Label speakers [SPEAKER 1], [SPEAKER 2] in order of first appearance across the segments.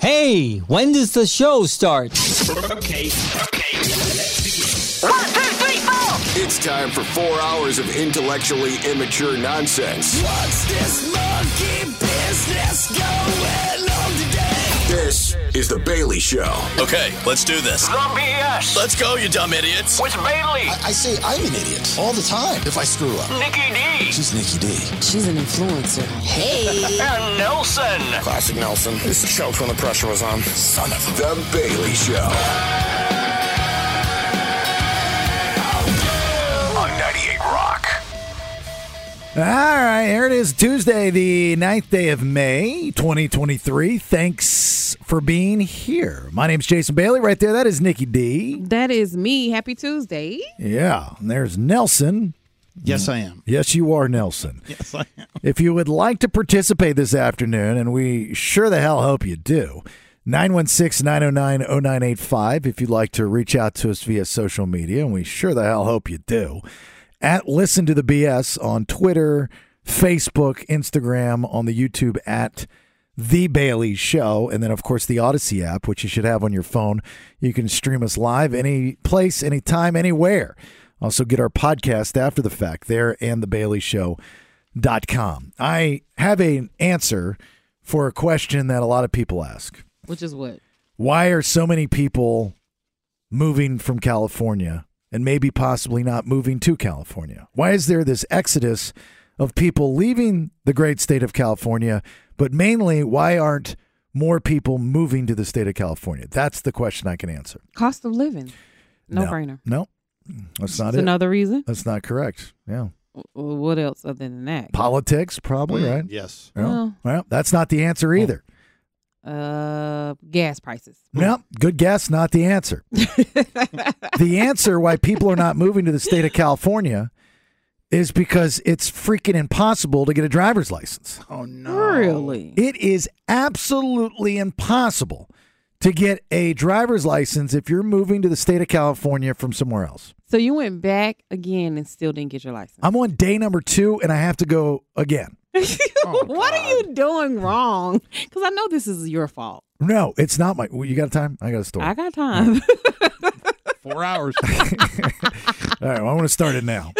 [SPEAKER 1] Hey, when does the show start?
[SPEAKER 2] Okay, okay, let's begin.
[SPEAKER 3] One, two, three, four.
[SPEAKER 4] It's time for four hours of intellectually immature nonsense.
[SPEAKER 5] What's this monkey business going on today?
[SPEAKER 4] This is The Bailey Show.
[SPEAKER 6] Okay, let's do this.
[SPEAKER 3] Some BS.
[SPEAKER 6] Let's go, you dumb idiots.
[SPEAKER 3] With Bailey,
[SPEAKER 5] I say I'm an idiot all the time if I screw up.
[SPEAKER 3] Nikki D,
[SPEAKER 5] She's Nikki D.
[SPEAKER 7] She's an influencer. Hey.
[SPEAKER 3] and Nelson.
[SPEAKER 5] Classic Nelson. This choked when the pressure was on. Son of
[SPEAKER 4] The Bailey Show.
[SPEAKER 3] On 98 Rock.
[SPEAKER 8] All right, here it is, Tuesday, the 9th day of May, 2023. Thanks for being here. My name's Jason Bailey. Right there, that is Nikki D.
[SPEAKER 9] That is me. Happy Tuesday.
[SPEAKER 8] Yeah, and there's Nelson.
[SPEAKER 10] Yes, I am.
[SPEAKER 8] Yes, you are Nelson.
[SPEAKER 10] Yes, I am.
[SPEAKER 8] If you would like to participate this afternoon, and we sure the hell hope you do, 916 909 0985. If you'd like to reach out to us via social media, and we sure the hell hope you do, at Listen to the BS on Twitter, Facebook, Instagram, on the YouTube at The Bailey Show, and then, of course, the Odyssey app, which you should have on your phone. You can stream us live any place, anytime, anywhere. Also, get our podcast after the fact there and The Bailey Show com. I have an answer for a question that a lot of people ask.
[SPEAKER 9] Which is what?
[SPEAKER 8] Why are so many people moving from California and maybe possibly not moving to California? Why is there this exodus of people leaving the great state of California, but mainly why aren't more people moving to the state of California? That's the question I can answer.
[SPEAKER 9] Cost of living. No brainer.
[SPEAKER 8] No, that's not
[SPEAKER 9] That's
[SPEAKER 8] it.
[SPEAKER 9] another reason.
[SPEAKER 8] that's not correct. Yeah.
[SPEAKER 9] W- What else other than that?
[SPEAKER 8] Politics, probably, right?
[SPEAKER 10] Yes.
[SPEAKER 8] Yeah.
[SPEAKER 9] Well.
[SPEAKER 8] well, that's not the answer either.
[SPEAKER 9] Uh, gas prices.
[SPEAKER 8] No, good guess, not the answer. the answer why people are not moving to the state of California is because it's freaking impossible to get a driver's license.
[SPEAKER 10] Oh no.
[SPEAKER 9] Really?
[SPEAKER 8] It is absolutely impossible to get a driver's license if you're moving to the state of California from somewhere else.
[SPEAKER 9] So you went back again and still didn't get your license.
[SPEAKER 8] I'm on day number two and I have to go again.
[SPEAKER 9] what are you doing wrong? Because I know this is your fault.
[SPEAKER 8] No, it's not my. You got a time? I got a story.
[SPEAKER 9] I got time.
[SPEAKER 10] Four hours.
[SPEAKER 8] All right, well, I want to start it now.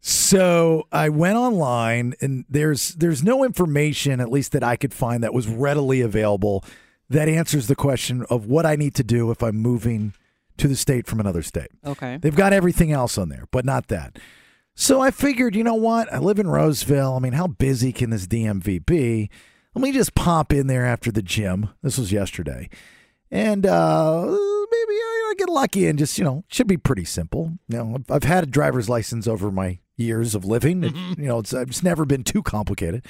[SPEAKER 8] so I went online, and there's there's no information, at least that I could find, that was readily available that answers the question of what I need to do if I'm moving to the state from another state.
[SPEAKER 9] okay.
[SPEAKER 8] They've got everything else on there, but not that. So I figured, you know what? I live in Roseville. I mean, how busy can this DMV be? Let me just pop in there after the gym. This was yesterday. And uh, maybe I, I get lucky and just, you know, should be pretty simple. You know, I've, I've had a driver's license over my years of living. It- you know, it's, it's never been too complicated.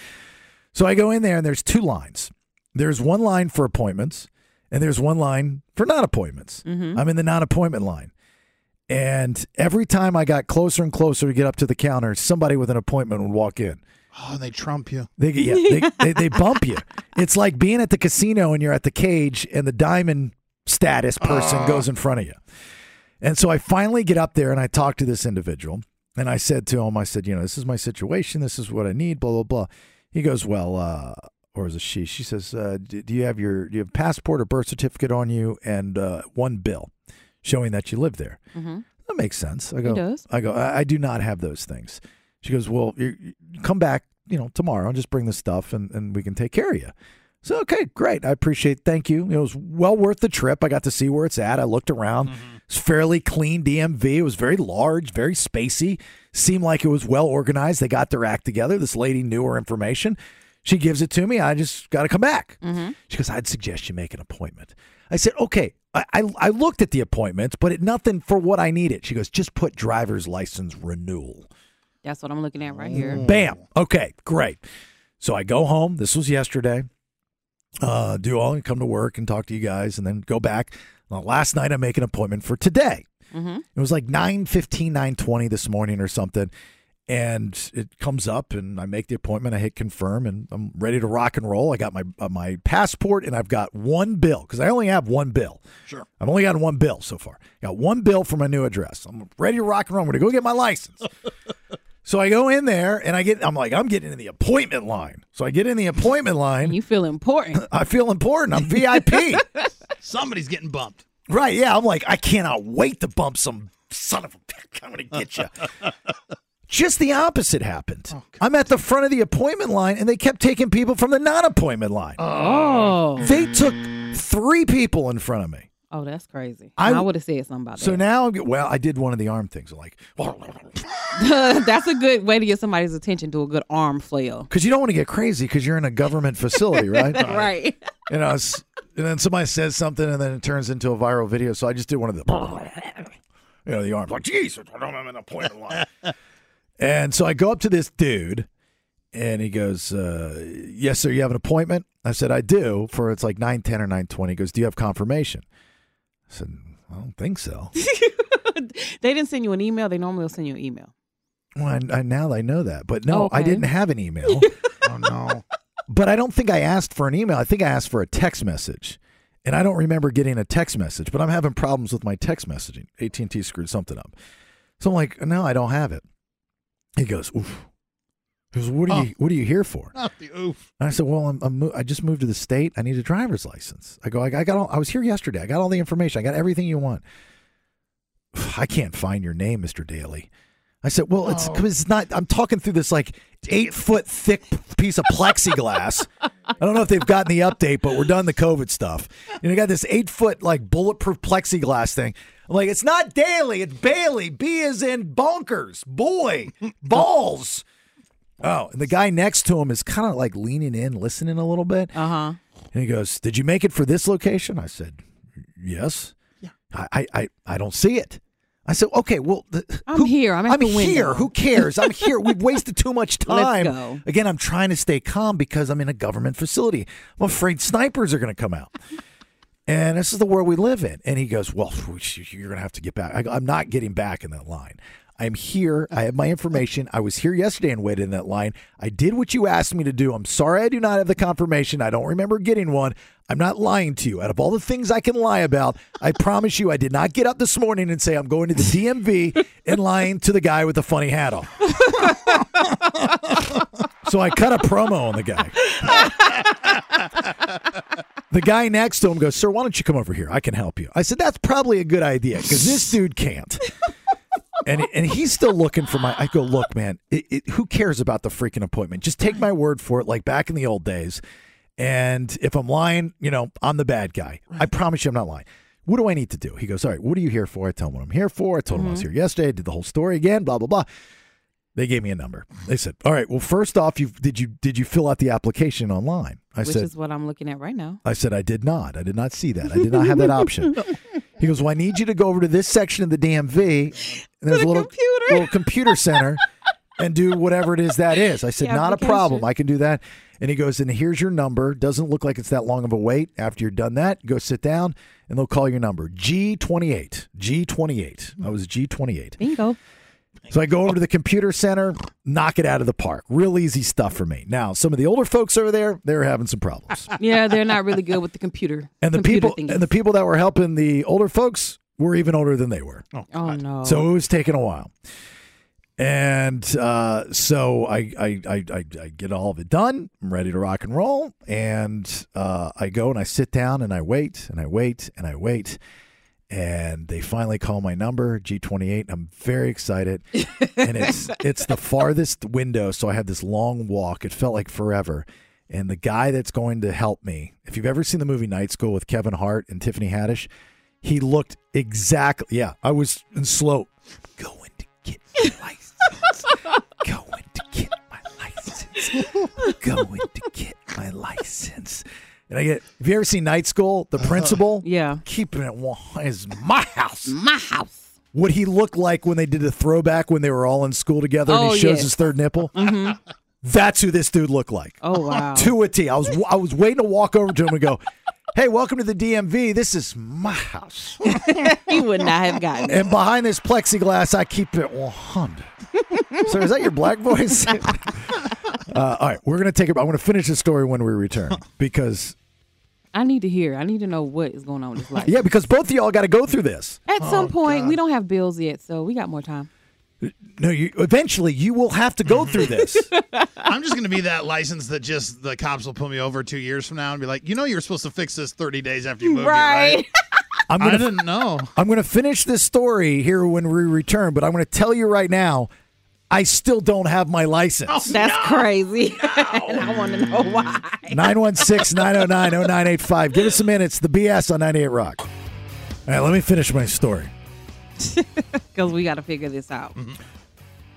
[SPEAKER 8] So I go in there and there's two lines. There's one line for appointments and there's one line for non appointments. I'm in the non appointment line. And every time I got closer and closer to get up to the counter, somebody with an appointment would walk in.
[SPEAKER 10] Oh, and they trump you.
[SPEAKER 8] They, yeah, they, they, they bump you. It's like being at the casino and you're at the cage and the diamond status
[SPEAKER 10] Ah.
[SPEAKER 8] person goes in front of you. And so I finally get up there and I talk to this individual and I said to him, I said, you know, this is my situation. This is what I need, blah, blah, blah. He goes, well, uh, or is it she? She says, uh, do, do you have your do you have passport or birth certificate on you and uh, one bill showing that you live there? That makes sense. I go,
[SPEAKER 9] does.
[SPEAKER 8] I go, I, I do not have those things. She goes, well, you you come back, you know, tomorrow and just bring the stuff and, and we can take care of you. So, okay, great. I appreciate Thank you. It was well worth the trip. I got to see where it's at. I looked around. It's fairly clean DMV. It was very large, very spacey. Seemed like it was well organized. They got their act together. This lady knew her information. She gives it to me. I just got to come back. She goes, I'd suggest you make an appointment. I said, okay. I, I, I looked at the appointments, but it nothing for what I needed. She goes, just put driver's license renewal.
[SPEAKER 9] That's what I'm looking at right here.
[SPEAKER 8] Bam. Okay, great. So I go home. This was yesterday. Uh, do all and come to work and talk to you guys, and then go back. Now, last night I make an appointment for today. It was like 9.15, 9.20 this morning or something. And it comes up, and I make the appointment. I hit confirm, and I'm ready to rock and roll. I got my uh, my passport, and I've got one bill because I only have one bill. Sure, I've only gotten one bill so far. Got one bill for my new address. I'm ready to rock and roll. I'm going to go get my license. So I go in there and I get, I'm like, I'm getting in the appointment line. So I get in the appointment line.
[SPEAKER 9] You feel important.
[SPEAKER 8] I feel important. I'm VIP.
[SPEAKER 10] Somebody's getting bumped.
[SPEAKER 8] Right. Yeah. I'm like, I cannot wait to bump some son of a bitch. I'm going to get you. Just the opposite happened.
[SPEAKER 10] Oh,
[SPEAKER 8] I'm at the front of the appointment line and they kept taking people from the non appointment line.
[SPEAKER 9] Oh,
[SPEAKER 8] They took three people in front of me.
[SPEAKER 9] oh, that's crazy.
[SPEAKER 8] I-
[SPEAKER 9] I, would have said something about
[SPEAKER 8] So
[SPEAKER 9] that.
[SPEAKER 8] now, well, I did one of the arm things. I'm like,
[SPEAKER 9] that's a good way to get somebody's attention. Do a good arm flail.
[SPEAKER 8] because you don't want to get crazy because you're in a government facility, right?
[SPEAKER 9] Right.
[SPEAKER 8] And I was, and then somebody says something, and then it turns into a viral video. So I just did one of the, you know, the arms like Jesus, I don't have an appointment line. and so I go up to this dude, and he goes, uh, "Yes, sir, you have an appointment." I said, "I do." For it's like nine ten or nine twenty. He goes, "Do you have confirmation?" I said, "I don't think so."
[SPEAKER 9] They didn't send you an email. They normally will send you an email.
[SPEAKER 8] well, I, I, now I know that, but no,
[SPEAKER 9] Oh,
[SPEAKER 8] I
[SPEAKER 9] okay.
[SPEAKER 8] didn't have an email.
[SPEAKER 10] Oh no.
[SPEAKER 8] but I don't think I asked for an email. I think I asked for a text message. And I don't remember getting a text message, but I'm having problems with my text messaging. AT&T screwed something up. So I'm like, "No, I don't have it." He goes, "Oof." He goes, "What are
[SPEAKER 10] Oh.
[SPEAKER 8] you what are you here for?"
[SPEAKER 10] Not the oof.
[SPEAKER 8] And I said, "Well, I'm, I'm mo- I just moved to the state. I need a driver's license." I go, "I, I got all, I was here yesterday. I got all the information. I got everything you want." I can't find your name, Mister Daly. I said, "Well, it's because it's not. I'm talking through this like eight foot thick piece of plexiglass. I don't know if they've gotten the update, but we're done the COVID stuff. And I got this eight foot like bulletproof plexiglass thing." I'm like, "It's not Daly. It's Bailey. B is in bonkers. Boy, balls." Oh, and the guy next to him is kind of like leaning in, listening a little bit.
[SPEAKER 9] Uh huh.
[SPEAKER 8] And he goes, Did you make it for this location? I said, Yes. Yeah. I, I, I, I don't see it. I said, Okay, well, the,
[SPEAKER 9] I'm here. I'm at
[SPEAKER 8] I'm
[SPEAKER 9] the window."
[SPEAKER 8] here. Who cares? I'm here. We've wasted too much
[SPEAKER 9] Let's
[SPEAKER 8] time.
[SPEAKER 9] go.
[SPEAKER 8] Again, I'm trying to stay calm because I'm in a government facility. I'm afraid snipers are going to come out. And this is the world we live in. And he goes, Well, you're going to have to get back. I go, I'm not getting back in that line. I'm here. I have my information. I was here yesterday and waited in that line. I did what you asked me to do. I'm sorry I do not have the confirmation. I don't remember getting one. I'm not lying to you. Out of all the things I can lie about, I promise you I did not get up this morning and say I'm going to the DMV and lying to the guy with the funny hat on. So I cut a promo on the guy. the guy next to him goes, Sir, why don't you come over here? I can help you. I said, That's probably a good idea because this dude can't. And, and he's still looking for my. I go, Look, man, it, it, who cares about the freaking appointment? Just take my word for it, like back in the old days. And if I'm lying, you know, I'm the bad guy. I promise you I'm not lying. What do I need to do? He goes, All right, what are you here for? I tell him what I'm here for. I told him I was here yesterday. I did the whole story again, blah, blah, blah. They gave me a number. They said, "All right, well, first off, you did you did you fill out the application online?" I
[SPEAKER 9] Which
[SPEAKER 8] said,
[SPEAKER 9] is what I'm looking at right now.
[SPEAKER 8] "I said I did not. I did not see that. I did not have that option." he goes, "Well, I need you to go over to this section of the DMV, and there's a
[SPEAKER 9] the
[SPEAKER 8] little
[SPEAKER 9] computer.
[SPEAKER 8] little computer center, and do whatever it is that is." I said,
[SPEAKER 9] The
[SPEAKER 8] "Not a problem.
[SPEAKER 9] application.
[SPEAKER 8] I can do that." And he goes, "And here's your number. Doesn't look like it's that long of a wait. After you're done that, go sit down, and they'll call your number. G28, G28. I was G28."
[SPEAKER 9] Bingo.
[SPEAKER 8] So I go over to the computer center, knock it out of the park. Real easy stuff for me. Now, some of the older folks over there, they're having some problems.
[SPEAKER 9] Yeah, they're not really good with the computer.
[SPEAKER 8] And the
[SPEAKER 9] computer
[SPEAKER 8] people
[SPEAKER 9] thingies.
[SPEAKER 8] and the people that were helping the older folks were even older than they were.
[SPEAKER 9] Oh no.
[SPEAKER 8] So it was taking a while. And uh, so I, I, I, I, I get all of it done. I'm ready to rock and roll. And uh, I go and I sit down and I wait and I wait and I wait. And they finally call my number, G28. I'm very excited. And it's it's the farthest window. So I had this long walk. It felt like forever. And the guy that's going to help me, if you've ever seen the movie Night School with Kevin Hart and Tiffany Haddish, he looked exactly. Yeah, I was in slow. I'm going to get my license. going to get my license. going to get my license. And I get. Have you ever seen Night School? The principal.
[SPEAKER 9] yeah.
[SPEAKER 8] Keeping it one is my house.
[SPEAKER 9] My house.
[SPEAKER 8] What he looked like when they did a throwback when they were all in school together, and
[SPEAKER 9] Oh,
[SPEAKER 8] he shows
[SPEAKER 9] yes.
[SPEAKER 8] his third nipple. That's who this dude looked like
[SPEAKER 9] Oh wow.
[SPEAKER 8] to a T. I was I was waiting to walk over to him and go, "Hey, welcome to the DMV. This is my house,
[SPEAKER 9] you would not have gotten it.
[SPEAKER 8] and behind this plexiglass, I keep it 100." Sir, is that your black voice? uh, all right, we're gonna take it. I'm gonna finish the story when we return because
[SPEAKER 9] I need to hear. I need to know what is going on with this life.
[SPEAKER 8] yeah, because both of y'all got to go through this.
[SPEAKER 9] At some point, we don't have bills yet, so we got more time.
[SPEAKER 8] No, you eventually you will have to go through this.
[SPEAKER 10] I'm just going to be that license that just the cops will pull me over two years from now and be like, you know, you're supposed to fix this 30 days after you moved here, right?
[SPEAKER 9] Right.
[SPEAKER 8] I'm
[SPEAKER 10] I
[SPEAKER 8] gonna
[SPEAKER 10] didn't know.
[SPEAKER 8] I'm going to finish this story here when we return, but I'm going to tell you right now, I still don't have my license.
[SPEAKER 9] That's crazy. and I want to know why.
[SPEAKER 8] 916 909 0985. Give us a minute. It's the BS on 98 Rock. All right, let me finish my story.
[SPEAKER 9] Because we got to figure this out.
[SPEAKER 8] Mm-hmm.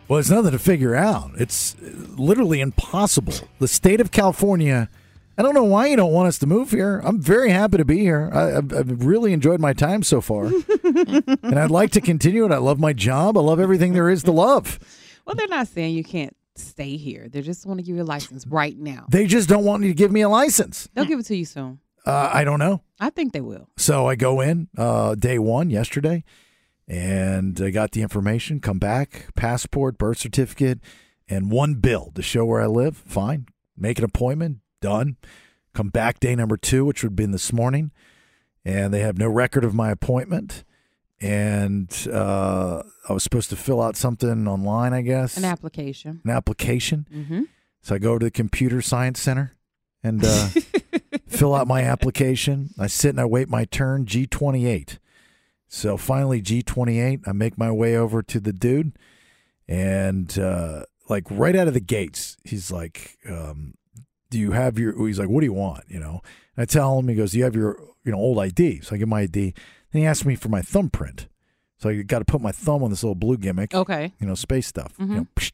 [SPEAKER 8] Well, it's nothing to figure out. It's literally impossible. The state of California, I don't know why you don't want us to move here. I'm very happy to be here. I, I've, I've really enjoyed my time so far. and I'd like to continue it. I love my job. I love everything there is to love.
[SPEAKER 9] Well, they're not saying you can't stay here. They just want to give you a license right now.
[SPEAKER 8] They just don't want you to give me a license.
[SPEAKER 9] They'll give it to you soon.
[SPEAKER 8] Uh, I don't know.
[SPEAKER 9] I think they will.
[SPEAKER 8] So I go in uh, day one yesterday, and I got the information. Come back, passport, birth certificate, and one bill to show where I live. Fine, make an appointment. Done. Come back day number two, which would have been this morning, and they have no record of my appointment. And uh, I was supposed to fill out something online, I guess,
[SPEAKER 9] An application.
[SPEAKER 8] an application.
[SPEAKER 9] Mm-hmm.
[SPEAKER 8] So I go to the computer science center and uh, fill out my application. I sit and I wait my turn, G28. So finally, G28, I make my way over to the dude. And uh, like right out of the gates, he's like, um, Do you have your, he's like, What do you want? You know, and I tell him, he goes, Do you have your, you know, old ID? So I give my ID. Then he asks me for my thumbprint. So I got to put my thumb on this little blue gimmick
[SPEAKER 9] Okay.
[SPEAKER 8] you know, space stuff. You know, psh.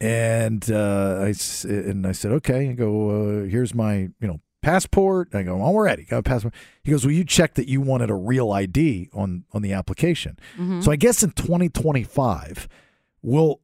[SPEAKER 8] and uh, I s- and I said, okay. I go, uh, here's my you know passport. I go, already got a passport. He goes, well, you checked that you wanted a real ID on on the application. So I guess in 2025, will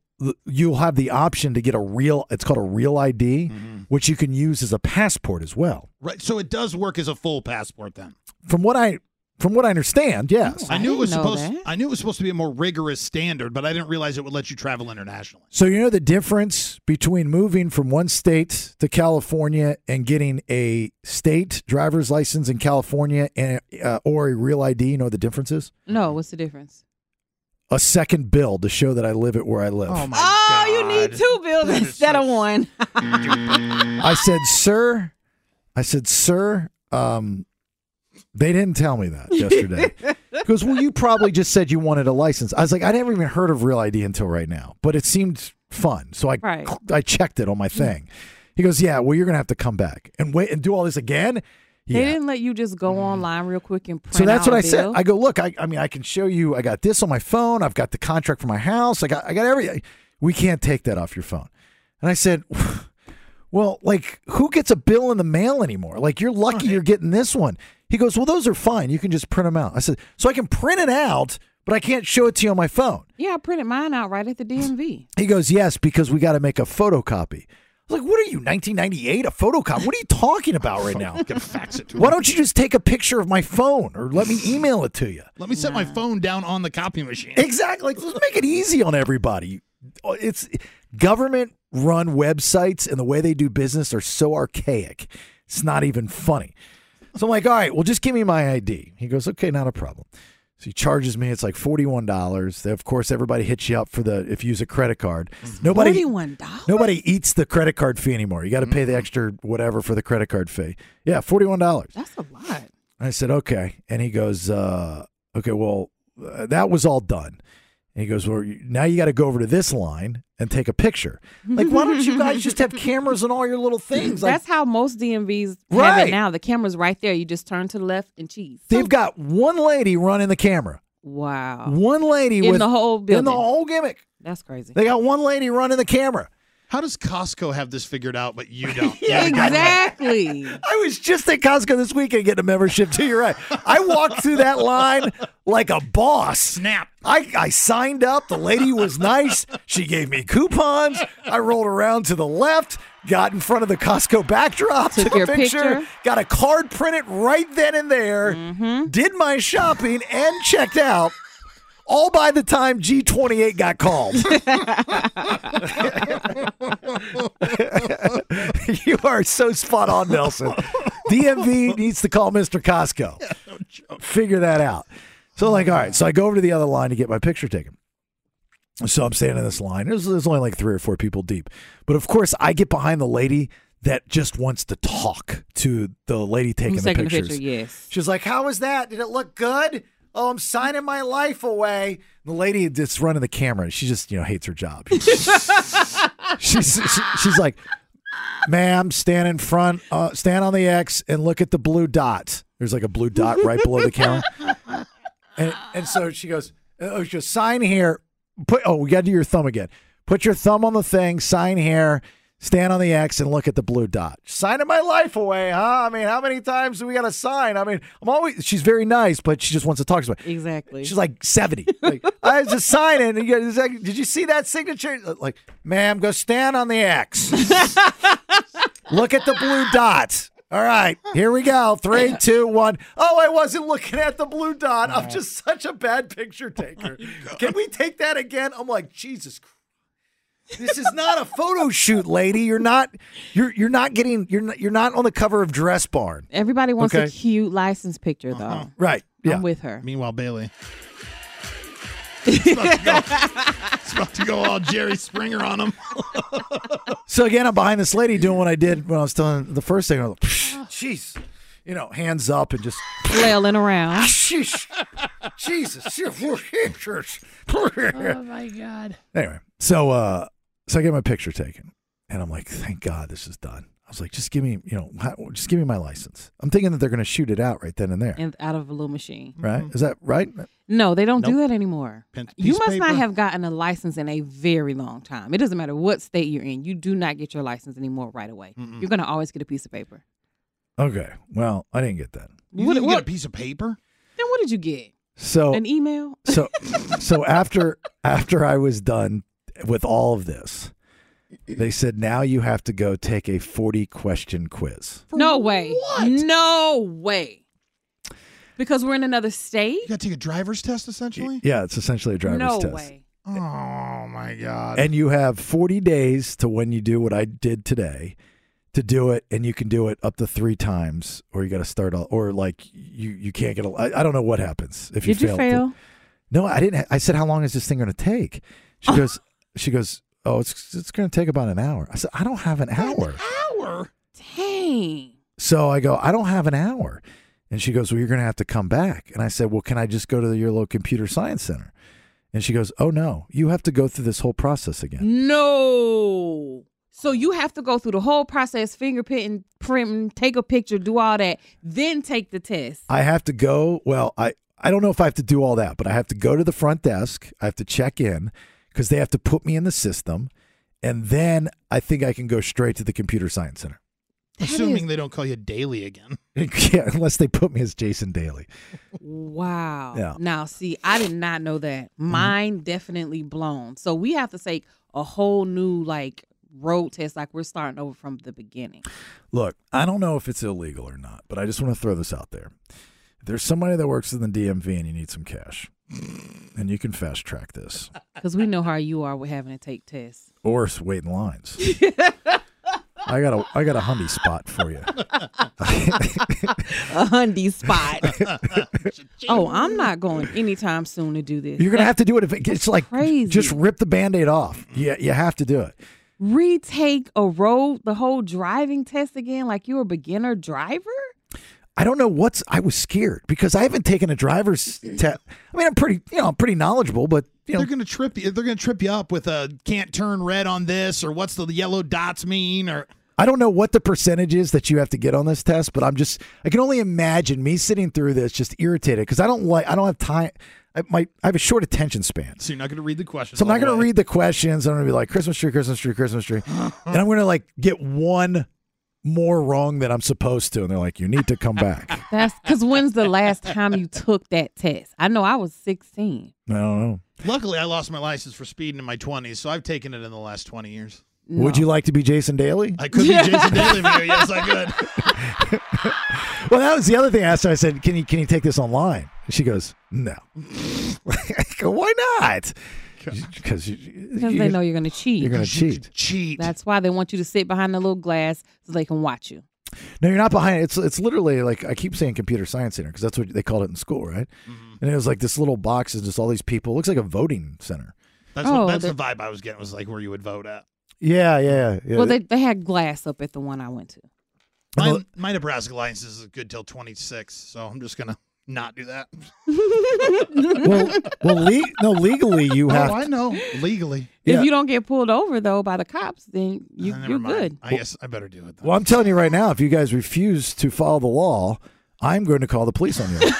[SPEAKER 8] you'll have the option to get a real. It's called a real ID, which you can use as a passport as well.
[SPEAKER 10] Right. So it does work as a full passport then.
[SPEAKER 8] From what I from what I understand, yes.
[SPEAKER 10] I, knew it was
[SPEAKER 9] didn't know
[SPEAKER 10] supposed
[SPEAKER 9] that.
[SPEAKER 10] I knew it was supposed to be a more rigorous standard, but I didn't realize it would let you travel internationally.
[SPEAKER 8] So you know the difference between moving from one state to California and getting a state driver's license in California and uh, or a real ID. You know what the difference is
[SPEAKER 9] No, what's the difference?
[SPEAKER 8] a second bill to show that I live at where I live.
[SPEAKER 10] Oh my
[SPEAKER 9] Oh,
[SPEAKER 10] god.
[SPEAKER 9] you need two bills
[SPEAKER 10] That is
[SPEAKER 9] instead of
[SPEAKER 10] so-
[SPEAKER 9] one.
[SPEAKER 8] I said, sir. I said, sir. Um, they didn't tell me that yesterday. Because well, you probably just said you wanted a license. I was like, I never even heard of Real ID until right now, but it seemed fun, so I
[SPEAKER 9] Right.
[SPEAKER 8] I checked it on my thing. He goes, yeah. Well, you're gonna have to come back and wait and do all this again.
[SPEAKER 9] They
[SPEAKER 8] Yeah.
[SPEAKER 9] didn't let you just go online real quick and print
[SPEAKER 8] So that's
[SPEAKER 9] out
[SPEAKER 8] what I
[SPEAKER 9] a
[SPEAKER 8] said.
[SPEAKER 9] bill?
[SPEAKER 8] I go, look, I, I mean, I can show you. I got this on my phone. I've got the contract for my house. I got, I got everything. We can't take that off your phone. And I said, well, like, who gets a bill in the mail anymore? Like, you're lucky you're getting this one. He goes, well, those are fine. You can just print them out. I said, so I can print it out, but I can't show it to you on my phone.
[SPEAKER 9] yeah, I printed mine out right at the DMV.
[SPEAKER 8] He goes, yes, because we got to make a photocopy. I was like, what are you, 1998? A photocopy? What are you talking about right now?
[SPEAKER 10] Gonna fax it to
[SPEAKER 8] Why
[SPEAKER 10] him.
[SPEAKER 8] don't you just take a picture of my phone or let me email it to you?
[SPEAKER 10] Let me set my phone down on the copy machine.
[SPEAKER 8] Exactly. Like, let's make it easy on everybody. Oh, It's government run websites and the way they do business are so archaic. It's not even funny. So I'm like, all right, well, just give me my ID. He goes, okay, not a problem. So he charges me. It's like forty-one dollars. Of course, everybody hits you up for the if you use a credit card. Nobody,
[SPEAKER 9] Forty-one dollars.
[SPEAKER 8] nobody eats the credit card fee anymore. You got to pay the extra whatever for the credit card fee. Yeah, forty-one dollars.
[SPEAKER 9] That's a lot.
[SPEAKER 8] I said, okay. And he goes, uh, okay, well, uh, that was all done. And he goes, well, you- now you got to go over to this line and take a picture. Like, why don't you guys just have cameras on all your little things? Like,
[SPEAKER 9] That's how most DMVs have
[SPEAKER 8] Right.
[SPEAKER 9] it now. The camera's right there. You just turn to the left and cheese.
[SPEAKER 8] they've got one lady running the camera.
[SPEAKER 9] Wow,
[SPEAKER 8] One lady
[SPEAKER 9] Oh. In
[SPEAKER 8] with
[SPEAKER 9] the whole
[SPEAKER 8] in the
[SPEAKER 9] building.
[SPEAKER 8] whole gimmick.
[SPEAKER 9] that's crazy.
[SPEAKER 8] They got one lady running the camera.
[SPEAKER 10] How does Costco have this figured out, but you don't?
[SPEAKER 9] exactly.
[SPEAKER 8] I was just at Costco this weekend getting a membership too. You're right. I walked through that line like a boss.
[SPEAKER 10] Snap.
[SPEAKER 8] I, I signed up. The lady was nice. She gave me coupons. I rolled around to the left, got in front of the Costco backdrop,
[SPEAKER 9] Took
[SPEAKER 8] a
[SPEAKER 9] your
[SPEAKER 8] picture,
[SPEAKER 9] picture. Mm-hmm.
[SPEAKER 8] got a card printed right then and there, did my shopping, and checked out. All by the time G28 got called. you are so spot on, Nelson. DMV needs to call Mr. Costco. Figure that out. So like, all right. So I go over to the other line to get my picture taken. So I'm standing in this line. There's, there's only like three or four people deep. But of course, I get behind the lady that just wants to talk to the lady taking
[SPEAKER 9] Who's
[SPEAKER 8] the
[SPEAKER 9] taking the
[SPEAKER 8] pictures.
[SPEAKER 9] picture? Yes.
[SPEAKER 8] She's like, How was that? Did it look good? Oh, I'm signing my life away. The lady that's running the camera, she just, you know, hates her job. she's, she, she's like, Ma'am, stand in front, uh, stand on the X and look at the blue dot. There's like a blue dot right below the camera. And, and so she goes, oh, she goes, sign here. Put oh, we got to do your thumb again. Put your thumb on the thing. Sign here. Stand on the X and look at the blue dot. Signing my life away, huh? I mean, how many times do we got to sign? I mean, I'm always. She's very nice, but she just wants to talk to me.
[SPEAKER 9] Exactly.
[SPEAKER 8] She's like seventy. Like I was just signing. And you guys- did you see that signature? Like, ma'am, go stand on the X. Look at the blue dot. All right, here we go. Three, two, one. Oh, I wasn't looking at the blue dot. I'm just such a bad picture taker. Can we take that again? I'm like, Jesus Christ. This is not a photo shoot, lady. You're not you're you're not getting you're not you're not on the cover of Dress Barn.
[SPEAKER 9] Everybody wants a
[SPEAKER 8] Okay.
[SPEAKER 9] cute license picture, though.
[SPEAKER 8] Right. Yeah.
[SPEAKER 9] I'm with her.
[SPEAKER 10] Meanwhile, Bailey. It's about, to go, it's about to go all Jerry Springer on him.
[SPEAKER 8] So again, I'm behind this lady doing what I did when I was telling the first thing. I was like, jeez. You know, hands up and just
[SPEAKER 9] Flailing
[SPEAKER 8] Ah,
[SPEAKER 9] around.
[SPEAKER 8] Sheesh. Jesus. oh my god. Anyway, so uh so I get my picture taken and I'm like, thank God this is done. I was like, just give me, you know, how- just give me my license. I'm thinking that they're going to shoot it out right then and there.
[SPEAKER 9] And out of a little machine.
[SPEAKER 8] Right? Is that right?
[SPEAKER 9] No, they don't do that anymore.
[SPEAKER 10] Pen-
[SPEAKER 9] you
[SPEAKER 10] piece
[SPEAKER 9] must not
[SPEAKER 10] paper.
[SPEAKER 9] have gotten a license in a very long time. It doesn't matter what state you're in. You do not get your license anymore right away. You're going to always get a piece of paper.
[SPEAKER 8] Okay. Well, I didn't get that.
[SPEAKER 10] You
[SPEAKER 9] What-
[SPEAKER 10] didn't get
[SPEAKER 9] what-
[SPEAKER 10] a Oh. piece of paper?
[SPEAKER 9] Then what did you get?
[SPEAKER 8] So
[SPEAKER 9] An email?
[SPEAKER 8] so so after after I was done with all of this, they said now you have to go take a 40 question quiz.
[SPEAKER 9] No way. No way. Because we're in another
[SPEAKER 10] You
[SPEAKER 9] state?
[SPEAKER 10] got to take a driver's test, essentially?
[SPEAKER 8] Yeah, it's essentially a driver's
[SPEAKER 9] no
[SPEAKER 8] test.
[SPEAKER 9] way.
[SPEAKER 10] Oh, my God.
[SPEAKER 8] and you have 40 days to when you do what I did today to do it and you can do it up to three times or you got to start all or like you you can't get a I, I don't know what happens if
[SPEAKER 9] Did
[SPEAKER 8] you fail,
[SPEAKER 9] you, fail?
[SPEAKER 8] no i didn't i said how long is this thing going to take she
[SPEAKER 9] Oh.
[SPEAKER 8] goes she goes oh it's it's going to take about an hour i said i don't have an hour
[SPEAKER 10] hour?
[SPEAKER 9] Dang.
[SPEAKER 8] so i go i don't have an hour and she goes well you're going to have to come back and i said well can i just go to your local computer science center and she goes oh no you have to go through this whole process
[SPEAKER 9] Mm.
[SPEAKER 8] again
[SPEAKER 9] No. So you have to go through the whole process, fingerprinting, printing, take a picture, do all that, then take the test.
[SPEAKER 8] I have to go. Well, I I don't know if I have to do all that, but I have to go to the front desk. I have to check in because they have to put me in the system, and then I think I can go straight to the computer science center.
[SPEAKER 10] Assuming they don't call you daily again.
[SPEAKER 8] yeah, unless they put me as Jason Daly.
[SPEAKER 9] Wow.
[SPEAKER 8] Yeah. Mm-hmm.
[SPEAKER 9] Now, see, I did not know that. Mine definitely blown. So we have to take a whole new like road test, like we're starting over from the beginning.
[SPEAKER 8] Look, I don't know if it's illegal or not, but I just want to throw this out there. If there's somebody that works in the DMV and you need some cash, and you can fast track this
[SPEAKER 9] Because we know how you are with having to take tests.
[SPEAKER 8] or s- wait in lines. I got a I got a hundy spot for you.
[SPEAKER 9] A hundy spot. oh, I'm not going anytime soon to do this.
[SPEAKER 8] You're gonna have to do it if it gets like
[SPEAKER 9] Crazy.
[SPEAKER 8] just rip the band-aid off. Yeah, you have to do it.
[SPEAKER 9] retake a road the whole driving test again like you're a beginner driver
[SPEAKER 8] I don't know what's I was scared because I haven't taken a driver's test. I mean, I'm pretty you know, I'm pretty knowledgeable, but you know
[SPEAKER 10] They're gonna trip you. They're gonna trip you up with a can't turn red on this, or what's the yellow dots mean, or
[SPEAKER 8] I don't know what the percentage is that you have to get on this test, but I'm just I can only imagine me sitting through this just irritated because I don't like I don't have time I my I have a short attention span.
[SPEAKER 10] so you're not gonna read the questions.
[SPEAKER 8] So I'm
[SPEAKER 10] all
[SPEAKER 8] not
[SPEAKER 10] the
[SPEAKER 8] going to
[SPEAKER 10] way.
[SPEAKER 8] read the questions. I'm going to be like Christmas tree, Christmas tree, Christmas tree, and I'm going to like get one more wrong than I'm supposed to, and they're like, "You need to come back."
[SPEAKER 9] that's because when's the last time you took that test i know i was 16
[SPEAKER 8] I don't know.
[SPEAKER 10] Luckily, I lost my license for speeding in my 20s, so I've taken it in the last 20 years.
[SPEAKER 8] Would you like to be Jason Daly?
[SPEAKER 10] I could be Jason Daly here. Yes, I could.
[SPEAKER 8] Well, that was the other thing I asked her. I said, "Can you can you take this online?" And she goes, "No." I go, Why not? Because you,
[SPEAKER 9] because
[SPEAKER 8] you,
[SPEAKER 9] they know you're gonna cheat
[SPEAKER 8] you're going to
[SPEAKER 10] You
[SPEAKER 8] cheat.
[SPEAKER 10] could cheat.
[SPEAKER 9] that's why they want you to sit behind the little glass so they can watch you
[SPEAKER 8] No, you're not behind. It's it's literally like I keep saying computer science center because that's Mm-hmm. what they called it in school, right? And it was like this little box is just all these people. It looks like a voting center.
[SPEAKER 10] That's,
[SPEAKER 9] Oh,
[SPEAKER 10] what, that's the
[SPEAKER 9] they're-
[SPEAKER 10] vibe I was getting. Was like where you would vote at.
[SPEAKER 8] Yeah, yeah, yeah.
[SPEAKER 9] Well, they they had glass up at the one I went to.
[SPEAKER 10] My, my Nebraska alliance is good till 26, so I'm just gonna not do that.
[SPEAKER 8] well, well le- no, legally you have.
[SPEAKER 10] Oh, I know legally.
[SPEAKER 8] Yeah.
[SPEAKER 9] If you don't get pulled over though by the cops, then you
[SPEAKER 10] Uh, never
[SPEAKER 9] you're
[SPEAKER 10] mind.
[SPEAKER 9] good.
[SPEAKER 10] I guess I better do it. Then.
[SPEAKER 8] well, I'm telling you right now, if you guys refuse to follow the law, I'm going to call the police on you.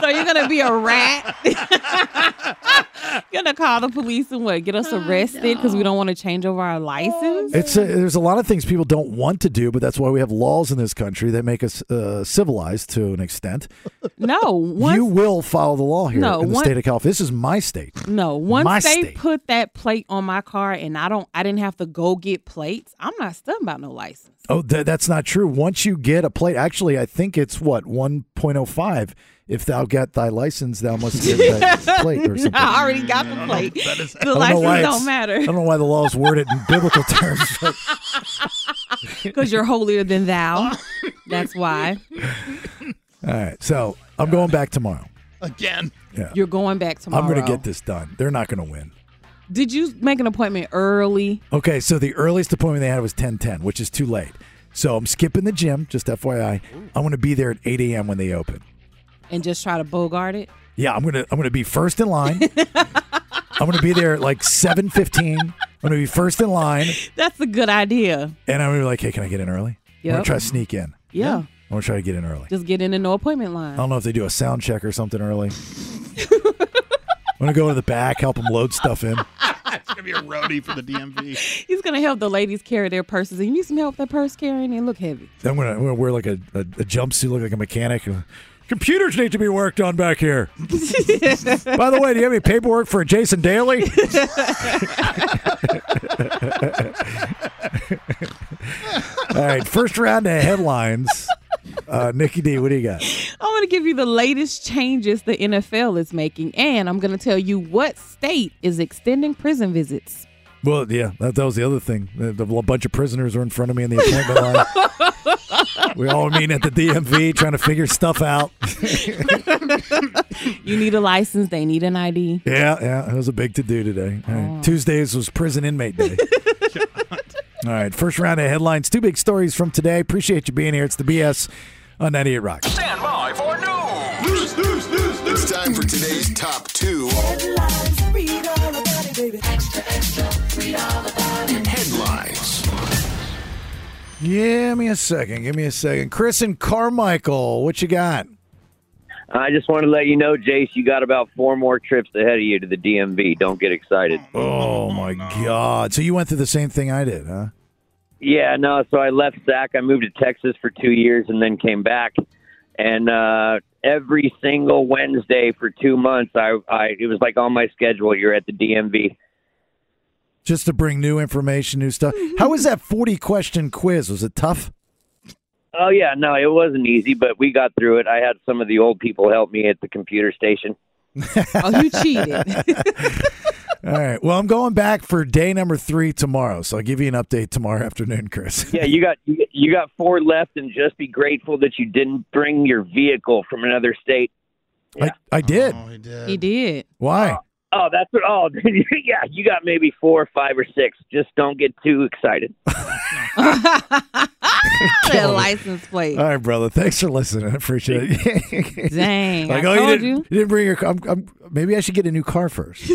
[SPEAKER 9] So you're gonna be a rat. you're gonna call the police and what? Get us arrested because we don't want to change over our license.
[SPEAKER 8] It's a, there's a lot of things people don't want to do, but that's why we have laws in this country that make us uh, civilized to an extent.
[SPEAKER 9] No, once
[SPEAKER 8] you will follow the law here
[SPEAKER 9] No,
[SPEAKER 8] in the
[SPEAKER 9] one-
[SPEAKER 8] state of California. This is my state.
[SPEAKER 9] no, once
[SPEAKER 8] My
[SPEAKER 9] they
[SPEAKER 8] state.
[SPEAKER 9] put that plate on my car and I don't, I didn't have to go get plates. I'm not stunned about no license.
[SPEAKER 8] Oh, th- that's not true. Once you get a plate, actually, I think it's what 1.05. If thou get thy license, thou must get thy plate or something.
[SPEAKER 9] I already got
[SPEAKER 10] Mm,
[SPEAKER 9] the plate. The
[SPEAKER 8] I
[SPEAKER 9] license
[SPEAKER 8] why
[SPEAKER 9] don't
[SPEAKER 8] it's-
[SPEAKER 9] matter
[SPEAKER 8] I don't know why the law is worded in biblical terms. but-
[SPEAKER 9] because you're holier than thou. That's why
[SPEAKER 8] all right, so I'm going back tomorrow.
[SPEAKER 10] Again,
[SPEAKER 9] you're going back tomorrow.
[SPEAKER 8] I'm going to get this done. They're not going to win.
[SPEAKER 9] Did you make an appointment early?
[SPEAKER 8] Okay, so the earliest appointment they had was 10:10, which is too late. So I'm skipping the gym. Just FYI, I'm going to be there at 8 a.m. when they open.
[SPEAKER 9] and just try to bogart it.
[SPEAKER 8] Yeah, I'm gonna I'm gonna be first in line. I'm gonna be there at like seven fifteen. I'm gonna be first in line,
[SPEAKER 9] That's a good idea.
[SPEAKER 8] and I'm gonna be like, "Hey, can I get in early?" I'm gonna
[SPEAKER 9] Yep.
[SPEAKER 8] try to sneak in.
[SPEAKER 9] Yeah.
[SPEAKER 8] I'm gonna try to get in early.
[SPEAKER 9] Just get in a no appointment line.
[SPEAKER 8] I don't know if they do a sound check or something early. I'm gonna go to the back, help them load stuff in.
[SPEAKER 10] it's gonna be a roadie for the DMV.
[SPEAKER 9] He's gonna help the ladies carry their purses. And you need some help with that purse carrying. It look heavy.
[SPEAKER 8] Then I'm gonna, I'm gonna wear like a, a, a jumpsuit, look like a mechanic. Computers need to be worked on back here. By the way, do you have any paperwork for Jason Daly? All right, first round of headlines. Uh, Nikki D, what do you got?
[SPEAKER 9] I want to give you the latest changes the NFL is making, and I'm gonna tell you what state is extending prison visits.
[SPEAKER 8] Well, yeah, that, that was the other thing. The, the, a bunch of prisoners are in front of me in the appointment line. we all meet at the DMV trying to figure stuff out.
[SPEAKER 9] You need a license. They need an ID.
[SPEAKER 8] Yeah, yeah, it was a big to do today. All right. Tuesdays was prison inmate day. All right, first round of headlines. Two big stories from today. Appreciate you being here. It's the BS on 98 Rock.
[SPEAKER 3] Stand by for news.
[SPEAKER 4] News, news, news, news. It's time for today's top two. Headlines.
[SPEAKER 8] Give me a second. Give me a second. Chris and Carmichael, what you got?
[SPEAKER 11] I just want to let you know, Jace, you got about four more trips ahead of you to the DMV. Don't get excited.
[SPEAKER 8] Oh my God! So you went through the same thing I did, huh?
[SPEAKER 11] Yeah, no. So I left SAC. I moved to Texas for two years and then came back. And uh, every single Wednesday for two months, I, I it was like on my schedule. You're at the DMV.
[SPEAKER 8] Just to bring new information, new stuff. How was that forty-question quiz? Was it tough?
[SPEAKER 11] Oh yeah, no, it wasn't easy, but we got through it. I had some of the old people help me at the computer station.
[SPEAKER 9] Oh, you cheated.
[SPEAKER 8] All right. Well, I'm going back for day number three tomorrow, so I'll give you an update tomorrow afternoon, Chris.
[SPEAKER 11] Yeah, you got you got four left, and just be grateful that you didn't bring your vehicle from another state.
[SPEAKER 8] I, I did.
[SPEAKER 10] Oh, he did.
[SPEAKER 9] he did.
[SPEAKER 8] Why?
[SPEAKER 11] Oh, that's what. Oh, yeah. You got maybe four, five, or six. Just don't get too excited.
[SPEAKER 9] that license plate.
[SPEAKER 8] All right, brother. Thanks for listening. I appreciate it.
[SPEAKER 9] Dang.
[SPEAKER 8] like,
[SPEAKER 9] I
[SPEAKER 8] oh,
[SPEAKER 9] told
[SPEAKER 8] you didn't,
[SPEAKER 9] you.
[SPEAKER 8] you didn't bring your. I'm, I'm, maybe I should get a new car first.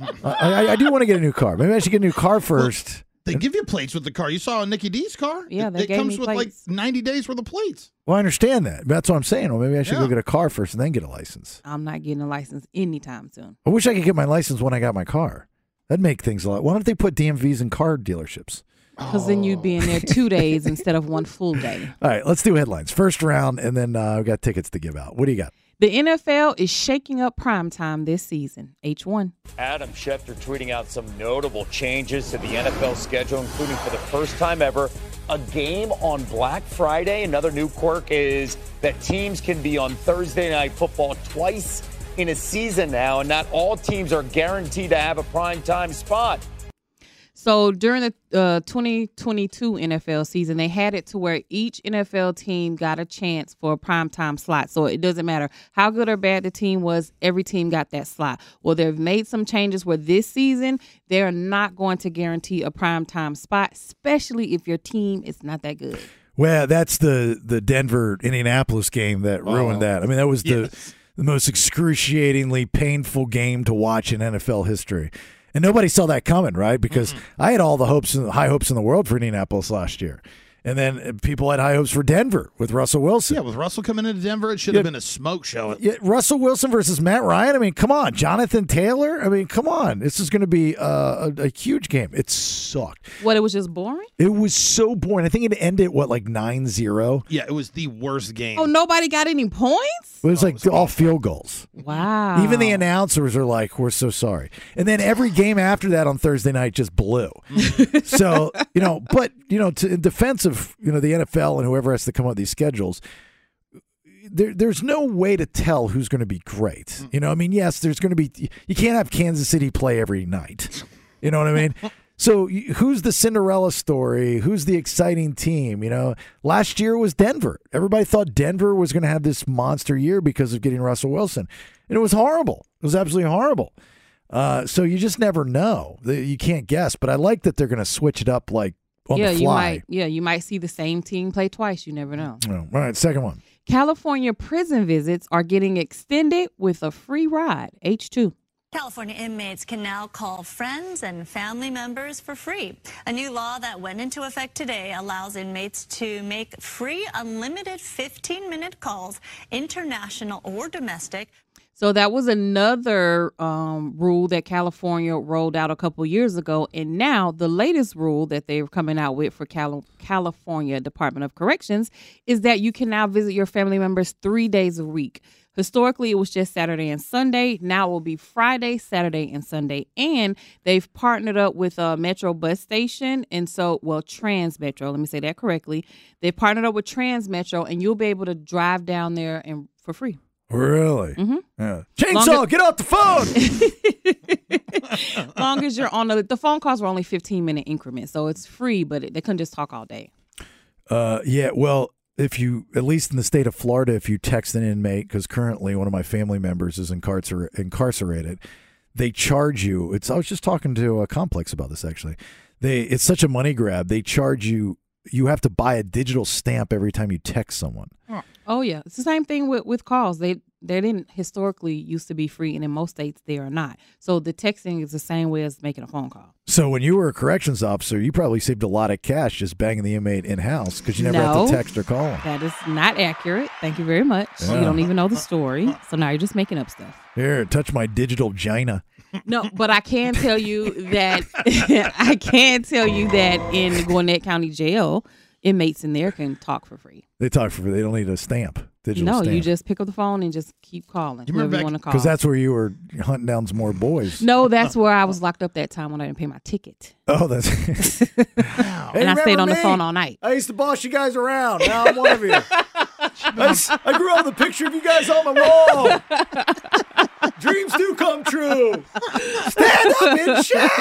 [SPEAKER 8] I, I, I do want to get a new car. Maybe I should get a new car first.
[SPEAKER 10] They give you plates with the car. You saw Nikki D's car.
[SPEAKER 9] Yeah,
[SPEAKER 10] it,
[SPEAKER 9] they
[SPEAKER 10] it
[SPEAKER 9] gave
[SPEAKER 10] comes
[SPEAKER 9] me
[SPEAKER 10] with
[SPEAKER 9] plates.
[SPEAKER 10] like 90 days worth of plates.
[SPEAKER 8] Well, I understand that. That's what I'm saying. Well, maybe I should go
[SPEAKER 10] Yeah.
[SPEAKER 8] get a car first and then get a license.
[SPEAKER 9] I'm not getting a license anytime soon.
[SPEAKER 8] I wish I could get my license when I got my car. That'd make things a lot. Why don't they put DMVs in car dealerships?
[SPEAKER 9] Because then you'd be in there
[SPEAKER 8] Oh.
[SPEAKER 9] two days instead of one full day.
[SPEAKER 8] All right, let's do headlines. First round, and then uh, I've got tickets to give out. What do you got?
[SPEAKER 9] The NFL is shaking up prime time this season. H1.
[SPEAKER 12] Adam Schefter tweeting out some notable changes to the NFL schedule, including for the first time ever, a game on Black Friday. Another new quirk is that teams can be on Thursday night football twice in a season now, and not all teams are guaranteed to have a prime time spot.
[SPEAKER 9] So during the uh, 2022 NFL season, they had it to where each NFL team got a chance for a primetime slot. So it doesn't matter how good or bad the team was, every team got that slot. Well, they've made some changes where this season they're not going to guarantee a primetime spot, especially if your team is not that good.
[SPEAKER 8] Well, that's the the Denver Indianapolis game that ruined that. I mean, that was the the most excruciatingly painful game to watch in NFL history. And nobody saw that coming, right? Because I had all the hopes and high hopes in the world for Indianapolis last year. And then uh, people had high hopes for Denver with Russell Wilson.
[SPEAKER 10] Yeah, with Russell coming into Denver, it should
[SPEAKER 8] Yeah.
[SPEAKER 10] have been a smoke show.
[SPEAKER 8] Yeah, Russell Wilson versus Matt Ryan. I mean, come on, Jonathan Taylor. I mean, come on. This is going to be uh, a, a huge game. It sucked.
[SPEAKER 9] What it was just boring.
[SPEAKER 8] It was so boring. I think it ended what like 9-0.
[SPEAKER 10] Yeah, it was the worst game.
[SPEAKER 9] Oh, nobody got any points.
[SPEAKER 8] Oh, It was like all field goals.
[SPEAKER 9] Wow.
[SPEAKER 8] Even the announcers are like, "We're so sorry." And then every game after that on Thursday night just blew. so you know, but you know, to, in defense of you know the NFL and whoever has to come up with these schedules, there, there's no way to tell who's going to be great. You know, I mean, yes, there's going to be. You can't have Kansas City play every night. You know what I mean? So y- who's the Cinderella story? Who's the exciting team? You know, last year was Denver. Everybody thought Denver was going to have this monster year because of getting Russell Wilson, and it was horrible. It was absolutely horrible. Uh, so you just never know. The- You can't guess. But I like that they're going to switch it up like on
[SPEAKER 9] yeah,
[SPEAKER 8] the
[SPEAKER 9] you
[SPEAKER 8] fly.
[SPEAKER 9] might. Yeah, you might see the same team play twice. You never know.
[SPEAKER 8] Oh, all right, second one.
[SPEAKER 9] California prison visits are getting extended with a free ride. H2.
[SPEAKER 13] California inmates can now call friends and family members for free. A new law that went into effect today allows inmates to make free unlimited 15 minute calls, international or domestic,
[SPEAKER 9] So that was another um, rule that California rolled out a couple years ago, and now the latest rule that they're coming out with for Cal- California Department of Corrections is that you can now visit your family members three days a week. Historically, it was just Saturday and Sunday. Now it will be Friday, Saturday, and Sunday. And they've partnered up with a Metro bus station. And so, well, Trans Metro, let me say that correctly. They partnered up with Trans Metro, and you'll be able to drive down there and for free.
[SPEAKER 8] Really?
[SPEAKER 9] Mm-hmm.
[SPEAKER 8] Yeah.
[SPEAKER 9] Long
[SPEAKER 8] Chainsaw,
[SPEAKER 9] as-
[SPEAKER 8] get off the phone.
[SPEAKER 9] long as you're on the the phone calls were only 15 minute increments so it's free but it, they couldn't just talk all day
[SPEAKER 8] uh, yeah. Well, if you, at least in the state of Florida, if you text an inmate, because currently one of my family members is incarcer- incarcerated, they charge you. It's. I was just talking to a complex about this actually. They. It's such a money grab. They charge you. You have to buy a digital stamp every time you text someone.
[SPEAKER 9] oh yeah it's the same thing with with calls they they didn't historically used to be free and in most states they are not so the texting is the same way as making a phone call
[SPEAKER 8] So when you were a corrections officer, you probably saved a lot of cash just banging the inmate in house because you never have
[SPEAKER 9] No.
[SPEAKER 8] to text or call 'em.
[SPEAKER 9] that is not accurate thank you very much
[SPEAKER 8] Yeah.
[SPEAKER 9] you don't even know the story so now you're just making up stuff
[SPEAKER 8] Here, touch my digital gina.
[SPEAKER 9] No, but I can tell you that I can tell you that in Gwinnett County Jail, inmates in there can talk for free.
[SPEAKER 8] They talk for. They don't need a stamp. Digital
[SPEAKER 9] no,
[SPEAKER 8] stamp.
[SPEAKER 9] you just pick up the phone and just keep calling.
[SPEAKER 10] You
[SPEAKER 9] whoever
[SPEAKER 10] remember
[SPEAKER 9] you want to
[SPEAKER 10] back-
[SPEAKER 9] call.
[SPEAKER 8] Because that's where you were hunting down some more boys.
[SPEAKER 9] No, that's where I was locked up that time when I didn't pay my ticket.
[SPEAKER 8] Oh, that's.
[SPEAKER 9] and I stayed
[SPEAKER 8] remember
[SPEAKER 9] on the
[SPEAKER 8] me?
[SPEAKER 9] phone all night.
[SPEAKER 8] I used to boss you guys around. Now I'm one of you. I, s- I grew up with a picture of you guys on my wall. Dreams do come true. Stand up and shout.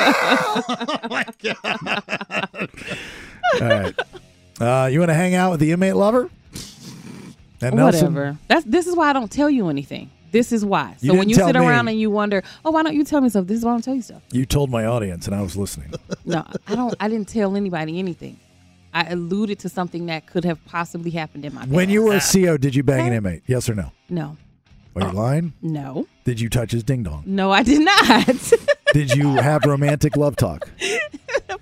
[SPEAKER 10] oh my god!
[SPEAKER 8] All right. Uh, you want to hang out with the inmate lover? And Nelson?
[SPEAKER 9] Whatever. That's this is why I don't tell you anything. This is why. So
[SPEAKER 8] You
[SPEAKER 9] when
[SPEAKER 8] didn't
[SPEAKER 9] you
[SPEAKER 8] tell
[SPEAKER 9] sit around
[SPEAKER 8] me.
[SPEAKER 9] and you wonder, oh, why don't you tell me stuff? This is why I don't tell you stuff.
[SPEAKER 8] You told my audience, and I was listening.
[SPEAKER 9] No, I don't. I didn't tell anybody anything. I alluded to something that could have possibly happened in my
[SPEAKER 8] When
[SPEAKER 9] past.
[SPEAKER 8] you were a CO, did you bang an inmate? Yes or no?
[SPEAKER 9] no,
[SPEAKER 8] Are
[SPEAKER 9] Oh.
[SPEAKER 8] you lying?
[SPEAKER 9] no,
[SPEAKER 8] Did you touch his ding dong?
[SPEAKER 9] no, I did not.
[SPEAKER 8] Did you have romantic love talk?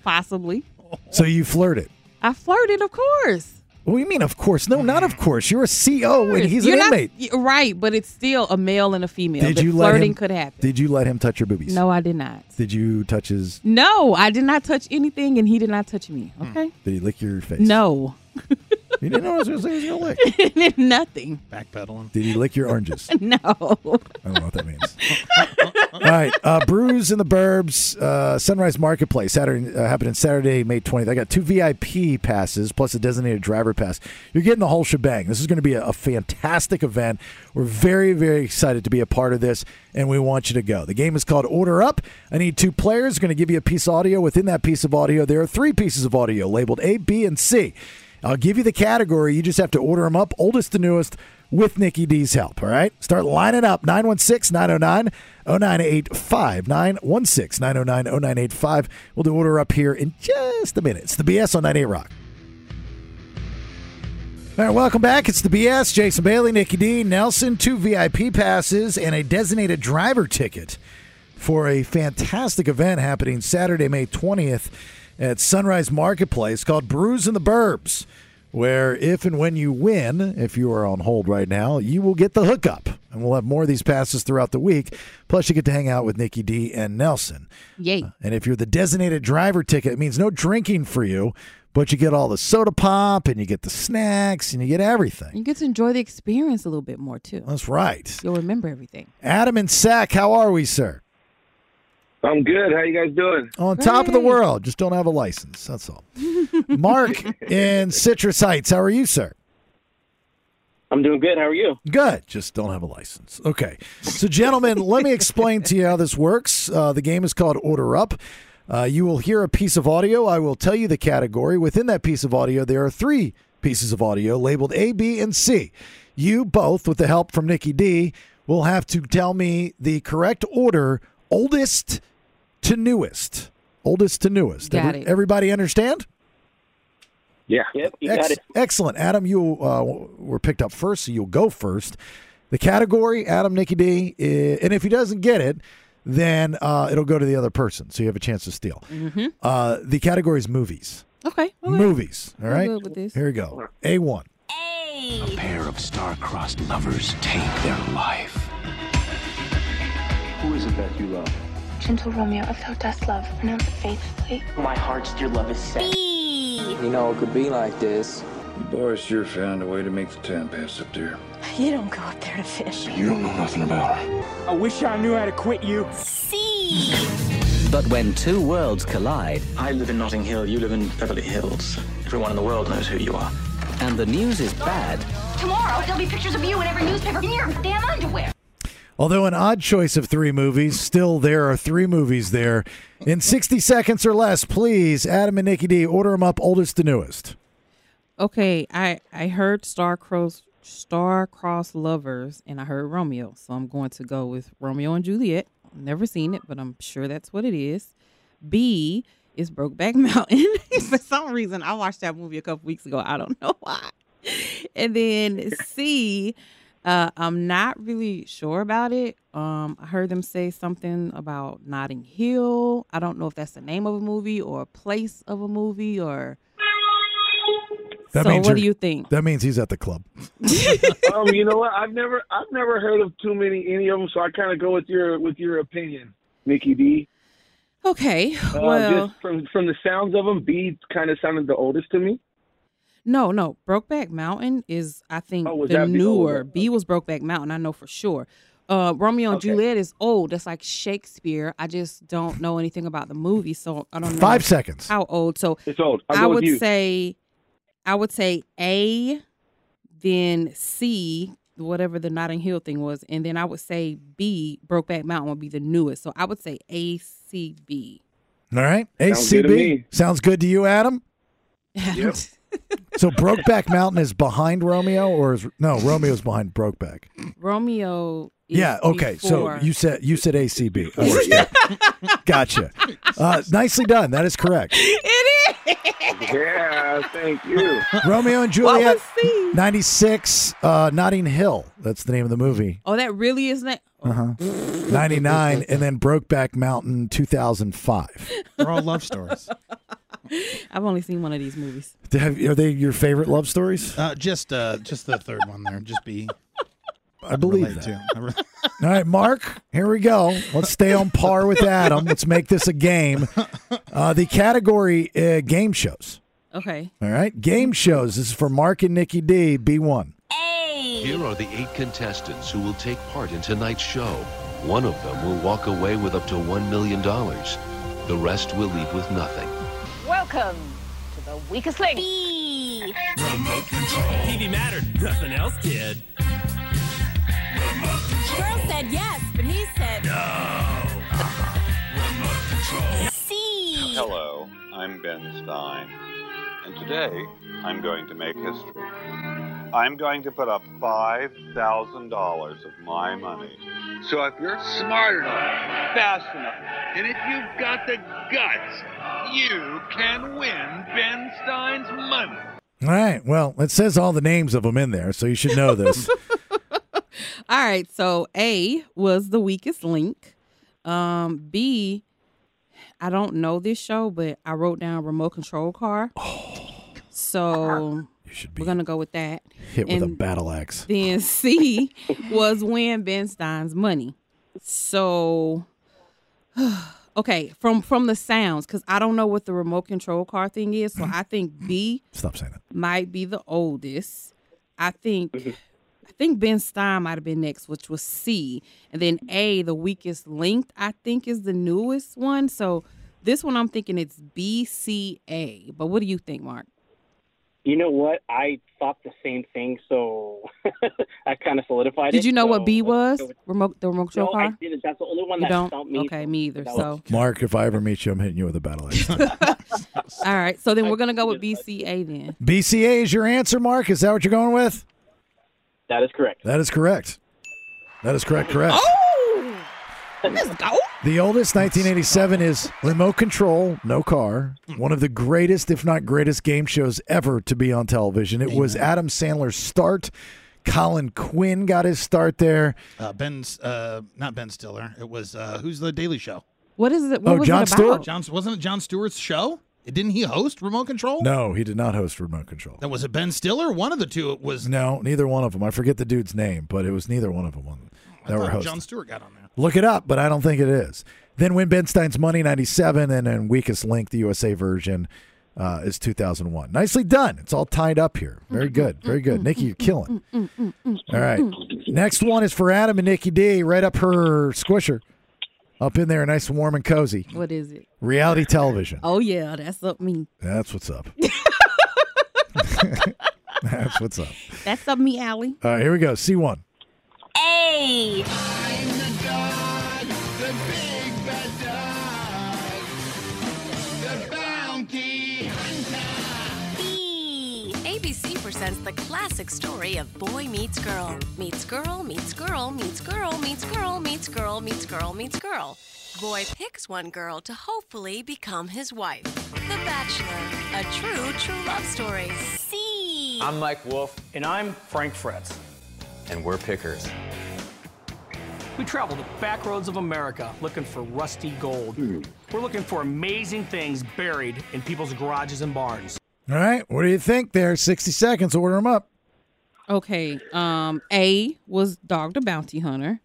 [SPEAKER 9] possibly,
[SPEAKER 8] So you flirted.
[SPEAKER 9] I flirted, of course.
[SPEAKER 8] What do you mean, of course? No, not of course. You're a CO and he's
[SPEAKER 9] You're
[SPEAKER 8] an
[SPEAKER 9] not-
[SPEAKER 8] inmate.
[SPEAKER 9] y- right? But it's still a male and a female.
[SPEAKER 8] Did
[SPEAKER 9] The
[SPEAKER 8] you let
[SPEAKER 9] flirting
[SPEAKER 8] him-
[SPEAKER 9] could happen?
[SPEAKER 8] Did you let him touch your boobies?
[SPEAKER 9] No, I did not.
[SPEAKER 8] Did you touch his?
[SPEAKER 9] No, I did not touch anything, and he did not touch me. Okay.
[SPEAKER 8] Did he lick your face?
[SPEAKER 9] No.
[SPEAKER 8] You didn't know what I was going to say. I was
[SPEAKER 9] gonna lick. Nothing.
[SPEAKER 10] Backpedaling.
[SPEAKER 8] Did he lick your oranges?
[SPEAKER 9] No. I
[SPEAKER 8] don't know what that means. All right, uh, Brews in the Burbs, uh, Sunrise Marketplace, Saturday uh, happening Saturday, May 20th. I got two VIP passes plus a designated driver pass. You're getting the whole shebang. This is going to be a, a fantastic event. We're very, very excited to be a part of this, and we want you to go. The game is called Order Up. I need two players. Going to give you a piece of audio. Within that piece of audio, there are three pieces of audio labeled A, B, and C. I'll give you the category. You just have to order them up, oldest to newest, with Nikki D's help. All right? Start lining up 916 909 0985. 916 909 0985. We'll do order up here in just a minute. It's the BS on 98 Rock. All right, welcome back. It's the BS. Jason Bailey, Nikki D, Nelson, two VIP passes, and a designated driver ticket for a fantastic event happening Saturday, May 20th at Sunrise Marketplace called Brews in the Burbs, where if and when you win, if you are on hold right now, you will get the hookup. And we'll have more of these passes throughout the week. Plus, you get to hang out with Nikki D and Nelson.
[SPEAKER 9] Yay.
[SPEAKER 8] And if you're the designated driver ticket, it means no drinking for you, but you get all the soda pop and you get the snacks and you get everything.
[SPEAKER 9] You get to enjoy the experience a little bit more, too.
[SPEAKER 8] That's right.
[SPEAKER 9] You'll remember everything.
[SPEAKER 8] Adam and Sack, how are we, sir?
[SPEAKER 14] I'm good. How you guys doing?
[SPEAKER 8] On top of the world. Just don't have a license. That's all. Mark in Citrus Heights. How are you, sir?
[SPEAKER 15] I'm doing good. How are you?
[SPEAKER 8] Good. Just don't have a license. Okay. So, gentlemen, let me explain to you how this works. Uh, the game is called Order Up. Uh, you will hear a piece of audio. I will tell you the category. Within that piece of audio, there are three pieces of audio labeled A, B, and C. You both, with the help from Nikki D, will have to tell me the correct order, oldest to newest. Oldest to newest.
[SPEAKER 15] Got
[SPEAKER 8] Every-
[SPEAKER 15] it.
[SPEAKER 8] Everybody understand?
[SPEAKER 14] Yeah.
[SPEAKER 15] Yep, you got
[SPEAKER 8] Ex-
[SPEAKER 15] it.
[SPEAKER 8] Excellent. Adam, you uh, were picked up first, so you'll go first. The category, Adam, Nikki D, i- and if he doesn't get it, then uh, it'll go to the other person, so you have a chance to steal.
[SPEAKER 9] Mhm.
[SPEAKER 8] Uh, the category is movies.
[SPEAKER 9] Okay.
[SPEAKER 8] Movies. All
[SPEAKER 9] I'm
[SPEAKER 8] right.
[SPEAKER 9] good with this.
[SPEAKER 8] Here we go. A1.
[SPEAKER 16] A pair of star-crossed lovers take their life.
[SPEAKER 17] Who is it that you love?
[SPEAKER 18] Gentle Romeo, if thou dost love, pronounce it faithfully.
[SPEAKER 17] My heart's dear love is set.
[SPEAKER 19] You know, it could be like this.
[SPEAKER 20] Boy sure found a way to make the time pass up there.
[SPEAKER 18] You don't go up there to fish.
[SPEAKER 20] You don't know nothing about her.
[SPEAKER 17] I wish I knew how to quit you. See?
[SPEAKER 16] But when two worlds collide,
[SPEAKER 17] I live in Notting Hill, you live in Beverly Hills. Everyone in the world knows who you are.
[SPEAKER 16] and the news is bad,
[SPEAKER 18] Tomorrow, there'll be pictures of you in every newspaper in your damn underwear.
[SPEAKER 8] Although an odd choice of three movies, still there are three movies there. In 60 seconds or less, please, Adam and Nikki D, order them up, oldest to newest.
[SPEAKER 9] Okay, I I heard Star Cross Star Cross Lovers and I heard Romeo, so I'm going to go with Romeo and Juliet. Never seen it, but I'm sure that's what it is. B is Brokeback Mountain. For some reason, I watched that movie a couple weeks ago. I don't know why. And then C, uh, I'm not really sure about it. Um, I heard them say something about Notting Hill. I don't know if that's the name of a movie or a place of a movie or. so what
[SPEAKER 8] you're-
[SPEAKER 9] do you think?
[SPEAKER 8] That means he's at the club.
[SPEAKER 14] um, you know what? I've never I've never heard of too many any of them, so I kind of go with your with your opinion, Nikki D.
[SPEAKER 9] Okay.
[SPEAKER 14] Uh,
[SPEAKER 9] well,
[SPEAKER 14] just from from the sounds of them, B kind of sounded the oldest to me.
[SPEAKER 9] no, no. Brokeback Mountain is, I think,
[SPEAKER 14] Oh, was
[SPEAKER 9] the
[SPEAKER 14] that the old
[SPEAKER 9] newer. B was Brokeback Mountain. I know for sure. Uh, Romeo and Juliet is old. That's like Shakespeare. I just don't know anything about the movie, so I don't know.
[SPEAKER 8] Five seconds.
[SPEAKER 9] How old? So
[SPEAKER 14] it's old. I'll
[SPEAKER 9] I
[SPEAKER 14] go with
[SPEAKER 9] would
[SPEAKER 14] you.
[SPEAKER 9] say, I would say A, then C, whatever the Notting Hill thing was, and then I would say B, Brokeback Mountain would be the newest. So I would say A, C, B.
[SPEAKER 8] All right.
[SPEAKER 9] Sounds good to
[SPEAKER 8] ACB.
[SPEAKER 9] me.
[SPEAKER 8] Sounds good to you, Adam?
[SPEAKER 9] Yep.
[SPEAKER 8] So Brokeback Mountain is behind Romeo, or is no Romeo's behind Brokeback?
[SPEAKER 9] Romeo. Is
[SPEAKER 8] Yeah. Okay.
[SPEAKER 9] Before.
[SPEAKER 8] So you said you said ACB. I understand. gotcha. Uh, nicely done. That is correct.
[SPEAKER 14] yeah, thank you.
[SPEAKER 8] Romeo and Juliet, ninety six, uh, Notting Hill. That's the name of the movie.
[SPEAKER 9] Oh, that really is not.
[SPEAKER 8] Uh huh. Ninety nine, and then Brokeback Mountain, two thousand five.
[SPEAKER 9] They're all love stories. I've only seen one of these movies.
[SPEAKER 8] Are they your favorite love stories?
[SPEAKER 10] Uh, just uh, just the third one there. Just be.
[SPEAKER 8] I believe
[SPEAKER 10] relate
[SPEAKER 8] that.
[SPEAKER 10] to. I re-
[SPEAKER 8] All right, Mark, here we go. Let's stay on par with Adam. Let's make this a game. Uh, the category uh, game shows.
[SPEAKER 9] Okay.
[SPEAKER 8] All right. Game shows. This is for Mark and Nikki D. B1.
[SPEAKER 21] Here are the eight contestants who will take part in tonight's show. One of them will walk away with up to $1 million. The rest will leave with nothing.
[SPEAKER 18] Welcome to the weakest link.
[SPEAKER 22] Remote control. TV mattered. Nothing else did.
[SPEAKER 23] Girl said yes, but he said no.
[SPEAKER 22] C.
[SPEAKER 24] Hello, I'm Ben Stein, and today I'm going to make history. I'm going to put up $5,000 of my money. So if you're smart enough, fast enough, and if you've got the guts, you can win Ben Stein's money.
[SPEAKER 8] All right. Well, it says all the names of them in there, so you should know this.
[SPEAKER 9] All right. So A was the weakest link. Um, B, I don't know this show, but I wrote down remote control car. So we're gonna go with that.
[SPEAKER 8] Hit with a battle axe.
[SPEAKER 9] Then C was win Ben Stein's money. So okay, from from the sounds, because I don't know what the remote control car thing is. So I think B
[SPEAKER 8] Stop saying that.
[SPEAKER 9] might be the oldest. I think
[SPEAKER 25] Mm-hmm.
[SPEAKER 9] I think Ben Stein might have been next, which was C. And then A, the weakest linked, I think is the newest one. So this one I'm thinking it's B C A. But what do you think, Mark?
[SPEAKER 25] You know what? I thought the same thing, so I kind of solidified it.
[SPEAKER 9] Did you know
[SPEAKER 25] so
[SPEAKER 9] what B
[SPEAKER 25] let's
[SPEAKER 9] was?
[SPEAKER 25] go with-
[SPEAKER 9] Remote the remote control
[SPEAKER 25] No, I
[SPEAKER 9] car?
[SPEAKER 25] didn't. That's the only one
[SPEAKER 9] You
[SPEAKER 25] that
[SPEAKER 9] don't?
[SPEAKER 25] stumped me.
[SPEAKER 9] Okay, me either.
[SPEAKER 25] That
[SPEAKER 9] So
[SPEAKER 8] Mark, if I ever meet you, I'm hitting you with a battle axe.
[SPEAKER 9] all right. So then we're gonna go with B C A then.
[SPEAKER 8] BCA is your answer, Mark. Is that what you're going with?
[SPEAKER 25] That is correct.
[SPEAKER 8] That is correct. That is correct. Correct.
[SPEAKER 9] Oh, let's go.
[SPEAKER 8] The oldest, 1987, is Remote Control, No Car, one of the greatest, if not greatest, game shows ever to be on television. It was Adam Sandler's start. Colin Quinn got his start there.
[SPEAKER 10] Uh, Ben's uh, not Ben Stiller. It was uh, who's the Daily Show?
[SPEAKER 9] What is it? What was it about?
[SPEAKER 10] John wasn't it John Stewart's show? Didn't he host Remote Control?
[SPEAKER 8] No, he did not host Remote Control.
[SPEAKER 10] That was it. Ben Stiller. One of the two. It was.
[SPEAKER 8] No, neither one of them. I forget the dude's name, but it was neither one of them on- that were
[SPEAKER 10] thought
[SPEAKER 8] hosted.
[SPEAKER 10] Oh, John Stewart got on there.
[SPEAKER 8] Look it up, but I don't think it is. Then win Ben Stein's Money 97 and then Weakest Link, the USA version, uh, is 2001. Nicely done. It's all tied up here. Very good. Very good. Nikki, you're killing. All right. Next one is for Adam and Nikki D. Right up her squisher. Up in there, nice, warm, and cozy.
[SPEAKER 9] What is it?
[SPEAKER 8] Reality television.
[SPEAKER 9] Oh yeah, that's up me.
[SPEAKER 8] That's what's up. That's what's up.
[SPEAKER 9] That's up me alley.
[SPEAKER 8] All right, here we go. C1.
[SPEAKER 5] Hey!
[SPEAKER 23] ABC presents the classic story of boy meets girl, meets girl, meets girl, meets girl, meets girl, meets girl, meets girl, meets girl. Boy picks one girl to hopefully become his wife. The Bachelor, a true, true love story. See?
[SPEAKER 26] I'm Mike Wolf. And I'm Frank Fretz.
[SPEAKER 27] and we're pickers.
[SPEAKER 26] We travel the back roads of America looking for rusty gold.
[SPEAKER 27] Hmm.
[SPEAKER 26] We're looking for amazing things buried in people's garages and barns.
[SPEAKER 8] All right, what do you think there? 60 seconds. Order them up.
[SPEAKER 9] Okay. Um, A was Dog the Bounty Hunter.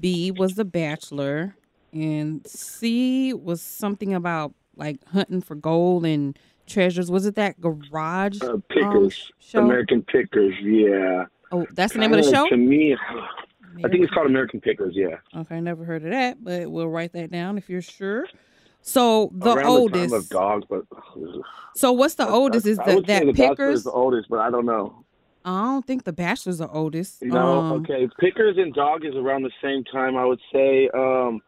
[SPEAKER 9] B was The Bachelor, and C was something about like hunting for gold and treasures. Was it that garage um,
[SPEAKER 14] Uh, Pickers,
[SPEAKER 9] show?
[SPEAKER 14] American Pickers, yeah.
[SPEAKER 9] Oh, that's the name of the
[SPEAKER 14] Kinda
[SPEAKER 9] show.
[SPEAKER 14] To me, I think it's called American Pickers, yeah.
[SPEAKER 9] Okay, never heard of that, but we'll write that down if you're sure. So the
[SPEAKER 14] Around The
[SPEAKER 9] oldest.
[SPEAKER 14] time of dogs, but
[SPEAKER 9] so what's the oldest? Is
[SPEAKER 14] I
[SPEAKER 9] the,
[SPEAKER 14] would say
[SPEAKER 9] that
[SPEAKER 14] the Bachelor
[SPEAKER 9] Pickers?
[SPEAKER 14] is the oldest, but I don't know.
[SPEAKER 9] I don't think the Bachelor's the oldest.
[SPEAKER 14] You know,
[SPEAKER 9] Um,
[SPEAKER 14] okay, Pickers and Dog is around the same time, I would say. Um,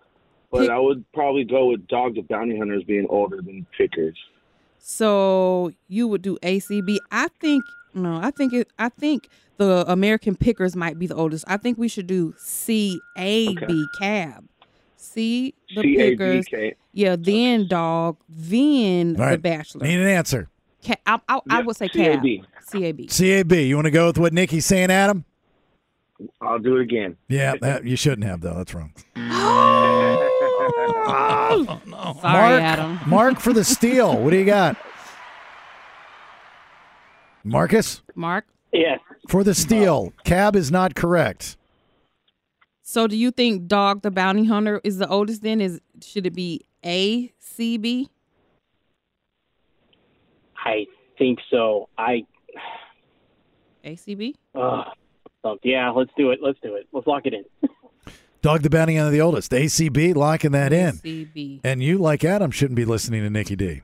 [SPEAKER 14] but I would probably go with Dog the Bounty Hunters being older than Pickers.
[SPEAKER 9] So you would do ACB. I think no. I think it. I think the American Pickers might be the oldest. I think we should do CAB cab. C the Pickers.
[SPEAKER 14] CABK.
[SPEAKER 9] Yeah. Then dog. Then
[SPEAKER 8] All right.
[SPEAKER 9] the Bachelor.
[SPEAKER 8] Need an answer.
[SPEAKER 9] Ca- I, I, I would say cab.
[SPEAKER 8] CAB.
[SPEAKER 9] CAB.
[SPEAKER 8] CAB, you want to go with what Nikki's saying, Adam?
[SPEAKER 14] I'll do it again.
[SPEAKER 8] Yeah, that, you shouldn't have, though. That's wrong.
[SPEAKER 9] Oh,
[SPEAKER 10] no.
[SPEAKER 9] Sorry,
[SPEAKER 8] Mark,
[SPEAKER 9] Adam.
[SPEAKER 8] Mark for the steal. What do you got? Marcus?
[SPEAKER 9] Mark.
[SPEAKER 25] Yes.
[SPEAKER 8] For the steal. Cab is not correct.
[SPEAKER 9] So do you think Dog the Bounty Hunter is the oldest? Then is should it be ACB?
[SPEAKER 25] I think so. I
[SPEAKER 9] ACB?
[SPEAKER 25] uh, yeah, let's do it. Let's do it. Let's lock it in.
[SPEAKER 8] Dog the Bounty Hunter, the oldest. ACB locking that in.
[SPEAKER 9] ACB.
[SPEAKER 8] And you, like Adam, shouldn't be listening to Nikki D.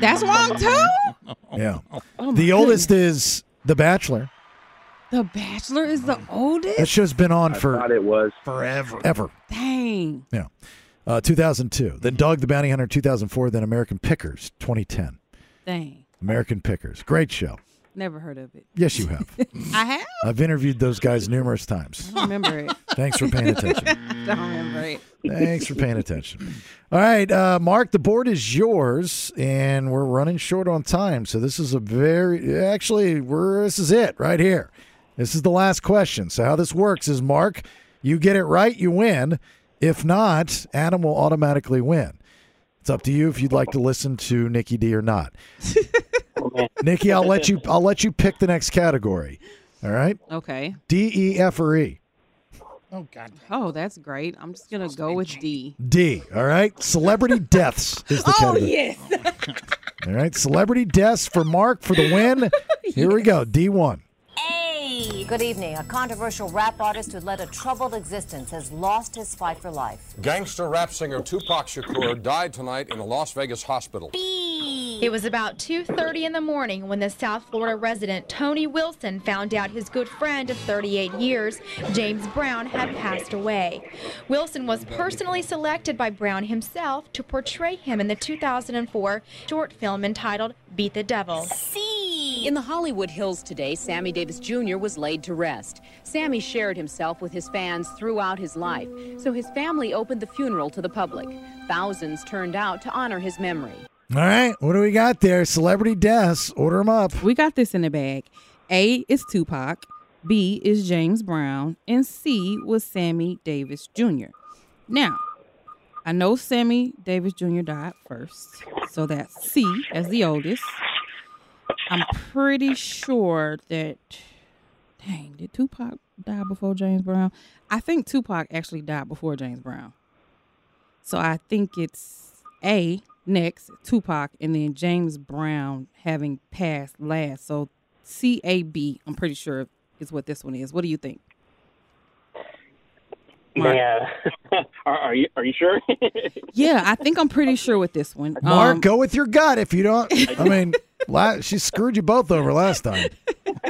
[SPEAKER 9] That's wrong too.
[SPEAKER 8] Yeah.
[SPEAKER 9] Oh, my
[SPEAKER 8] the oldest is The Bachelor.
[SPEAKER 9] The Bachelor is the oldest.
[SPEAKER 8] That show's been on for
[SPEAKER 25] it was
[SPEAKER 10] forever.
[SPEAKER 8] ever.
[SPEAKER 9] Dang.
[SPEAKER 8] Yeah. Uh, 2002. Then Dog the Bounty Hunter 2004. Then American Pickers 2010.
[SPEAKER 9] Dang.
[SPEAKER 8] American Pickers. Great show.
[SPEAKER 9] Never heard of it.
[SPEAKER 8] Yes, you have.
[SPEAKER 9] I have.
[SPEAKER 8] I've interviewed those guys numerous times.
[SPEAKER 9] I don't remember it.
[SPEAKER 8] Thanks for paying attention.
[SPEAKER 9] don't remember it.
[SPEAKER 8] Thanks for paying attention. All right, uh, Mark, the board is yours, and we're running short on time. So this is a very actually we're this is it right here. This is the last question. So how this works is Mark, you get it right, you win. If not, Adam will automatically win. It's up to you if you'd like to listen to Nikki D or not. Nikki, I'll let you I'll let you pick the next category. All right?
[SPEAKER 9] Okay.
[SPEAKER 8] D E F or E.
[SPEAKER 9] Oh God. Oh, that's great. I'm just gonna go with D.
[SPEAKER 8] D. All right. Celebrity deaths is the
[SPEAKER 9] Oh
[SPEAKER 8] category.
[SPEAKER 9] yes.
[SPEAKER 8] All right. Celebrity deaths for Mark for the win. Here we go. D1.
[SPEAKER 1] Good evening. A controversial rap artist who led a troubled existence has lost his fight for life.
[SPEAKER 2] Gangster rap singer Tupac Shakur died tonight in a Las Vegas hospital.
[SPEAKER 3] It was about 2:30 in the morning when the South Florida resident Tony Wilson found out his good friend of 38 years, James Brown, had passed away. Wilson was personally selected by Brown himself to portray him in the 2004 short film entitled Beat the Devil.
[SPEAKER 4] In the Hollywood Hills today, Sammy Davis Jr. was laid to rest. Sammy shared himself with his fans throughout his life, so his family opened the funeral to the public. Thousands turned out to honor his memory.
[SPEAKER 8] All right. What do we got there? Celebrity deaths. Order them up.
[SPEAKER 9] We got this in the bag. A is Tupac. B is James Brown. And C was Sammy Davis Jr. Now, I know Sammy Davis Jr. died first. So that's C as the oldest. I'm pretty sure that dang, did Tupac die before James Brown? I think Tupac actually died before James Brown. So I think it's A next, Tupac, and then James Brown having passed last. So C A B, I'm pretty sure is what this one is. What do you think?
[SPEAKER 25] Yeah. are, are you are you sure?
[SPEAKER 9] Yeah, I think I'm pretty sure with this one.
[SPEAKER 8] Mark,
[SPEAKER 9] Um,
[SPEAKER 8] go with your gut. If you don't, I mean, la- she screwed you both over last time.
[SPEAKER 25] and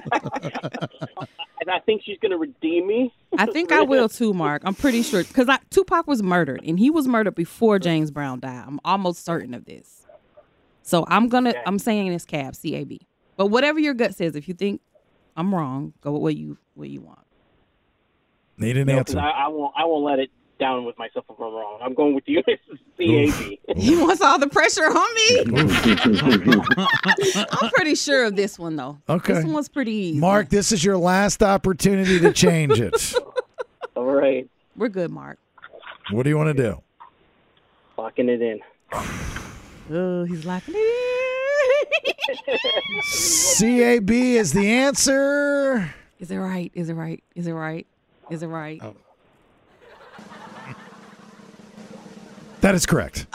[SPEAKER 25] I think she's going to redeem me.
[SPEAKER 9] I think I will too, Mark. I'm pretty sure because Tupac was murdered, and he was murdered before James Brown died. I'm almost certain of this. So I'm gonna, I'm saying it's cab, C A B. But whatever your gut says, if you think I'm wrong, go with what you what you want.
[SPEAKER 8] Need an
[SPEAKER 25] No, 'cause
[SPEAKER 8] answer.
[SPEAKER 25] I, I won't. I won't let it down with myself if I'm wrong. I'm going with you. CAB.
[SPEAKER 9] He wants all the pressure on me. I'm pretty sure of this one though.
[SPEAKER 8] Okay.
[SPEAKER 9] this one was pretty easy.
[SPEAKER 8] Mark, this is your last opportunity to change it.
[SPEAKER 25] All right,
[SPEAKER 9] we're good, Mark.
[SPEAKER 8] What do you want to do?
[SPEAKER 25] locking it in.
[SPEAKER 9] Oh, he's locking it in.
[SPEAKER 8] CAB is the answer.
[SPEAKER 9] Is it right? Is it right? Is it right? Is it right?
[SPEAKER 8] That is correct.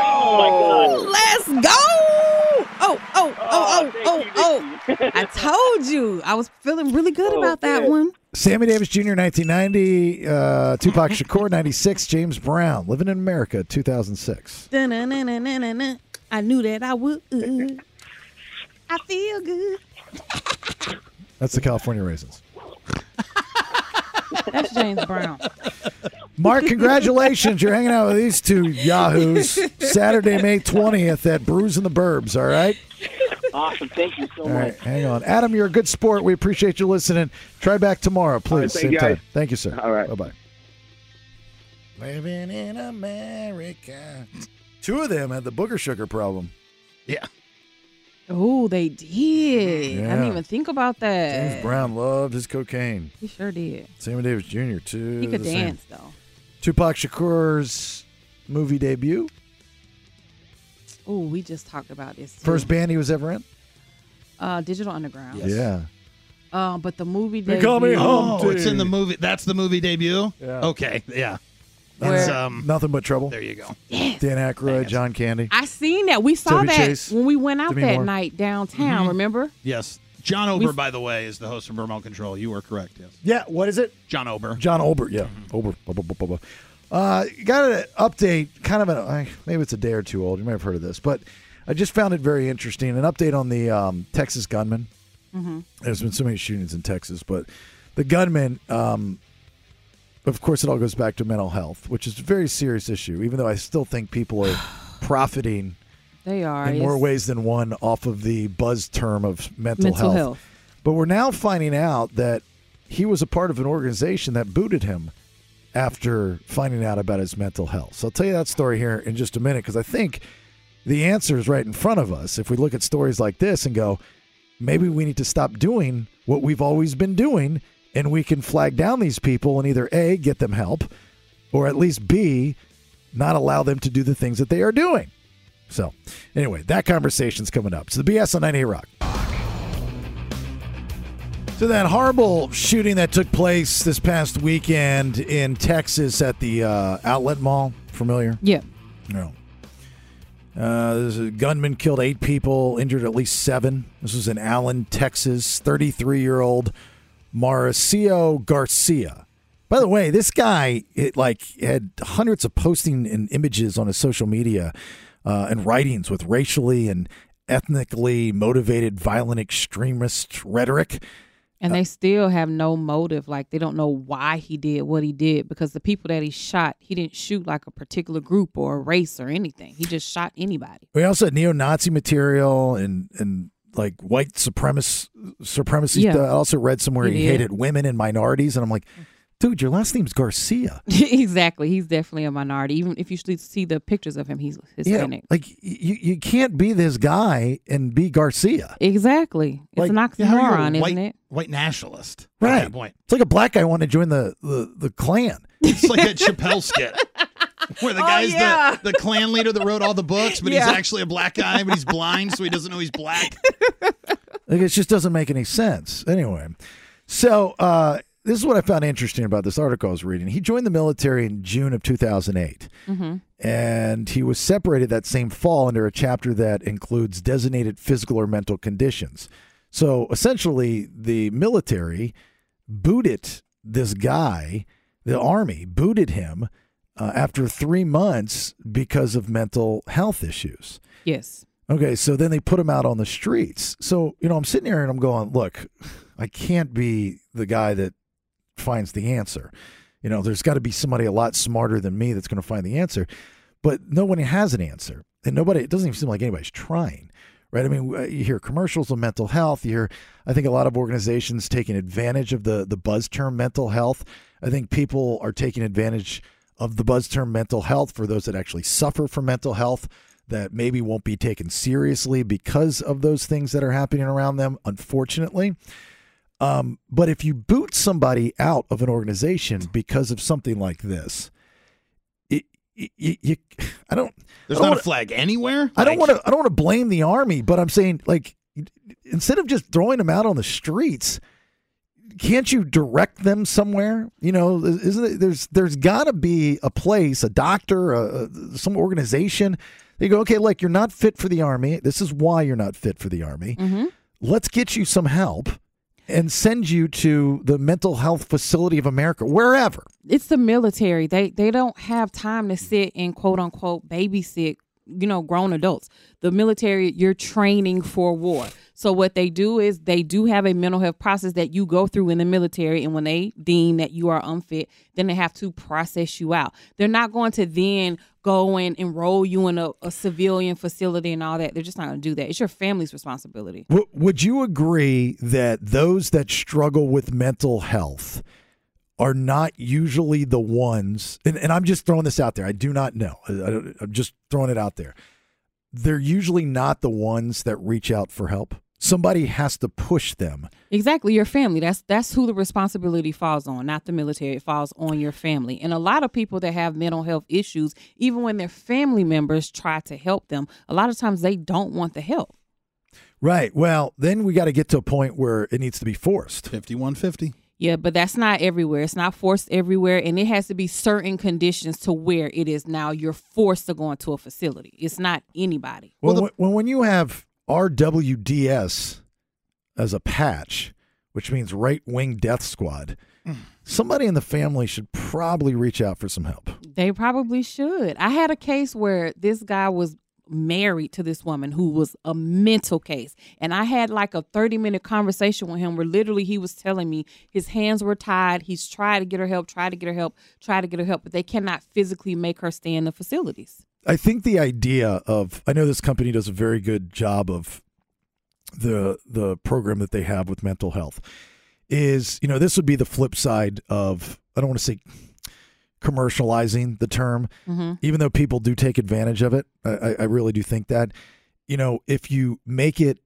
[SPEAKER 9] Oh, let's go! Oh, oh, oh, oh, oh, oh! I told you, I was feeling really good about that one.
[SPEAKER 8] Sammy Davis Jr. 1990, uh, Tupac Shakur 96, James Brown Living in America 2006.
[SPEAKER 9] Da-na-na-na-na-na. I knew that I would. I feel good.
[SPEAKER 8] That's the California Raisins.
[SPEAKER 9] That's James Brown.
[SPEAKER 8] Mark, congratulations. You're hanging out with these two yahoos Saturday, May 20th at Brews in the Burbs, all right?
[SPEAKER 25] Awesome. Thank you so
[SPEAKER 8] All
[SPEAKER 25] much.
[SPEAKER 8] right, hang on. Adam, you're a good sport. We appreciate you listening. Try back tomorrow, please.
[SPEAKER 25] thank
[SPEAKER 8] Same
[SPEAKER 25] you, guys.
[SPEAKER 8] time. Thank you, sir. All right. Bye-bye.
[SPEAKER 5] Living in America.
[SPEAKER 8] Two of them had the booger sugar problem.
[SPEAKER 10] Yeah.
[SPEAKER 9] Oh, they did. I
[SPEAKER 8] Yeah.
[SPEAKER 9] didn't even think about that.
[SPEAKER 8] James Brown loved his cocaine.
[SPEAKER 9] He sure did.
[SPEAKER 8] Sammy Davis Jr. too.
[SPEAKER 9] He could
[SPEAKER 8] the same.
[SPEAKER 9] dance though.
[SPEAKER 8] Tupac Shakur's movie debut.
[SPEAKER 9] Oh, we just talked about this. too.
[SPEAKER 8] First band he was ever in.
[SPEAKER 9] uh, Digital Underground.
[SPEAKER 8] Yeah.
[SPEAKER 9] Uh, but the movie.
[SPEAKER 8] They call me
[SPEAKER 9] debut-
[SPEAKER 10] Oh, it's in the movie. That's the movie debut.
[SPEAKER 8] Yeah.
[SPEAKER 10] Okay. Yeah.
[SPEAKER 9] where
[SPEAKER 8] Nothing but trouble.
[SPEAKER 10] There you go.
[SPEAKER 8] Dan Aykroyd, John Candy.
[SPEAKER 9] I seen that. We saw
[SPEAKER 8] Chevy
[SPEAKER 9] that
[SPEAKER 8] Chase,
[SPEAKER 9] when we went out
[SPEAKER 8] Demi
[SPEAKER 9] that
[SPEAKER 8] Moore. Mm-hmm.
[SPEAKER 9] night downtown.
[SPEAKER 10] Mhm.
[SPEAKER 9] Remember?
[SPEAKER 10] Yes. John
[SPEAKER 9] We-
[SPEAKER 10] Ober, by the way, is the host of Remote Control. You are correct. Yes.
[SPEAKER 8] Yeah. What is it?
[SPEAKER 10] John Ober.
[SPEAKER 8] John Olbert. Yeah. Olbert. Blah, blah, blah, blah, blah. Uh, got an update, kind of an, I- maybe it's a day or two old. You may have heard of this, but I just found it very interesting. An update on the um, Texas gunman.
[SPEAKER 5] Mm-hmm.
[SPEAKER 8] There's been so many shootings in Texas, but the gunman, um, of course, it all goes back to mental health, which is a very serious issue, even though I still think people are profiting
[SPEAKER 9] They are.
[SPEAKER 8] in more
[SPEAKER 9] It's-
[SPEAKER 8] ways than one off of the buzz term of mental,
[SPEAKER 9] Mental
[SPEAKER 8] health.
[SPEAKER 9] health.
[SPEAKER 8] But we're now finding out that he was a part of an organization that booted him after finding out about his mental health. So I'll tell you that story here in just a minute because I think the answer is right in front of us. If we look at stories like this and go, maybe we need to stop doing what we've always been doing and we can flag down these people and either A, get them help, or at least B, not allow them to do the things that they are doing. So, anyway, that conversation's coming up. So, the BS on 98 Rock. So, that horrible shooting that took place this past weekend in Texas at the uh, Outlet Mall, familiar?
[SPEAKER 9] Yeah.
[SPEAKER 8] No. Uh, there's a gunman killed eight people, injured at least seven. This was in Allen, Texas. 33 year old Mauricio Garcia. By the way, this guy it like had hundreds of posting and images on his social media uh, and writings with racially and ethnically motivated violent extremist rhetoric.
[SPEAKER 9] And
[SPEAKER 8] Uh,
[SPEAKER 9] they still have no motive. Like they don't know why he did what he did because the people that he shot, he didn't shoot like a particular group or a race or anything. He just shot anybody.
[SPEAKER 8] We also had neo-Nazi material and and like white supremacist supremacy.
[SPEAKER 9] Yeah.
[SPEAKER 8] stuff. I also read somewhere
[SPEAKER 9] He
[SPEAKER 8] he
[SPEAKER 9] did.
[SPEAKER 8] hated women and minorities, and I'm like, dude, your last name's Garcia.
[SPEAKER 9] exactly. He's definitely a minority. Even if you should see the pictures of him, he's Hispanic.
[SPEAKER 8] Yeah, like y- you, you can't be this guy and be Garcia.
[SPEAKER 9] Exactly, it's an
[SPEAKER 10] how are you a
[SPEAKER 9] oxymoron,
[SPEAKER 10] white,
[SPEAKER 9] isn't it?
[SPEAKER 10] White nationalist.
[SPEAKER 8] Right.
[SPEAKER 10] At that point.
[SPEAKER 8] It's like a black guy wanting to join the the, the Klan.
[SPEAKER 10] It's like that Chappelle skit where the
[SPEAKER 8] Oh,
[SPEAKER 10] guy's
[SPEAKER 8] yeah.
[SPEAKER 10] the, the clan leader that wrote all the books, but
[SPEAKER 8] Yeah.
[SPEAKER 10] he's actually a black guy, but he's blind, so he doesn't know he's black.
[SPEAKER 8] Like it just doesn't make any sense. Anyway, so uh, this is what I found interesting about this article I was reading. He joined the military in June of 2008.
[SPEAKER 5] Mm-hmm.
[SPEAKER 8] and he was separated that same fall under a chapter that includes designated physical or mental conditions. So essentially, the military booted this guy, the army booted him uh, after three months because of mental health issues.
[SPEAKER 9] Yes.
[SPEAKER 8] Okay, so then they put him out on the streets. So, you know, I'm sitting here and I'm going, look, I can't be the guy that finds the answer. You know, there's got to be somebody a lot smarter than me that's going to find the answer. But no one has an answer. And nobody, it doesn't even seem like anybody's trying, right? I mean, uh, you hear commercials on mental health. You hear, I think, a lot of organizations taking advantage of the, the buzz term mental health. I think people are taking advantage of the buzz term mental health for those that actually suffer from mental health that maybe won't be taken seriously because of those things that are happening around them, unfortunately. Um, but if you boot somebody out of an organization because of something like this, it, it, you, you, I don't.
[SPEAKER 10] There's
[SPEAKER 8] I don't
[SPEAKER 10] not
[SPEAKER 8] wanna-
[SPEAKER 10] a flag anywhere.
[SPEAKER 8] I don't
[SPEAKER 10] Like,
[SPEAKER 8] want to. I don't want to blame the army, but I'm saying like instead of just throwing them out on the streets, can't you direct them somewhere? You know, isn't it, there's there's got to be a place, a doctor, a, a- some organization. They go, okay, look, you're not fit for the army. This is why you're not fit for the army. Let's get you some help and send you to the mental health facility of America, wherever.
[SPEAKER 9] it's the military. They they don't have time to sit and quote unquote babysit, you know, grown adults. The military, you're training for war. So what they do is they do have a mental health process that you go through in the military, and when they deem that you are unfit, then they have to process you out. They're not going to then go and enroll you in a, a civilian facility and all that. They're just not going to do that. It's your family's responsibility.
[SPEAKER 8] W- would you agree that those that struggle with mental health are not usually the ones, and, and I'm just throwing this out there. I do not know. I, I don't- I'm just throwing it out there. They're usually not the ones that reach out for help. Somebody has to push them.
[SPEAKER 9] Exactly, your family. That's that's who the responsibility falls on, not the military. It falls on your family. And a lot of people that have mental health issues, even when their family members try to help them, a lot of times they don't want the help.
[SPEAKER 8] Right. Well, then we got to get to a point where it needs to be forced.
[SPEAKER 10] 5150.
[SPEAKER 9] Yeah, but that's not everywhere. It's not forced everywhere, and it has to be certain conditions to where it is now. You're forced to go into a facility. It's not anybody.
[SPEAKER 8] Well, when- when, when you have RWDS as a patch, which means right wing death squad, somebody in the family should probably reach out for some help.
[SPEAKER 9] They probably should. I had a case where this guy was married to this woman who was a mental case. And I had like a 30 minute conversation with him where literally he was telling me his hands were tied. He's tried to get her help, tried to get her help, tried to get her help, but they cannot physically make her stay in the facilities.
[SPEAKER 8] I think the idea of I know this company does a very good job of the the program that they have with mental health is you know this would be the flip side of I don't want to say commercializing the term
[SPEAKER 5] Mhm.
[SPEAKER 8] even though people do take advantage of it I, I- I really do think that you know if you make it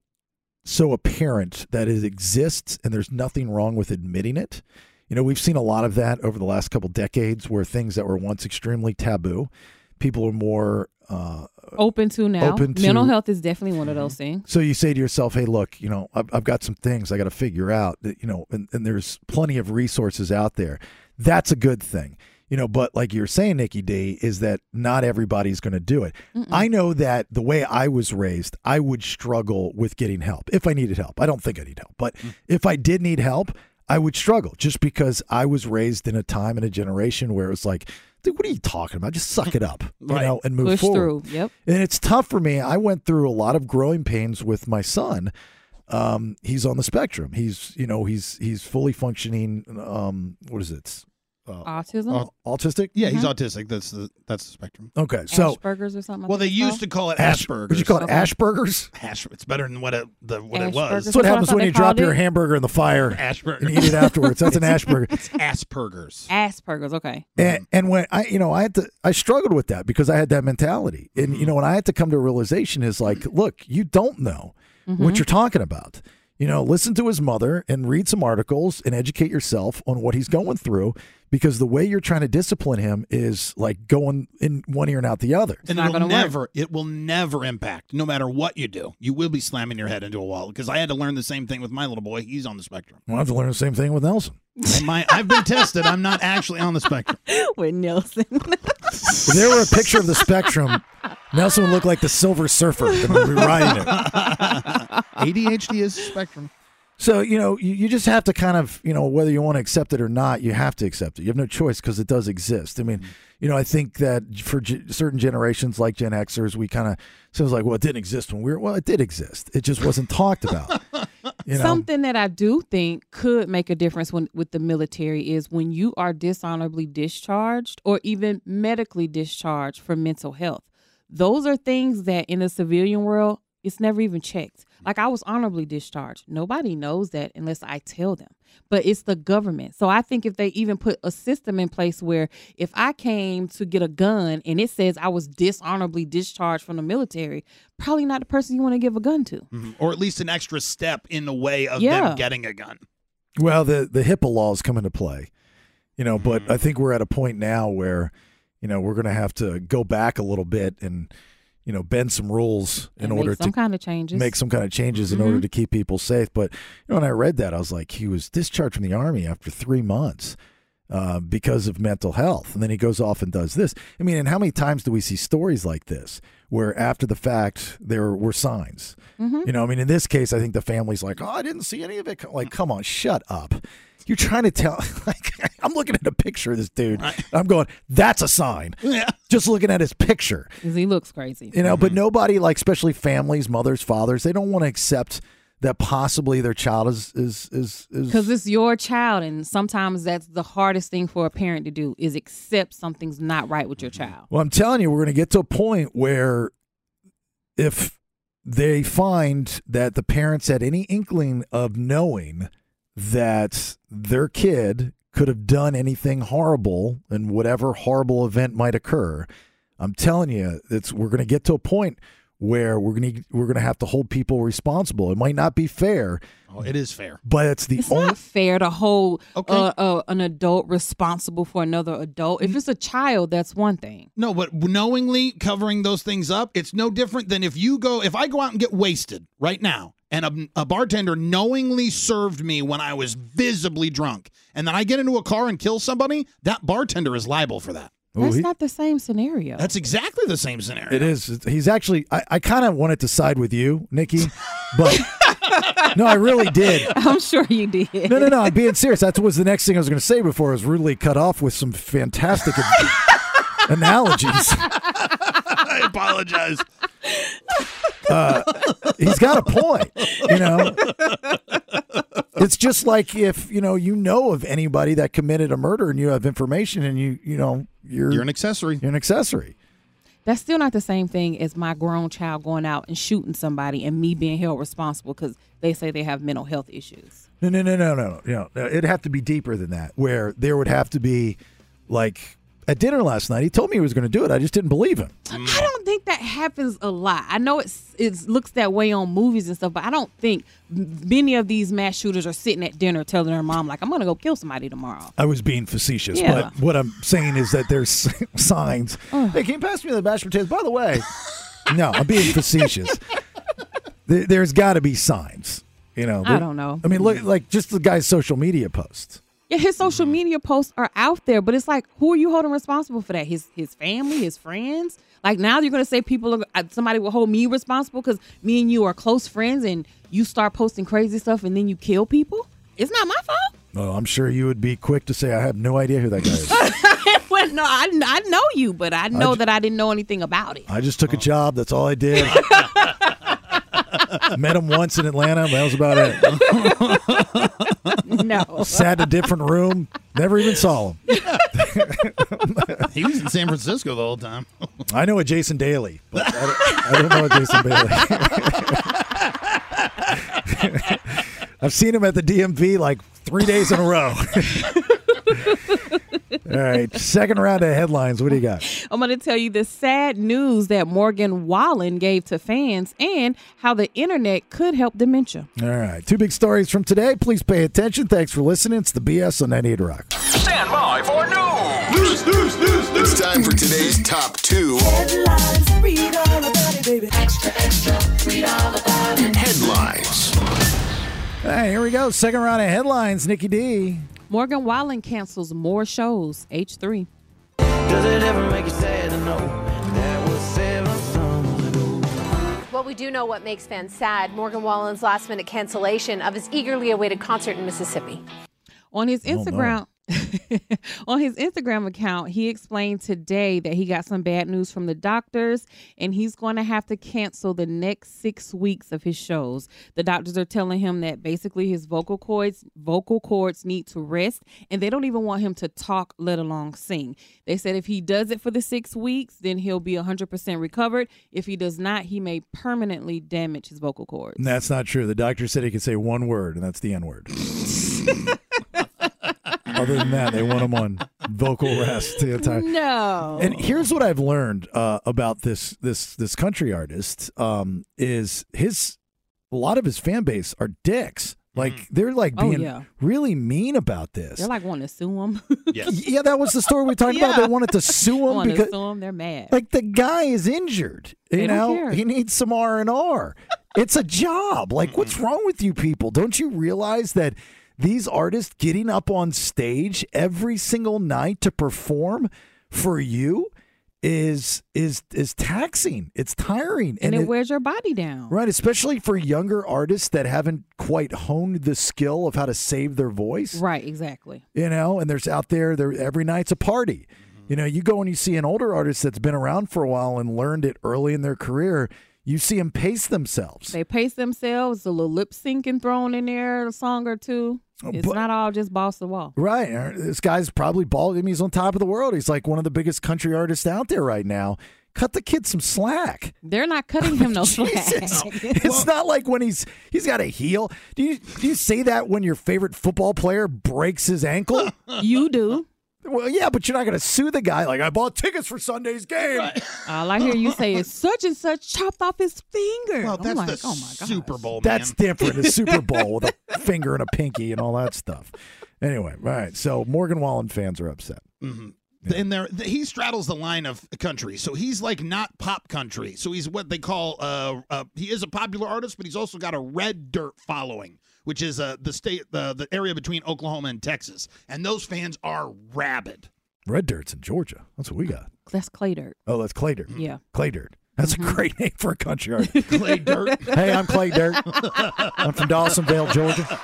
[SPEAKER 8] so apparent that it exists and there's nothing wrong with admitting it. You know, we've seen a lot of that over the last couple decades where things that were once extremely taboo, people are more uh,
[SPEAKER 9] Open to now.
[SPEAKER 8] Open to- Mm-hmm.
[SPEAKER 9] Mental health is definitely one of those things.
[SPEAKER 8] so you say to yourself, "Hey, look, you know, I've, I've got some things I got to figure out. That, you know, and, and there's plenty of resources out there. That's a good thing, you know. But like you're saying, Nikki D, is that not everybody's going to do it. I know that the way I was raised, I would struggle with getting help if I needed help. I don't think I need help, but
[SPEAKER 9] Mm.
[SPEAKER 8] if I did need help, I would struggle just because I was raised in a time and a generation where it was like, dude, what are you talking about? Just suck it up, you
[SPEAKER 9] Right.
[SPEAKER 8] know, and move
[SPEAKER 9] Push
[SPEAKER 8] forward.
[SPEAKER 9] through. Yep.
[SPEAKER 8] And it's tough for me. I went through a lot of growing pains with my son. Um, he's on the spectrum. He's you know he's he's fully functioning. Um, what is it? Uh,
[SPEAKER 9] Autism?
[SPEAKER 8] au- autistic.
[SPEAKER 10] Yeah, he's autistic. That's the that's the spectrum.
[SPEAKER 8] Okay, so
[SPEAKER 9] Asperger's or something. I
[SPEAKER 10] Well, they
[SPEAKER 9] think it's
[SPEAKER 10] used to call it
[SPEAKER 8] uh-huh. Ash-
[SPEAKER 10] Asperger's.
[SPEAKER 8] would you call it Ashburgers?
[SPEAKER 10] Ash. It's better than what it the, what it was.
[SPEAKER 8] That's, what happens when you drop your hamburger in the fire
[SPEAKER 10] Ashburger.
[SPEAKER 8] and eat it afterwards. That's an Ashburger.
[SPEAKER 10] It's Asperger's.
[SPEAKER 9] Asperger's. Okay.
[SPEAKER 8] And, and when I, you know, I had to, I struggled with that because I had that mentality. And, you know, when I had to come to a realization is like, look, you don't know
[SPEAKER 5] Mhm.
[SPEAKER 8] what you're talking about. You know, listen to his mother and read some articles and educate yourself on what he's going through because the way you're trying to discipline him is like going in one ear and out the other.
[SPEAKER 10] and it'll never it will never impact no matter what you do you will be slamming your head into a wall because i had to learn the same thing with my little boy he's on the spectrum
[SPEAKER 8] Well, I have to learn the same thing with Nelson.
[SPEAKER 10] And my, i've been tested i'm not actually on the spectrum
[SPEAKER 9] with nelson
[SPEAKER 8] If there were a picture of the spectrum, Nelson would look like the Silver Surfer and would be riding it.
[SPEAKER 10] adhd is spectrum
[SPEAKER 8] So, you know, you, you just have to kind of, you know, whether you want to accept it or not, you have to accept it. You have no choice because it does exist. I
[SPEAKER 9] Mm-hmm.
[SPEAKER 8] mean, you know, I think that for g- certain generations like Gen Xers, we kind of, so it's like, well, it didn't exist when we were, well, it did exist. It just wasn't talked about. You know?
[SPEAKER 9] Something that I do think could make a difference when, with the military is when you are dishonorably discharged or even medically discharged for mental health. Those are things that in the civilian world, it's never even checked. Like I was honorably discharged. Nobody knows that unless I tell them. But it's the government. So I think if they even put a system in place where if I came to get a gun and it says I was dishonorably discharged from the military, probably not the person you want to give a gun to.
[SPEAKER 10] Mhm. or at least an extra step in the way of
[SPEAKER 9] Yeah.
[SPEAKER 10] them getting a gun
[SPEAKER 8] Well, the the HIPAA laws come into play, you know. But
[SPEAKER 9] Mm-hmm.
[SPEAKER 8] I think we're at a point now where, you know, we're going to have to go back a little bit and, you know, bend some rules in
[SPEAKER 9] And make
[SPEAKER 8] order
[SPEAKER 9] some
[SPEAKER 8] to
[SPEAKER 9] kind of changes.
[SPEAKER 8] make some kind of changes in order to keep people safe. But you know, when I read that, I was like, he was discharged from the army after three months. Uh, because of mental health, and then he goes off and does this. I mean, and how many times do we see stories like this where, after the fact, there were signs?
[SPEAKER 5] Mhm.
[SPEAKER 8] You know, I mean, in this case, I think the family's like, "Oh, I didn't see any of it." Like, come on, shut up. You're trying to tell. Like, I'm looking at a picture of this dude. I'm going, "That's a sign."
[SPEAKER 10] Yeah.
[SPEAKER 8] Just looking at his picture.
[SPEAKER 9] 'Cause he looks crazy.
[SPEAKER 8] You know, but nobody, like especially families, mothers, fathers, they don't want to accept that possibly their child is is is, is
[SPEAKER 9] Because it's your child, and sometimes that's the hardest thing for a parent to do is accept something's not right with your child.
[SPEAKER 8] Well, I'm telling you, we're going to get to a point where if they find that the parents had any inkling of knowing that their kid could have done anything horrible and whatever horrible event might occur, I'm telling you, it's we're going to get to a point where we're going to we're going to have to hold people responsible. It might not be fair,
[SPEAKER 10] oh it is fair
[SPEAKER 8] but it's the
[SPEAKER 9] It's
[SPEAKER 8] only
[SPEAKER 9] not fair to hold
[SPEAKER 10] Okay.
[SPEAKER 9] uh, uh, an adult responsible for another adult.
[SPEAKER 8] Mm-hmm.
[SPEAKER 9] If it's a child, that's one thing.
[SPEAKER 10] No, but knowingly covering those things up, it's no different than if you go, if I go out and get wasted right now and a, a bartender knowingly served me when I was visibly drunk and then I get into a car and kill somebody, that bartender is liable for that.
[SPEAKER 9] That's not the same scenario.
[SPEAKER 10] That's exactly the same scenario.
[SPEAKER 8] It is. He's actually. I, I kind of wanted to side with you, Nikki, but no, I really did.
[SPEAKER 9] I'm sure you did.
[SPEAKER 8] No, no, no. I'm being serious. That was the next thing I was going to say before I was rudely cut off with some fantastic an- analogies.
[SPEAKER 10] I apologize.
[SPEAKER 8] Uh, he's got a point. You know, it's just like if you know you know of anybody that committed a murder and you have information and you you know you're
[SPEAKER 10] You're an accessory.
[SPEAKER 8] You're an accessory.
[SPEAKER 9] That's still not the same thing as my grown child going out and shooting somebody and me being held responsible because they say they have mental health issues.
[SPEAKER 8] No, no, no, no, no, no. no. It'd have to be deeper than that. Where there would have to be, like, at dinner last night, he told me he was going to do it. I just didn't believe him.
[SPEAKER 9] I don't think that happens a lot. I know it's it looks that way on movies and stuff, but I don't think m- many of these mass shooters are sitting at dinner telling their mom like, "I'm gonna go kill somebody tomorrow."
[SPEAKER 8] I was being facetious,
[SPEAKER 9] Yeah.
[SPEAKER 8] but what I'm saying is that there's signs. Hey, can you pass me the mashed potatoes? By the way, no, I'm being facetious. There- There's got to be signs, you know.
[SPEAKER 9] I don't know.
[SPEAKER 8] I mean, look, like just the guy's social media posts.
[SPEAKER 9] Yeah, his
[SPEAKER 8] Mm-hmm.
[SPEAKER 9] social media posts are out there, but it's like, who are you holding responsible for that? His his family, his friends. Like now you're gonna say people, are, uh, somebody will hold me responsible because me and you are close friends, and you start posting crazy stuff, and then you kill people. It's not my fault.
[SPEAKER 8] Oh, I'm sure you would be quick to say, I have no idea who that guy is.
[SPEAKER 9] well, no, I, I know you, but I know
[SPEAKER 8] ju-
[SPEAKER 9] that I didn't know anything about it.
[SPEAKER 8] I just took a job. That's all I did. Met him once in Atlanta. That was about it.
[SPEAKER 9] no.
[SPEAKER 8] Sat in a different room. Never even saw him.
[SPEAKER 10] he was in San Francisco the whole time.
[SPEAKER 8] I know a Jason Daly, but I don't, I don't know a Jason Bailey. I've seen him at the DMV like three days in a row. All right, second round of headlines. What do you got?
[SPEAKER 9] I'm going to tell you the sad news that Morgan Wallen gave to fans and how the internet could help dementia.
[SPEAKER 8] All right, two big stories from today. Please pay attention. Thanks for listening. It's the BS on 98 Rock.
[SPEAKER 5] Stand by for news. News, news, news, news. It's time for today's top two. Headlines. Read all about it, baby. Extra, extra. Read all about it. Headlines.
[SPEAKER 8] All right, here we go. Second round of headlines. Nikki D.
[SPEAKER 9] Morgan Wallen cancels more shows, H3.
[SPEAKER 5] Does it ever make you sad to know that was seven summers ago?
[SPEAKER 6] Well, we do know what makes fans sad Morgan Wallen's last minute cancellation of his eagerly awaited concert in Mississippi.
[SPEAKER 9] On his
[SPEAKER 6] I don't know.
[SPEAKER 9] Instagram, on his Instagram account, he explained today that he got some bad news from the doctors and he's going to have to cancel the next 6 weeks of his shows. The doctors are telling him that basically his vocal cords vocal cords need to rest and they don't even want him to talk let alone sing. They said if he does it for the 6 weeks, then he'll be 100% recovered. If he does not, he may permanently damage his vocal cords.
[SPEAKER 8] That's not true. The doctor said he could say one word, and that's the N word. Other than that, they want him on vocal rest the entire
[SPEAKER 9] No.
[SPEAKER 8] And here's what I've learned uh, about this this this country artist um, is his a lot of his fan base are dicks. Like they're like
[SPEAKER 9] Oh,
[SPEAKER 8] being
[SPEAKER 9] yeah.
[SPEAKER 8] really mean about this.
[SPEAKER 9] They're like wanting to sue him.
[SPEAKER 8] yeah, that was the story we talked about.
[SPEAKER 9] Yeah.
[SPEAKER 8] They wanted to sue him
[SPEAKER 9] Wanting to
[SPEAKER 8] because
[SPEAKER 9] sue him, they're mad.
[SPEAKER 8] like the guy is injured. You
[SPEAKER 9] They don't
[SPEAKER 8] know,
[SPEAKER 9] care.
[SPEAKER 8] he needs some R and R. It's a job. Like, what's wrong with you people? Don't you realize that these artists getting up on stage every single night to perform for you is is is taxing. It's tiring,
[SPEAKER 9] and, it, wears your body down.
[SPEAKER 8] right, especially for younger artists that haven't quite honed the skill of how to save their voice
[SPEAKER 9] Right, exactly.
[SPEAKER 8] you know and there's out there there every night's a party you know you go and you see an older artist that's been around for a while and learned it early in their career you see them pace themselves
[SPEAKER 9] They pace themselves, a little lip syncing thrown in there, a song or two. It's
[SPEAKER 8] but-
[SPEAKER 9] not all just boss the wall.
[SPEAKER 8] right uh, this guy's probably bald I mean, he's on top of the world he's like one of the biggest country artists out there right now cut the kid some slack
[SPEAKER 9] They're not cutting him no slack.
[SPEAKER 8] it's not like when he's he's got a heel do you do you say that when your favorite football player breaks his ankle
[SPEAKER 9] you do
[SPEAKER 8] well yeah but you're not gonna sue the guy like i bought tickets for sunday's game
[SPEAKER 9] All I hear you say is such and such chopped off his finger.
[SPEAKER 10] Well,
[SPEAKER 9] I'm
[SPEAKER 10] that's
[SPEAKER 9] like,
[SPEAKER 10] the
[SPEAKER 9] oh my god.
[SPEAKER 10] Super Bowl.
[SPEAKER 8] That's
[SPEAKER 10] man.
[SPEAKER 8] different. It's Super Bowl with a finger and a pinky and all that stuff. Anyway, all right. So Morgan Wallen fans are upset.
[SPEAKER 10] Mhm. And there, th- he straddles the line of country, so he's like not pop country. So he's what they call uh, uh he is a popular artist, but he's also got a red dirt following, which is uh the state the the area between Oklahoma and Texas, and those fans are rabid.
[SPEAKER 8] Red dirt's in Georgia. That's what we got.
[SPEAKER 9] That's clay dirt.
[SPEAKER 8] Oh, that's Clay Dirt.
[SPEAKER 9] Yeah.
[SPEAKER 8] Clay Dirt. That's a great name for a country artist.
[SPEAKER 10] Clay Dirt.
[SPEAKER 8] hey, I'm Clay Dirt. I'm from Dawsonville,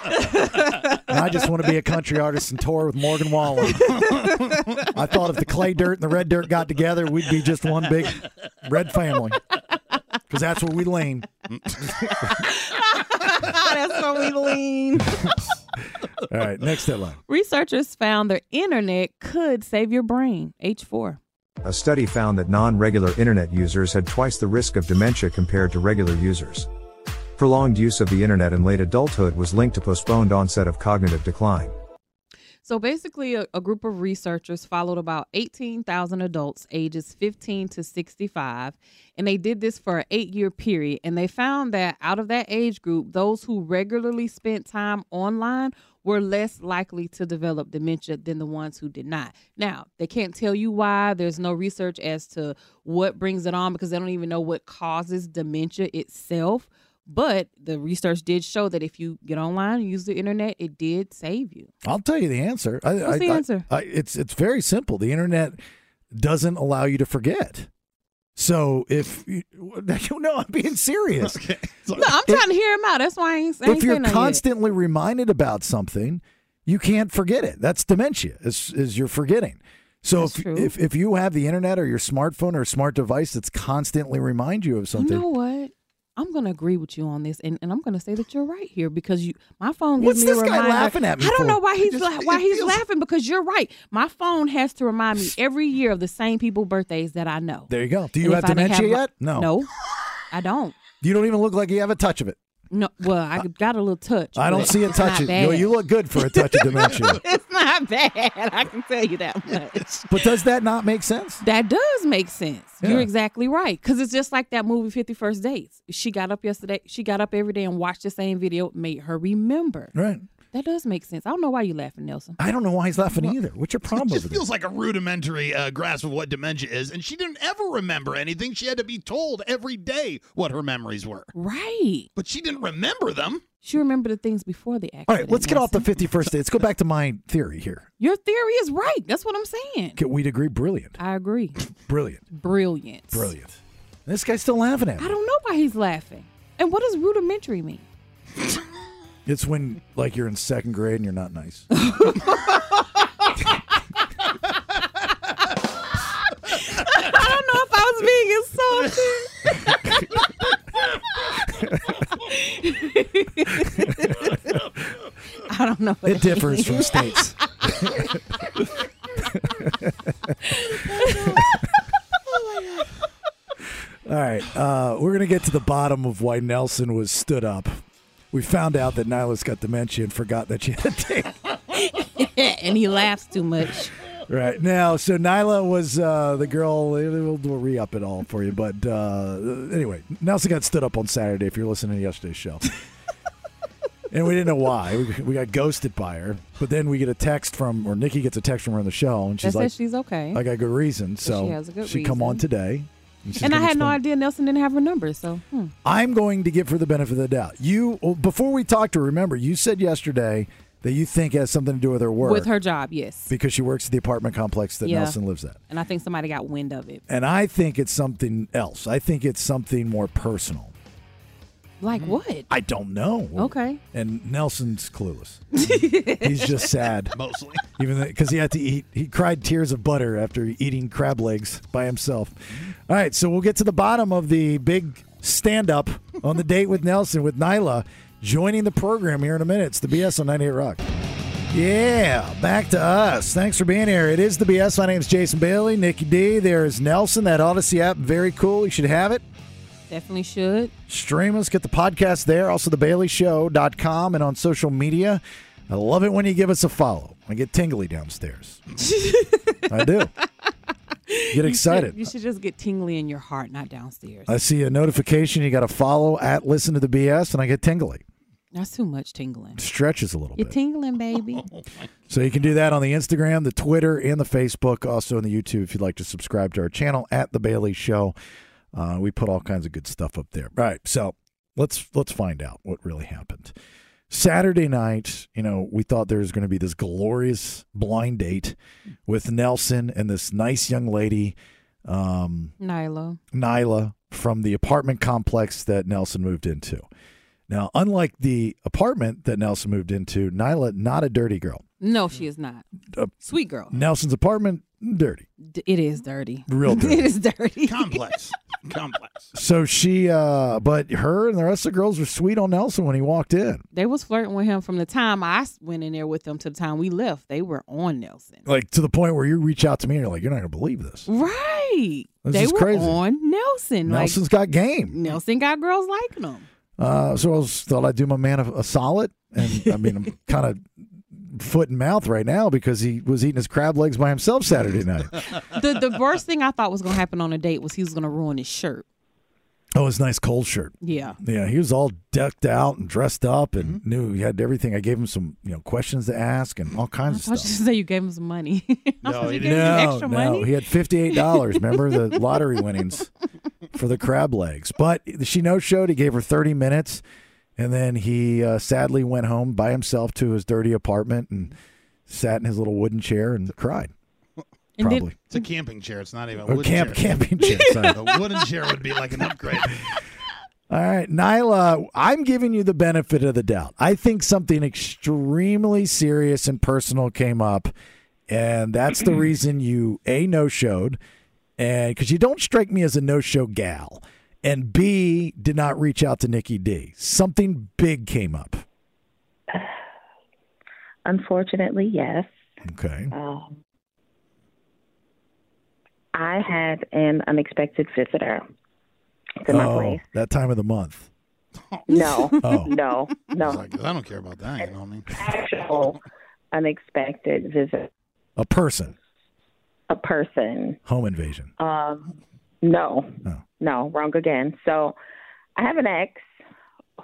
[SPEAKER 8] Georgia. And I just want to be a country artist and tour with Morgan Wallen. I thought if the Clay Dirt and the Red Dirt got together, we'd be just one big red family. Because that's where we lean.
[SPEAKER 9] That's what we lean.
[SPEAKER 8] All right, next headline.
[SPEAKER 9] Researchers found their internet could save your brain. H4.
[SPEAKER 7] A study found that non regular internet users had twice the risk of dementia compared to regular users. Prolonged use of the internet in late adulthood was linked to postponed onset of cognitive decline.
[SPEAKER 9] So basically, a, a group of researchers followed about 18,000 adults ages 15 to 65, and they did this for an eight year period. And they found that out of that age group, those who regularly spent time online were less likely to develop dementia than the ones who did not. Now, they can't tell you why. There's no research as to what brings it on because they don't even know what causes dementia itself. But the research did show that if you get online and use the internet, it did save you.
[SPEAKER 8] I'll tell you the answer. I,
[SPEAKER 9] What's the
[SPEAKER 8] I-
[SPEAKER 9] answer?
[SPEAKER 8] I- it's it's very simple. The internet doesn't allow you to forget. So if you, no, I'm being serious.
[SPEAKER 9] Look, I'm trying to hear him out. That's why I ain't, I ain't
[SPEAKER 8] if you're
[SPEAKER 9] saying nothing yet.
[SPEAKER 8] constantly reminded about something, you can't forget it. That's dementia. Is is you're forgetting. So if, if if you have the internet or your smartphone or smart device that's constantly remind you of something,
[SPEAKER 9] You know what? I'm gonna agree with you on this, and, and I'm gonna say that you're right here because you, my phone
[SPEAKER 8] What's
[SPEAKER 9] gives me a
[SPEAKER 8] this guy
[SPEAKER 9] reminder.
[SPEAKER 8] laughing at me
[SPEAKER 9] I don't
[SPEAKER 8] for?
[SPEAKER 9] know why
[SPEAKER 8] It
[SPEAKER 9] he's
[SPEAKER 8] just-
[SPEAKER 9] la- why
[SPEAKER 8] it
[SPEAKER 9] he's
[SPEAKER 8] feels-
[SPEAKER 9] laughing because you're right. My phone has to remind me every year of the same people birthdays that I know.
[SPEAKER 8] there you go. Do you
[SPEAKER 9] And
[SPEAKER 8] have
[SPEAKER 9] if I didn't
[SPEAKER 8] dementia
[SPEAKER 9] have
[SPEAKER 8] yet?
[SPEAKER 9] my-
[SPEAKER 8] No.
[SPEAKER 9] no, I don't.
[SPEAKER 8] You don't even look like you have a touch of it.
[SPEAKER 9] No, well, I got a little touch.
[SPEAKER 8] I don't
[SPEAKER 9] but
[SPEAKER 8] see a
[SPEAKER 9] it's not
[SPEAKER 8] touch of
[SPEAKER 9] bad.
[SPEAKER 8] you. You look good for a touch of dementia.
[SPEAKER 9] it's not bad. I can tell you that much.
[SPEAKER 8] But does that not make sense?
[SPEAKER 9] That does make sense. You're
[SPEAKER 8] Yeah.
[SPEAKER 9] exactly right. Because it's just like that movie, 51st Dates. She got up yesterday. She got up every day and watched the same video, made her remember.
[SPEAKER 8] Right.
[SPEAKER 9] That does make sense. I don't know why you're laughing, Nelson.
[SPEAKER 8] I don't know why he's laughing either. What's your problem
[SPEAKER 10] Just
[SPEAKER 8] with it?
[SPEAKER 10] feels like a rudimentary uh, grasp of what dementia is, and she didn't ever remember anything. She had to be told every day what her memories were.
[SPEAKER 9] Right.
[SPEAKER 10] But she didn't remember them.
[SPEAKER 9] She remembered the things before the accident.
[SPEAKER 8] All right, let's get off the 51st day. Let's go back to my theory here.
[SPEAKER 9] Your theory is right. That's what I'm saying.
[SPEAKER 8] Okay, We'd agree. Brilliant.
[SPEAKER 9] I agree.
[SPEAKER 8] Brilliant.
[SPEAKER 9] Brilliant.
[SPEAKER 8] Brilliant. And This guy's still laughing at
[SPEAKER 9] I
[SPEAKER 8] me.
[SPEAKER 9] don't know why he's laughing. And what does rudimentary mean?
[SPEAKER 8] It's when, like, you're in second grade and you're not nice.
[SPEAKER 9] I don't know if I was being insulted. I don't know. what
[SPEAKER 8] It differs from
[SPEAKER 9] means.
[SPEAKER 8] states. All right, uh, we're gonna get to the bottom of why Nelson was stood up. We found out that Nyla's got dementia and forgot that she had a date.
[SPEAKER 9] and he laughs too much.
[SPEAKER 8] Right now, so Nyla was uh, the girl. We'll, we'll re up it all for you. But uh, anyway, Nelson got stood up on Saturday if you're listening to yesterday's show. and we didn't know why. We, we got ghosted by her. But then we get a text from, or Nikki gets a text from her on the show, and
[SPEAKER 9] That
[SPEAKER 8] she's
[SPEAKER 9] says
[SPEAKER 8] like,
[SPEAKER 9] she's okay.
[SPEAKER 8] I got good reason. So
[SPEAKER 9] she has a good
[SPEAKER 8] come on
[SPEAKER 9] reason.
[SPEAKER 8] today. she's
[SPEAKER 9] and I
[SPEAKER 8] gonna
[SPEAKER 9] had no
[SPEAKER 8] explain-
[SPEAKER 9] idea Nelson didn't have her number, so hmm.
[SPEAKER 8] I'm going to give her the benefit of the doubt. You, well, before we talked to her, remember, you said yesterday that you think it has something to do with her work.
[SPEAKER 9] with her job, yes.
[SPEAKER 8] Because she works at the apartment complex that
[SPEAKER 9] Yeah.
[SPEAKER 8] Nelson lives at.
[SPEAKER 9] And I think somebody got wind of it.
[SPEAKER 8] And I think it's something else. I think it's something more personal.
[SPEAKER 9] Like what?
[SPEAKER 8] Mm-hmm. I don't know.
[SPEAKER 9] Okay.
[SPEAKER 8] And Nelson's clueless. He's just sad. Mostly. Even because he had to eat, he cried tears of butter after eating crab legs by himself. All right, so we'll get to the bottom of the big stand up on the date with Nelson with Nyla joining the program here in a minute. It's the BS on 98 Rock. Yeah, back to us. Thanks for being here. It is the BS. My name's Jason Bailey, Nikki D. There is Nelson. That Odyssey app, very cool. You should have it.
[SPEAKER 9] Definitely should.
[SPEAKER 8] Stream us, get the podcast there, also thebaileyshow.com and on social media. I love it when you give us a follow. I get tingly downstairs. I do. Get excited.
[SPEAKER 9] You should just get tingly in your heart, not downstairs.
[SPEAKER 8] I see a notification you got to follow at listen to the BS and I get tingly.
[SPEAKER 9] That's too much tingling.
[SPEAKER 8] Stretches a little
[SPEAKER 9] You're
[SPEAKER 8] bit.
[SPEAKER 9] tingling, baby.
[SPEAKER 8] So you can do that on the Instagram, the Twitter, and the Facebook, also on the YouTube if you'd like to subscribe to our channel at the Bailey Show. Uh, we put all kinds of good stuff up there. Right. So let's let's find out what really happened. Saturday night, you know, we thought there was going to be this glorious blind date with Nelson and this nice young lady, um,
[SPEAKER 9] Nyla.
[SPEAKER 8] Nyla, from the apartment complex that Nelson moved into. Now, unlike the apartment that Nelson moved into, Nyla not a dirty girl.
[SPEAKER 9] No, she is not.
[SPEAKER 8] Uh,
[SPEAKER 9] Sweet girl.
[SPEAKER 8] Nelson's apartment, dirty.
[SPEAKER 9] D- It is dirty.
[SPEAKER 8] Real dirty.
[SPEAKER 9] it is dirty.
[SPEAKER 10] Complex. Complex.
[SPEAKER 8] So she, uh, but her and the rest of the girls were sweet on Nelson when he walked in.
[SPEAKER 9] They was flirting with him from the time I s- went in there with them to the time we left. They were on Nelson.
[SPEAKER 8] Like to the point where you reach out to me and you're like, you're not going to believe this.
[SPEAKER 9] Right.
[SPEAKER 8] This
[SPEAKER 9] they
[SPEAKER 8] is
[SPEAKER 9] were
[SPEAKER 8] crazy.
[SPEAKER 9] on Nelson.
[SPEAKER 8] Nelson's got
[SPEAKER 9] like,
[SPEAKER 8] game.
[SPEAKER 9] Nelson got girls liking him.
[SPEAKER 8] Uh, so I was, thought I'd do my man a, a solid. And I mean, I'm kind of foot and mouth right now because he was eating his crab legs by himself Saturday night.
[SPEAKER 9] the the worst thing I thought was gonna happen on a date was he was gonna ruin his shirt.
[SPEAKER 8] Oh, his nice cold shirt.
[SPEAKER 9] Yeah.
[SPEAKER 8] Yeah, he was all decked out and dressed up and knew he had everything. I gave him some, you know, questions to ask and all kinds of
[SPEAKER 9] I
[SPEAKER 8] stuff.
[SPEAKER 9] was just say you gave him some money. I was like, you gave him some
[SPEAKER 8] no,
[SPEAKER 9] extra
[SPEAKER 8] no.
[SPEAKER 9] money.
[SPEAKER 8] He had fifty-eight dollars. Remember the lottery winnings for the crab legs. But she no showed. He gave her thirty minutes, and then he uh, sadly went home by himself to his dirty apartment and sat in his little wooden chair and cried. Probably.
[SPEAKER 10] It's a camping chair. It's not even a
[SPEAKER 8] Or
[SPEAKER 10] wooden
[SPEAKER 8] camp-
[SPEAKER 10] chair.
[SPEAKER 8] camping chair, sorry.
[SPEAKER 10] a wooden chair would be like an upgrade.
[SPEAKER 8] All right, Nyla, I'm giving you the benefit of the doubt. I think something extremely serious and personal came up, and that's the reason you a no showed, and because you don't strike me as a no show gal, and b did not reach out to Nikki D. Something big came up.
[SPEAKER 11] Unfortunately, yes.
[SPEAKER 8] Okay.
[SPEAKER 11] Um, I had an unexpected visitor to my
[SPEAKER 8] oh,
[SPEAKER 11] place.
[SPEAKER 8] that time of the month.
[SPEAKER 11] No,
[SPEAKER 8] Oh.
[SPEAKER 11] no, no.
[SPEAKER 10] I don't care about that. You know what I mean?
[SPEAKER 11] Actual Oh. unexpected visit.
[SPEAKER 8] A person.
[SPEAKER 11] A person.
[SPEAKER 8] Home invasion. Oh.
[SPEAKER 11] Um, no,
[SPEAKER 8] No.
[SPEAKER 11] no, wrong again. So I have an ex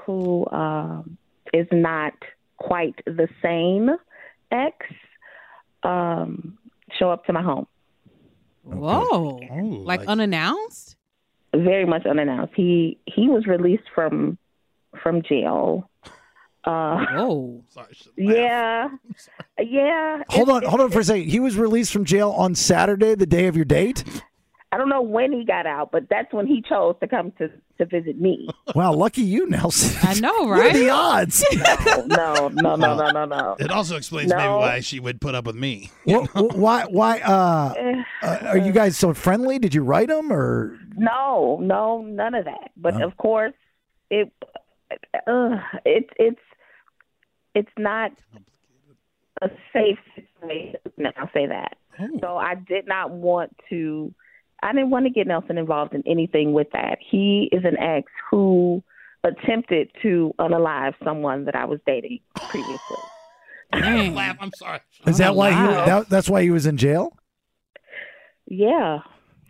[SPEAKER 11] who um, is not quite the same ex um, show up to my home.
[SPEAKER 9] Whoa.
[SPEAKER 8] Oh,
[SPEAKER 9] like, unannounced?
[SPEAKER 11] very much unannounced. He he was released from from jail. Uh,
[SPEAKER 9] Whoa!
[SPEAKER 11] Yeah, yeah.
[SPEAKER 8] Hold
[SPEAKER 11] It's-
[SPEAKER 8] on, hold on for a second. He was released from jail on Saturday, the day of your date.
[SPEAKER 11] I don't know when he got out, but that's when he chose to come to to visit me.
[SPEAKER 8] Wow, lucky you, Nelson.
[SPEAKER 9] I know,
[SPEAKER 8] What are the odds?
[SPEAKER 11] no, no, no, no, no, no.
[SPEAKER 10] It also explains maybe why she would put up with me.
[SPEAKER 8] Wha- wha- why? Why? Uh, uh, are you guys so friendly? Did you write them or?
[SPEAKER 11] No, no, none of that. But
[SPEAKER 8] Oh.
[SPEAKER 11] of course, it uh, it's it's it's not a safe situation. No, I'll say that. So I did not want to. I didn't want to get Nelson involved in anything with that. He is an ex who attempted to unalive someone that I was dating previously.
[SPEAKER 10] Laugh. I'm sorry.
[SPEAKER 8] Is that why? He, that, that's why he was in jail.
[SPEAKER 11] Yeah.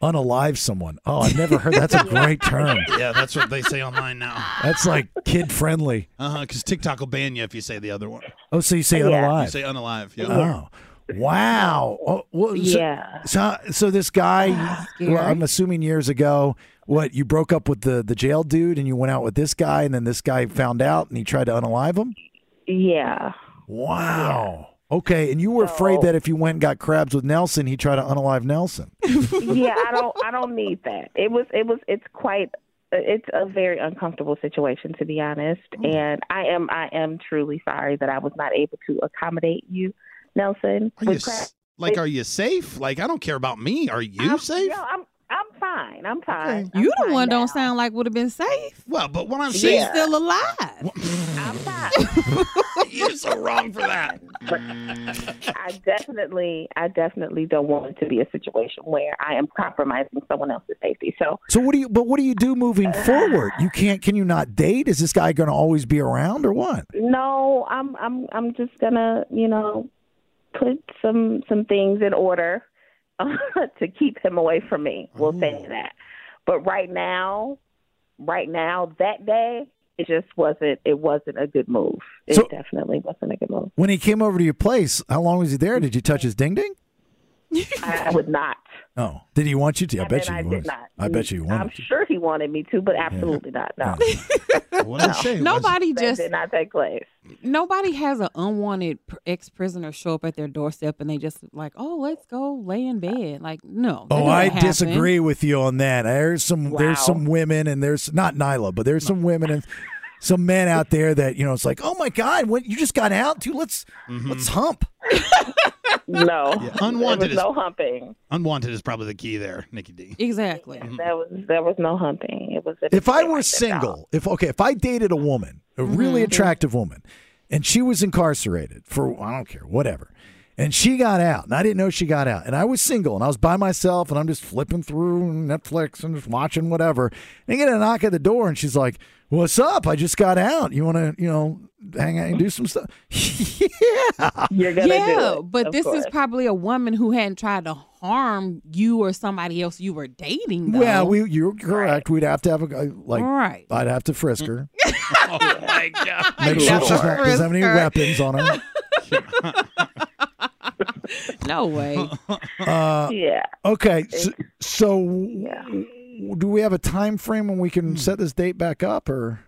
[SPEAKER 8] Unalive someone. Oh, I've never heard. That's a great term.
[SPEAKER 10] Yeah, that's what they say online now.
[SPEAKER 8] That's like kid friendly.
[SPEAKER 10] Uh huh. Because TikTok will ban you if you say the other one.
[SPEAKER 8] Oh, so you say
[SPEAKER 10] You
[SPEAKER 8] unalive?
[SPEAKER 10] say unalive. Yeah.
[SPEAKER 8] Oh, wow. Oh, well, so,
[SPEAKER 11] Yeah.
[SPEAKER 8] So, so this guy.
[SPEAKER 11] Scary.
[SPEAKER 8] Well, I'm assuming years ago. What you broke up with the the jail dude, and you went out with this guy, and then this guy found out, and he tried to unalive him.
[SPEAKER 11] Yeah.
[SPEAKER 8] Wow. Okay, and you were afraid that if you went and got crabs with Nelson, he'd try to unalive Nelson.
[SPEAKER 11] yeah, I don't I don't need that. It was it was it's quite it's a very uncomfortable situation to be honest,
[SPEAKER 10] Mm.
[SPEAKER 11] and I am I am truly sorry that I was not able to accommodate you, Nelson.
[SPEAKER 10] Are you s- like, are you safe? Like, I don't care about me. Are
[SPEAKER 11] Um,
[SPEAKER 10] you safe?
[SPEAKER 11] No, I'm I'm fine. I'm fine.
[SPEAKER 9] You the one don't sound like would have been safe.
[SPEAKER 10] Well, but what I'm
[SPEAKER 9] She's
[SPEAKER 10] saying-
[SPEAKER 9] still alive.
[SPEAKER 10] You're so wrong for that.
[SPEAKER 11] I definitely I definitely don't want it to be a situation where I am compromising someone else's safety. So
[SPEAKER 8] So what do you? But what do you do moving forward? You can't. Can you not date? Is this guy going to always be around or what?
[SPEAKER 11] no, I'm I'm I'm just gonna you know put some some things in order uh, to keep him away from
[SPEAKER 8] Oh.
[SPEAKER 11] me. We'll say that. But right now, right now, that day it just wasn't it wasn't a good move. It
[SPEAKER 8] So-
[SPEAKER 11] definitely wasn't a good move.
[SPEAKER 8] When he came over to your place, how long was he there? Did you touch his ding ding?
[SPEAKER 11] I would not.
[SPEAKER 8] Oh, did he want you to? I bet you
[SPEAKER 11] and
[SPEAKER 8] he
[SPEAKER 11] I
[SPEAKER 8] wanted.
[SPEAKER 11] did not.
[SPEAKER 8] I bet you he
[SPEAKER 11] I'm
[SPEAKER 8] wanted.
[SPEAKER 11] sure he wanted me to, but absolutely not. No.
[SPEAKER 8] What did I
[SPEAKER 11] No.
[SPEAKER 8] say?
[SPEAKER 9] Nobody
[SPEAKER 11] That
[SPEAKER 9] just-
[SPEAKER 11] did not take place.
[SPEAKER 9] Nobody has an unwanted pr- ex-prisoner show up at their doorstep and they just like, oh, let's go lay in bed. Like, no. that
[SPEAKER 8] Oh,
[SPEAKER 9] doesn't
[SPEAKER 8] I
[SPEAKER 9] happen.
[SPEAKER 8] disagree with you on that. There's some there's
[SPEAKER 9] Wow.
[SPEAKER 8] some women and there's not Nyla, but there's some women and some men out there that you know it's like, oh my god, what you just got out, dude? Let's let's hump.
[SPEAKER 11] no,
[SPEAKER 10] unwanted
[SPEAKER 11] There was
[SPEAKER 10] is
[SPEAKER 11] no humping.
[SPEAKER 10] Unwanted is probably the key there, Nikki D.
[SPEAKER 9] Exactly.
[SPEAKER 11] There was there was no humping. It was a
[SPEAKER 8] If I were single, if okay, if I dated a woman, a
[SPEAKER 10] Mm-hmm.
[SPEAKER 8] really attractive woman, and she was incarcerated for I don't care, whatever. And she got out, and I didn't know she got out. And I was single, and I was by myself, and I'm just flipping through Netflix and just watching whatever. And I get a knock at the door, and she's like, "What's up? I just got out. You want to, you know, hang out and do some stuff?" yeah,
[SPEAKER 11] you're
[SPEAKER 9] Yeah, but this is probably a woman who hadn't tried to harm you or somebody else you were dating. Though.
[SPEAKER 8] Well, we you're correct. We'd have to have a like.
[SPEAKER 9] Right.
[SPEAKER 8] I'd have to frisk her.
[SPEAKER 10] Oh my god!
[SPEAKER 8] Make sure she's not, doesn't have any weapons on her.
[SPEAKER 9] no way.
[SPEAKER 8] Uh,
[SPEAKER 11] yeah.
[SPEAKER 8] Okay. So, so do we have a time frame when we
[SPEAKER 10] Hmm.
[SPEAKER 8] can set this date back up, or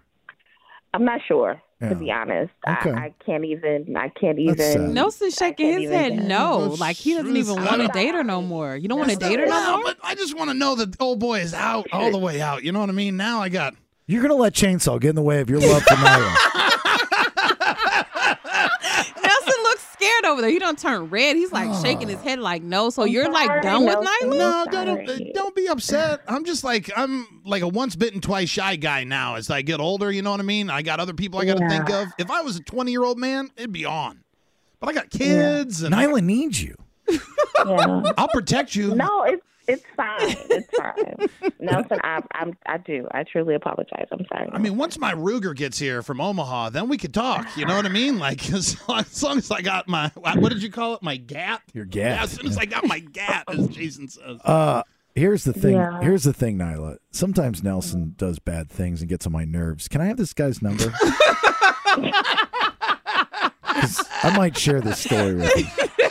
[SPEAKER 11] I'm not sure
[SPEAKER 8] Yeah.
[SPEAKER 11] to be honest.
[SPEAKER 8] Okay.
[SPEAKER 11] I, I can't even. I can't
[SPEAKER 8] That's
[SPEAKER 11] even.
[SPEAKER 8] sad.
[SPEAKER 9] Nelson's shaking his
[SPEAKER 11] even
[SPEAKER 9] head
[SPEAKER 11] guess.
[SPEAKER 9] no.
[SPEAKER 11] No,
[SPEAKER 9] Like he doesn't even
[SPEAKER 10] she's
[SPEAKER 9] want to
[SPEAKER 10] out.
[SPEAKER 9] date her no more. You don't want to date her no
[SPEAKER 10] No,
[SPEAKER 9] more?
[SPEAKER 10] but I just want to know that old boy is out, all the way out. You know what I mean? Now I got.
[SPEAKER 8] you're gonna let chainsaw get in the way of your love for Nyla?
[SPEAKER 9] Nelson looks scared over there. He don't turn red. He's like shaking his head like no. So you're like done with Nyla?
[SPEAKER 10] No, don't, uh, don't be upset. I'm just like I'm like a once bitten twice shy guy now. As I get older, you know what I mean. I got other people I got to
[SPEAKER 8] Yeah.
[SPEAKER 10] think of. If I was a 20 year old man, it'd be on. But I got kids, and
[SPEAKER 8] Nyla needs you.
[SPEAKER 10] I'll protect you.
[SPEAKER 11] No, it's it's fine. It's fine. Nelson, I, I'm I do. I truly apologize. I'm sorry.
[SPEAKER 10] I mean, once my Ruger gets here from Omaha, then we could talk. You know what I mean? Like as long as, long as I got my what did you call it? My gap.
[SPEAKER 8] Your gap.
[SPEAKER 10] Yeah, as soon as I got my gap, as Jason says.
[SPEAKER 8] Uh, here's the thing.
[SPEAKER 10] Yeah.
[SPEAKER 8] Here's the thing, Nyla. Sometimes Nelson does bad things and gets on my nerves. Can I have this guy's number? 'Cause I might share this story with you.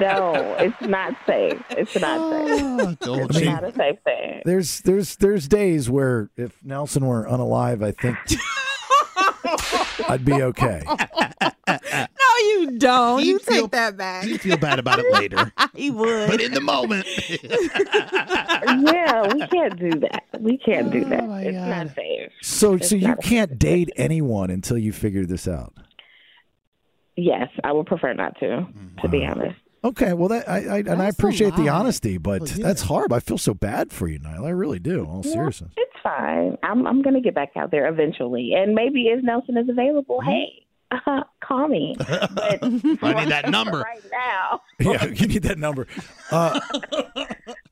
[SPEAKER 11] no, it's not safe. It's not safe.
[SPEAKER 8] don't
[SPEAKER 11] it's
[SPEAKER 8] you-
[SPEAKER 11] not a safe thing.
[SPEAKER 8] There's there's there's days where if Nelson were unalive, I think I'd be okay.
[SPEAKER 9] No, you don't. you
[SPEAKER 10] feel-
[SPEAKER 9] take that back.
[SPEAKER 10] You feel bad about it later,
[SPEAKER 9] he would.
[SPEAKER 10] but in the moment,
[SPEAKER 11] yeah, we can't do that. We can't do that. it's not safe.
[SPEAKER 8] So
[SPEAKER 11] It's
[SPEAKER 8] so you
[SPEAKER 11] not a-
[SPEAKER 8] can't date anyone until you figure this out.
[SPEAKER 11] Yes, I would prefer not to. To be honest.
[SPEAKER 8] Okay, well that I, I and I
[SPEAKER 11] That's a
[SPEAKER 8] appreciate the
[SPEAKER 11] lot.
[SPEAKER 8] honesty, but
[SPEAKER 11] Well,
[SPEAKER 8] that's hard. I feel so bad for you, Nyla. I really do. in All
[SPEAKER 11] Yeah,
[SPEAKER 8] seriousness.
[SPEAKER 11] It's fine. I'm I'm gonna get back out there eventually, and maybe if Nelson is available, hey,
[SPEAKER 8] Mm-hmm.
[SPEAKER 11] call me. But
[SPEAKER 10] I need that number.
[SPEAKER 11] right now,
[SPEAKER 8] Yeah, you need that number. Uh,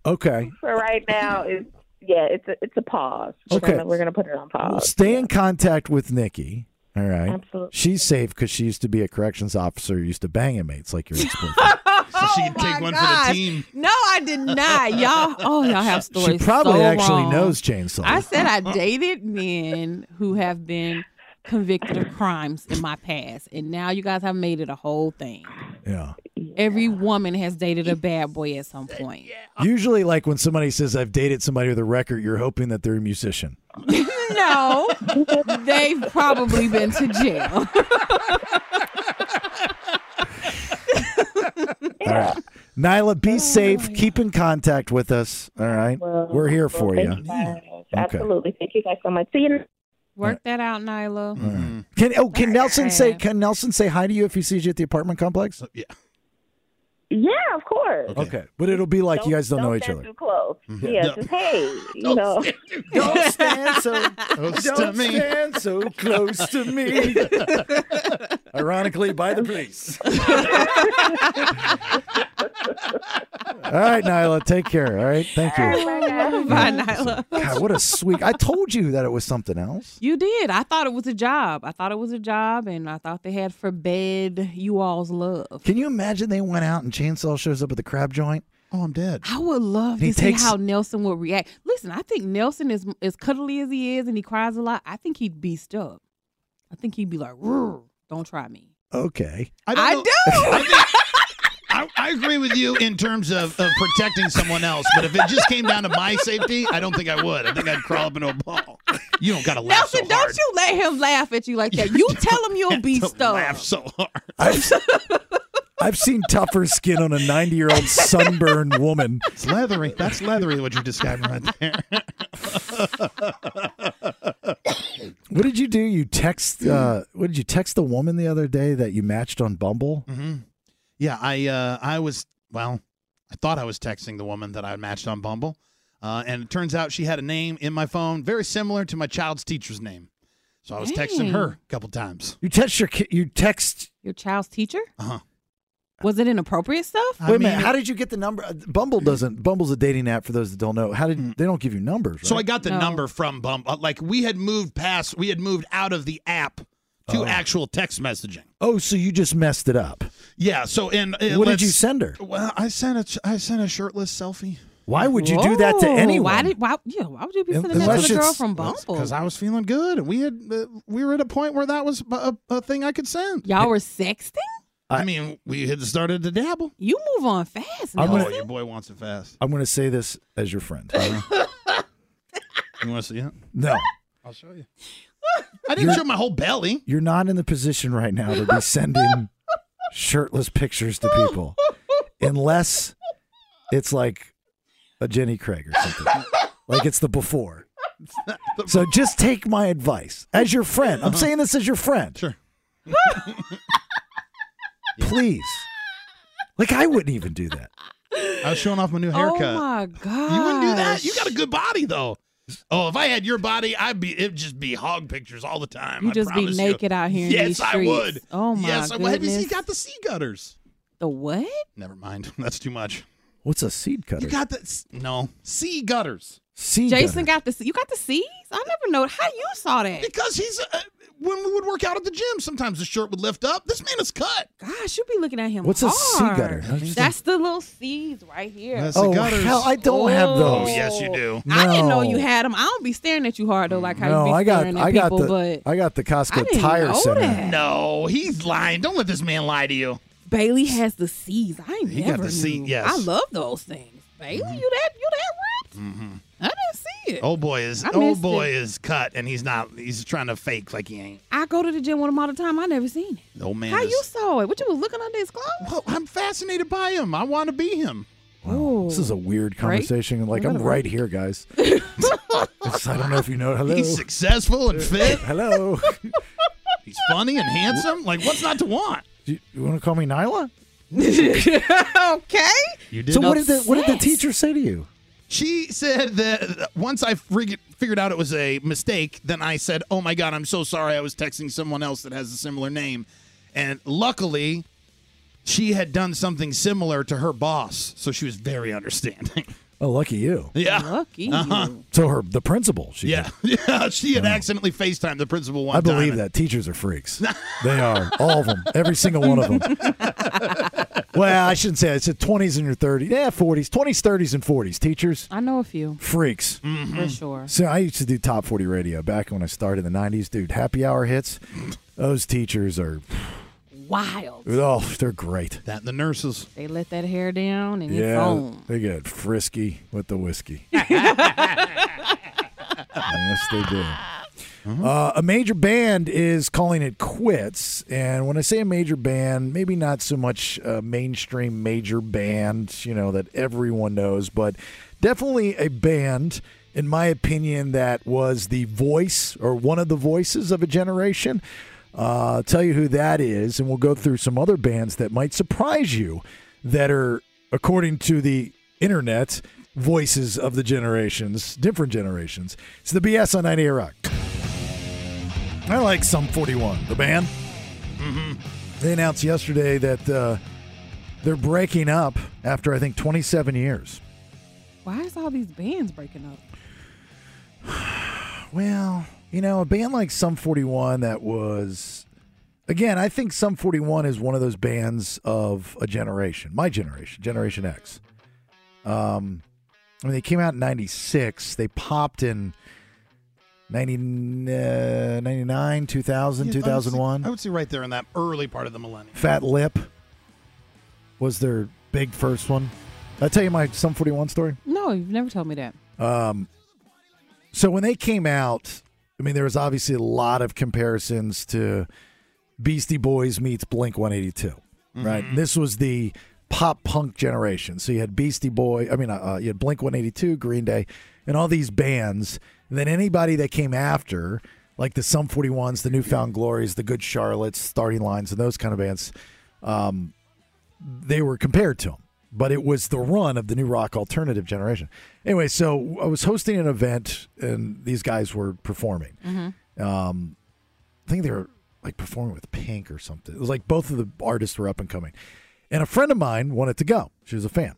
[SPEAKER 8] okay.
[SPEAKER 11] for right now is yeah, it's a it's a pause. We're
[SPEAKER 8] Okay.
[SPEAKER 11] gonna, we're gonna put it on
[SPEAKER 8] Well,
[SPEAKER 11] pause.
[SPEAKER 8] stay in contact with Nikki. All right.
[SPEAKER 11] Absolutely.
[SPEAKER 8] She's safe because she used to be a corrections officer, who used to bang inmates like your ex
[SPEAKER 10] so she can take one for the
[SPEAKER 9] Oh Gosh.
[SPEAKER 10] team.
[SPEAKER 9] No, I did not. Y'all, oh, y'all have stories.
[SPEAKER 8] She probably
[SPEAKER 9] so
[SPEAKER 8] actually
[SPEAKER 9] wrong.
[SPEAKER 8] knows Chainsaw.
[SPEAKER 9] I said I dated men who have been convicted of crimes in my past, and now you guys have made it a whole thing.
[SPEAKER 8] Yeah.
[SPEAKER 9] Every woman has dated a bad boy at some point.
[SPEAKER 8] Usually, like when somebody says, I've dated somebody with a record, you're hoping that they're a musician.
[SPEAKER 9] No, they've probably been to jail.
[SPEAKER 8] All right. Nyla, be safe. Keep in contact with us. All right.
[SPEAKER 11] Well,
[SPEAKER 8] We're here for
[SPEAKER 11] thank
[SPEAKER 8] you.
[SPEAKER 11] you guys. Absolutely. Thank you guys so much. See you.
[SPEAKER 9] Work that out, Nyla.
[SPEAKER 8] Can oh can Nelson say can Nelson say hi to you if he sees you at the apartment complex?
[SPEAKER 10] Yeah.
[SPEAKER 11] Yeah, of course.
[SPEAKER 8] Okay. But it'll be like you guys don't, know each
[SPEAKER 11] Stand
[SPEAKER 8] other.
[SPEAKER 11] too close.
[SPEAKER 8] Mhm.
[SPEAKER 11] Yeah,
[SPEAKER 8] Yeah.
[SPEAKER 11] just hey, you know.
[SPEAKER 8] Don't stand so
[SPEAKER 10] close
[SPEAKER 8] Don't stand so close to me. Ironically, by the police. All right, Nyla, take care. All right, thank you.
[SPEAKER 9] Bye, Nyla.
[SPEAKER 8] God, what a sweet! I told you that it was something else.
[SPEAKER 9] You did. I thought it was a job. I thought it was a job, and I thought they had forbid you all's love.
[SPEAKER 8] Can you imagine they went out and Chainsaw shows up at the crab joint? Oh, I'm dead.
[SPEAKER 9] I would love
[SPEAKER 8] He
[SPEAKER 9] to see
[SPEAKER 8] takes-
[SPEAKER 9] how Nelson would react. Listen, reason. I think Nelson is as cuddly as he is, and he cries a lot. I think he'd beast up. I think he'd be like, "Rrr, "Don't try me."
[SPEAKER 8] Okay.
[SPEAKER 9] I, do.
[SPEAKER 10] I, I agree with you in terms of, of protecting someone else, but if it just came down to my safety, I don't think I would. I think I'd crawl up into a ball. You don't gotta laugh
[SPEAKER 9] Nelson,
[SPEAKER 10] so hard.
[SPEAKER 9] don't you let him laugh at you like that. You tell him you'll be stuck.
[SPEAKER 10] Laugh so hard.
[SPEAKER 8] I've seen tougher skin on a 90 year old sunburned woman.
[SPEAKER 10] It's leathery. That's leathery, what you're describing right there.
[SPEAKER 8] What did you do? You text. Uh, what did you text the woman the other day that you matched on Bumble?
[SPEAKER 10] hmm Yeah, I uh, I was well, I thought I was texting the woman that I matched on Bumble, uh, and it turns out she had a name in my phone very similar to my child's teacher's name, so I was texting
[SPEAKER 9] Dang.
[SPEAKER 10] her a couple times.
[SPEAKER 8] You text your. ki- You text.
[SPEAKER 9] Your child's teacher?
[SPEAKER 10] Uh huh.
[SPEAKER 9] Was it inappropriate stuff?
[SPEAKER 8] Wait a minute. How did you get the number? uh, Bumble doesn't. Bumble's a dating app for those that don't know. How did they don't give you numbers? Right?
[SPEAKER 10] Mm. So I got the number from Bumble. uh, Like we had moved past, we had moved out of the app to actual text messaging.
[SPEAKER 8] Oh, so you just messed it up.
[SPEAKER 10] Yeah. So and uh,
[SPEAKER 8] what did
[SPEAKER 10] let's-
[SPEAKER 8] you send her?
[SPEAKER 10] Well, I sent a ch- I sent a shirtless selfie.
[SPEAKER 8] Why would you do that to
[SPEAKER 9] Whoa,
[SPEAKER 8] anyone?
[SPEAKER 9] Why did? Why? Yeah. Why would you be sending that
[SPEAKER 8] Unless
[SPEAKER 9] to the girl
[SPEAKER 8] it's-
[SPEAKER 9] from
[SPEAKER 8] that's
[SPEAKER 9] Bumble?
[SPEAKER 10] Because I was feeling good, and we had uh, we were at a point where that was a, a thing I could send.
[SPEAKER 9] Y'all were sexting.
[SPEAKER 10] I, mean, we had started to dabble.
[SPEAKER 9] You move on fast.
[SPEAKER 8] I'm gonna-
[SPEAKER 10] oh, your boy wants it fast.
[SPEAKER 8] I'm going to say this as your friend.
[SPEAKER 10] You want to see it?
[SPEAKER 8] no,
[SPEAKER 10] I'll show you. I didn't show my whole belly.
[SPEAKER 8] you're not in the position right now to be sending shirtless pictures to people, unless it's like a Jenny Craig or something. like it's the before. So just take my advice as your friend. I'm saying this as your friend.
[SPEAKER 10] Uh-huh. Sure.
[SPEAKER 8] Please. Like I wouldn't even do that.
[SPEAKER 10] I was showing off my new haircut.
[SPEAKER 9] oh my god.
[SPEAKER 10] You wouldn't do that. You got a good body though. Oh, if I had your body, I'd be it'd just be hog pictures all the time.
[SPEAKER 9] You
[SPEAKER 10] I
[SPEAKER 9] just be
[SPEAKER 10] promise
[SPEAKER 9] naked out here in
[SPEAKER 10] Yes,
[SPEAKER 9] these
[SPEAKER 10] I would.
[SPEAKER 9] streets. Oh, my
[SPEAKER 10] Yes, I would. Have you seen-
[SPEAKER 9] goodness.
[SPEAKER 10] got the sea gutters?
[SPEAKER 9] The what?
[SPEAKER 10] Never mind. That's too much.
[SPEAKER 8] What's a seed cutter?
[SPEAKER 10] You got the no sea gutters
[SPEAKER 8] seed
[SPEAKER 9] Jason
[SPEAKER 8] cutter.
[SPEAKER 9] got the. You got the C's. I never know how you saw that.
[SPEAKER 10] because he's uh, when we would work out at the gym. Sometimes the shirt would lift up. This man is cut.
[SPEAKER 9] Gosh, you be looking at him.
[SPEAKER 8] What's a sea
[SPEAKER 9] hard.
[SPEAKER 8] gutter? I just-
[SPEAKER 9] That's the little C's right here.
[SPEAKER 10] That's
[SPEAKER 8] Oh
[SPEAKER 10] the gutters.
[SPEAKER 8] hell, I don't have
[SPEAKER 9] Oh.
[SPEAKER 8] those.
[SPEAKER 10] yes, you do.
[SPEAKER 9] I didn't
[SPEAKER 8] No.
[SPEAKER 9] know you had them. I don't be staring at you hard though, like how you
[SPEAKER 8] No,
[SPEAKER 9] be
[SPEAKER 8] I got
[SPEAKER 9] staring at
[SPEAKER 8] I got
[SPEAKER 9] people.
[SPEAKER 8] the
[SPEAKER 9] but
[SPEAKER 8] I got the
[SPEAKER 9] I
[SPEAKER 8] Costco
[SPEAKER 9] didn't
[SPEAKER 8] tire
[SPEAKER 9] know
[SPEAKER 8] center.
[SPEAKER 9] that.
[SPEAKER 10] No, he's lying. Don't let this man lie to you.
[SPEAKER 9] Bailey has the C's. I
[SPEAKER 10] He
[SPEAKER 9] never
[SPEAKER 10] got the
[SPEAKER 9] knew.
[SPEAKER 10] C. Yes, Mm-hmm.
[SPEAKER 9] I love those things. Bailey, you that you that ripped? I didn't see it.
[SPEAKER 10] Old Oh, boy is
[SPEAKER 9] I
[SPEAKER 10] old
[SPEAKER 9] missed
[SPEAKER 10] boy
[SPEAKER 9] it.
[SPEAKER 10] is cut, and he's not. He's trying to fake like he ain't.
[SPEAKER 9] I go to the gym with him all the time. I never seen it.
[SPEAKER 10] The old man.
[SPEAKER 9] How
[SPEAKER 10] is-
[SPEAKER 9] you saw it? What you was looking under his clothes?
[SPEAKER 10] Well, I'm fascinated by him. I want to be him.
[SPEAKER 9] Oh,
[SPEAKER 8] This is a weird
[SPEAKER 9] Right?
[SPEAKER 8] conversation. Like
[SPEAKER 9] We're
[SPEAKER 8] I'm
[SPEAKER 9] gonna
[SPEAKER 8] right here, guys. It's- I don't know if you know. Hello,
[SPEAKER 10] He's successful and fit.
[SPEAKER 8] hello.
[SPEAKER 10] He's funny and handsome. Like what's not to want?
[SPEAKER 8] Do you, want to call me Nyla?
[SPEAKER 9] okay.
[SPEAKER 10] You
[SPEAKER 8] So what did the what did the teacher say to you?
[SPEAKER 10] She said that once I frig- figured out it was a mistake, then I said, "Oh my god, I'm so sorry. I was texting someone else that has a similar name." And luckily, she had done something similar to her boss, so she was very understanding.
[SPEAKER 8] Oh, lucky you.
[SPEAKER 10] yeah.
[SPEAKER 9] Lucky
[SPEAKER 10] Uh-huh.
[SPEAKER 9] you.
[SPEAKER 8] So her the principal. She
[SPEAKER 10] Yeah. Yeah, she had accidentally FaceTimed the principal one
[SPEAKER 8] I
[SPEAKER 10] time.
[SPEAKER 8] believe
[SPEAKER 10] and-
[SPEAKER 8] that teachers are freaks. they are all of them, every single one of them. well, I shouldn't say. I said twenties and your thirties, yeah, forties, twenties, thirties, and forties. Teachers,
[SPEAKER 9] I know a few
[SPEAKER 8] freaks.
[SPEAKER 9] for sure.
[SPEAKER 8] So I used to do top 40 radio back when I started in the 90s, dude. Happy hour hits. Those teachers are,
[SPEAKER 9] Wild.
[SPEAKER 8] oh, they're great.
[SPEAKER 10] That and the nurses.
[SPEAKER 9] They let that hair down and it's
[SPEAKER 8] Yeah,
[SPEAKER 9] on.
[SPEAKER 8] they get frisky with the whiskey. yes, they do. Uh, a major band is calling it quits, and when I say a major band, maybe not so much a mainstream major band, you know, that everyone knows, but definitely a band, in my opinion, that was the voice or one of the voices of a generation. Uh, I'll tell you who that is, and we'll go through some other bands that might surprise you that are, according to the internet, voices of the generations, different generations. It's the BS on 98 Rock. I like some 41, the band. Mm-hmm. They announced yesterday that uh, they're breaking up after, I think, 27 years.
[SPEAKER 9] Why is all these bands breaking up?
[SPEAKER 8] Well, you know, a band like Sum 41 that was again, I think Sum 41 is one of those bands of a generation, my generation, Generation X. Um I mean, they came out in 96. They popped in 90, uh, 99, 2000,
[SPEAKER 10] Yeah, I would say-
[SPEAKER 8] 2001.
[SPEAKER 10] I would say right there in that early part of the millennium.
[SPEAKER 8] Fat Lip was their big first one. Did I tell you my Sum 41 story?
[SPEAKER 9] No, you've never told me that.
[SPEAKER 8] Um, so when they came out, I mean, there was obviously a lot of comparisons to Beastie Boys meets Blink 182, right? This was the pop punk generation. So you had Beastie Boy, I mean, uh, uh, you had Blink 182, Green Day, and all these bands. And then anybody that came after, like the Sum 41s, the Newfound Glories, the Good Charlottes, Starting Lines, and those kind of bands, um, they were compared to him, but it was the run of the new rock alternative generation. Anyway, so I was hosting an event and these guys were performing.
[SPEAKER 5] Mhm.
[SPEAKER 8] Um, I think they were like performing with Pink or something. It was like both of the artists were up and coming. And a friend of mine wanted to go. She was a fan,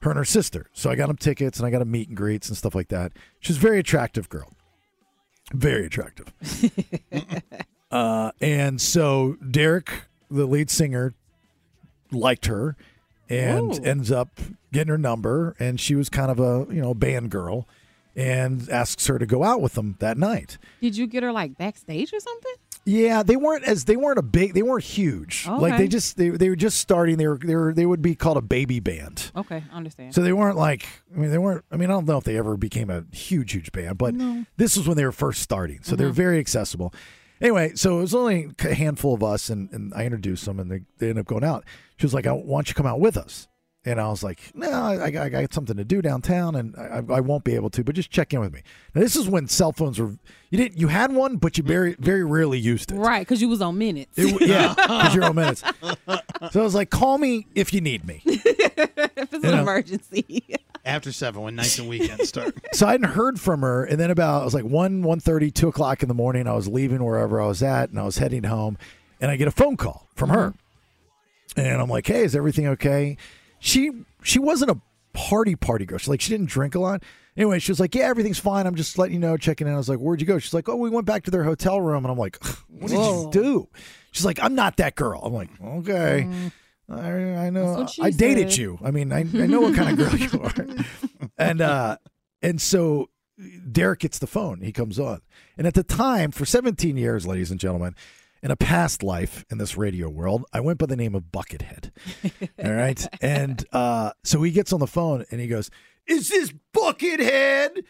[SPEAKER 8] her and her sister. So I got them tickets and I got them meet and greets and stuff like that. She's a very attractive girl, very attractive. uh, and so Derek, the lead singer, liked her and
[SPEAKER 5] Whoa.
[SPEAKER 8] ends up getting her number and she was kind of a you know band girl and asks her to go out with them that night
[SPEAKER 9] Did you get her like backstage or something?
[SPEAKER 8] yeah they weren't as they weren't a big they weren't huge like
[SPEAKER 9] Okay.
[SPEAKER 8] they just they, they were just starting they were, they were they would be called a baby band
[SPEAKER 9] Okay, I understand.
[SPEAKER 8] so they weren't like I mean they weren't I mean I don't know if they ever became a huge huge band, but
[SPEAKER 9] No.
[SPEAKER 8] this was when they were first starting. So they're
[SPEAKER 9] Mhm.
[SPEAKER 8] very accessible. Anyway, so it was only a handful of us, and, and I introduced them, and they, they ended up going out. She was like, "I want you to come out with us," and I was like, "No, I, I, got- I got something to do downtown, and I, I won't be able to, but just check in with me." Now this is when cell phones were you didn't you had one, but you very very rarely used it.
[SPEAKER 9] Right, because you was on minutes.
[SPEAKER 8] It- yeah, 'cause you're on minutes. So I was like, "Call me if you need me."
[SPEAKER 9] if it's
[SPEAKER 8] You
[SPEAKER 9] an
[SPEAKER 8] know.
[SPEAKER 9] emergency.
[SPEAKER 10] After seven, when nights and weekends start.
[SPEAKER 8] so I hadn't heard from her, and then about it was like one, one thirty, two o'clock in the morning. I was leaving wherever I was at, and I was heading home, and I get a phone call from her, and I'm like, "Hey, is everything okay?" She she wasn't a party party girl. She like she didn't drink a lot. Anyway, she was like, "Yeah, everything's fine. I'm just letting you know, checking in." I was like, "Where'd you go?" She's like, "Oh, we went back to their hotel room," and I'm like, "What did
[SPEAKER 5] Whoa.
[SPEAKER 8] you do?" She's like, "I'm not that girl." I'm like, "Okay." I, I know.
[SPEAKER 5] That's what
[SPEAKER 8] I
[SPEAKER 5] she
[SPEAKER 8] dated
[SPEAKER 5] said.
[SPEAKER 8] you. I mean, I, I know what kind of girl you are. And uh, and so Derek gets the phone. He comes on, and at the time, for 17 years, ladies and gentlemen, in a past life in this radio world, I went by the name of Buckethead. All right, and uh, so he gets on the phone and he goes, "Is this Buckethead?"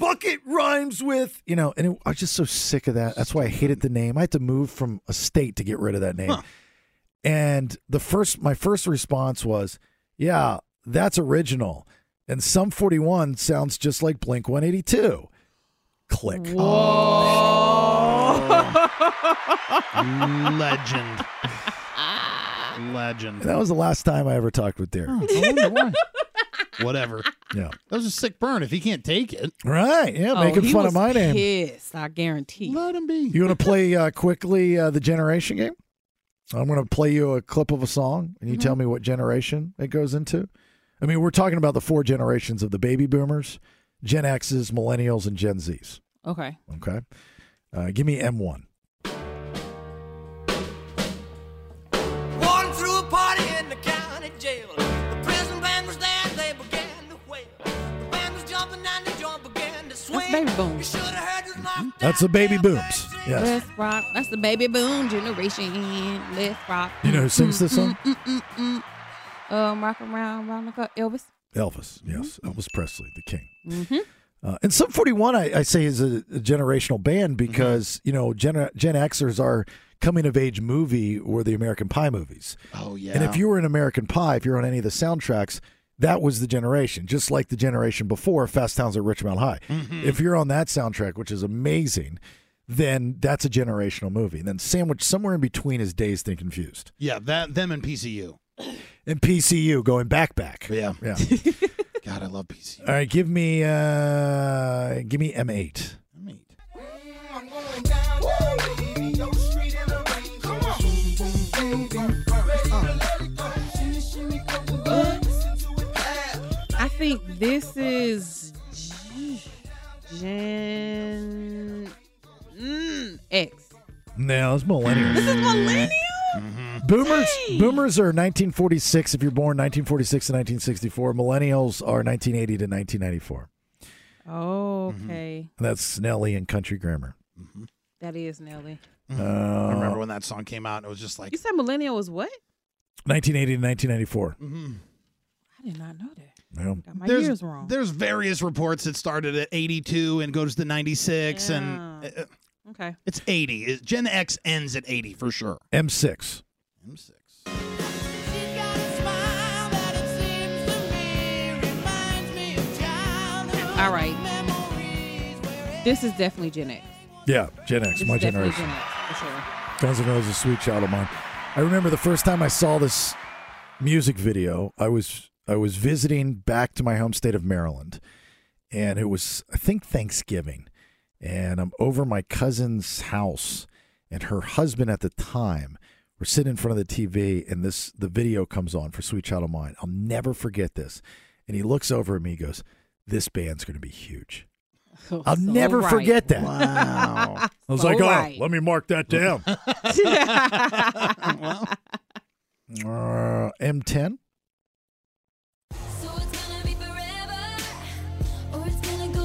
[SPEAKER 8] Bucket rhymes with you know, and it, I was just so sick of that. That's why I hated the name. I had to move from a state to get rid of that name. And the first, my first response was, "Yeah, that's original." And some forty-one sounds just like Blink One Eighty-Two. Click.
[SPEAKER 10] Legend. Legend.
[SPEAKER 8] And that was the last time I ever talked with Derek.
[SPEAKER 10] Whatever.
[SPEAKER 8] Yeah.
[SPEAKER 10] That was a sick burn if he can't take it.
[SPEAKER 8] Right? Yeah,
[SPEAKER 9] Oh,
[SPEAKER 8] making fun of my name.
[SPEAKER 9] Yes, I guarantee.
[SPEAKER 10] Let him be.
[SPEAKER 8] You want to play uh, quickly uh, the generation game? I'm going to play you a clip of a song, and you tell me what generation it goes into. I mean, we're talking about the four generations of the baby boomers, Gen X's, millennials, and Gen Z's.
[SPEAKER 9] Okay.
[SPEAKER 8] Okay. Uh, give me M1.
[SPEAKER 12] Warden threw a party in the county jail. The prison band was there, they began to wail. The band was jumping and the joint began to swing.
[SPEAKER 9] That's baby boom.
[SPEAKER 8] That's the baby booms. Yes.
[SPEAKER 9] Let's rock. That's the baby boom generation. Let's rock.
[SPEAKER 8] You know who sings this song?
[SPEAKER 9] Mm, mm, mm, mm. Um, rock around, round the clock, Elvis.
[SPEAKER 8] Elvis. Yes. Elvis Presley, the king.
[SPEAKER 9] Mm-hmm.
[SPEAKER 8] Uh, and Sum 41, I, I say, is a, a generational band because, you know, Gen, Gen Xers are coming of age movie or the American Pie movies.
[SPEAKER 10] Oh, yeah.
[SPEAKER 8] And if you were in American Pie, if you're on any of the soundtracks, that was the generation, just like the generation before Fast Times at Richmond High.
[SPEAKER 5] Mhm.
[SPEAKER 8] If you're on that soundtrack, which is amazing, then that's a generational movie. And then sandwiched somewhere in between is Dazed and Confused.
[SPEAKER 10] Yeah, that them and PCU.
[SPEAKER 8] And PCU going back, back.
[SPEAKER 10] Yeah.
[SPEAKER 8] Yeah.
[SPEAKER 10] God, I love PCU.
[SPEAKER 8] All right, give me, uh, give me M8.
[SPEAKER 9] I think this is G- Gen mm, X.
[SPEAKER 8] No, it's millennials.
[SPEAKER 9] Mm-hmm. This is millennial.
[SPEAKER 8] boomers boomers are 1946 if you're born 1946 to 1964. Millennials are 1980 to 1994.
[SPEAKER 9] Okay.
[SPEAKER 8] And that's Nelly and Country Grammar.
[SPEAKER 9] That is Nelly.
[SPEAKER 10] I remember
[SPEAKER 8] Uh,
[SPEAKER 10] when that song came out. and It was just like
[SPEAKER 9] You said millennial was what?
[SPEAKER 8] 1980 to 1994.
[SPEAKER 9] I did not know that.
[SPEAKER 8] Yeah.
[SPEAKER 9] Got my
[SPEAKER 10] there's,
[SPEAKER 9] years wrong.
[SPEAKER 10] There's various reports that started at 82 and goes to 96, and uh, uh,
[SPEAKER 9] Okay.
[SPEAKER 10] it's 80. It- Gen X ends at 80 for sure.
[SPEAKER 8] M6.
[SPEAKER 10] M6.
[SPEAKER 9] All right. This is definitely Gen X.
[SPEAKER 8] Yeah, Gen X,
[SPEAKER 9] This
[SPEAKER 8] my
[SPEAKER 9] is definitely
[SPEAKER 8] generation.
[SPEAKER 9] Gen X, for sure.
[SPEAKER 8] Guns N' Roses, sweet child of mine. I remember the first time I saw this music video. I was I was visiting back to my home state of Maryland, and it was I think Thanksgiving, and I'm over my cousin's house, and her husband at the time. We're sitting in front of the TV, and this the video comes on for "Sweet Child of Mine." I'll never forget this. And he looks over at me, he goes, "This band's going to be huge." I'll
[SPEAKER 9] Oh, So
[SPEAKER 8] never
[SPEAKER 9] right.
[SPEAKER 8] forget that.
[SPEAKER 9] Wow.
[SPEAKER 8] I was
[SPEAKER 9] So
[SPEAKER 8] like, "Oh,
[SPEAKER 9] right.
[SPEAKER 8] let me mark that down."
[SPEAKER 9] well,
[SPEAKER 8] Uh, M10.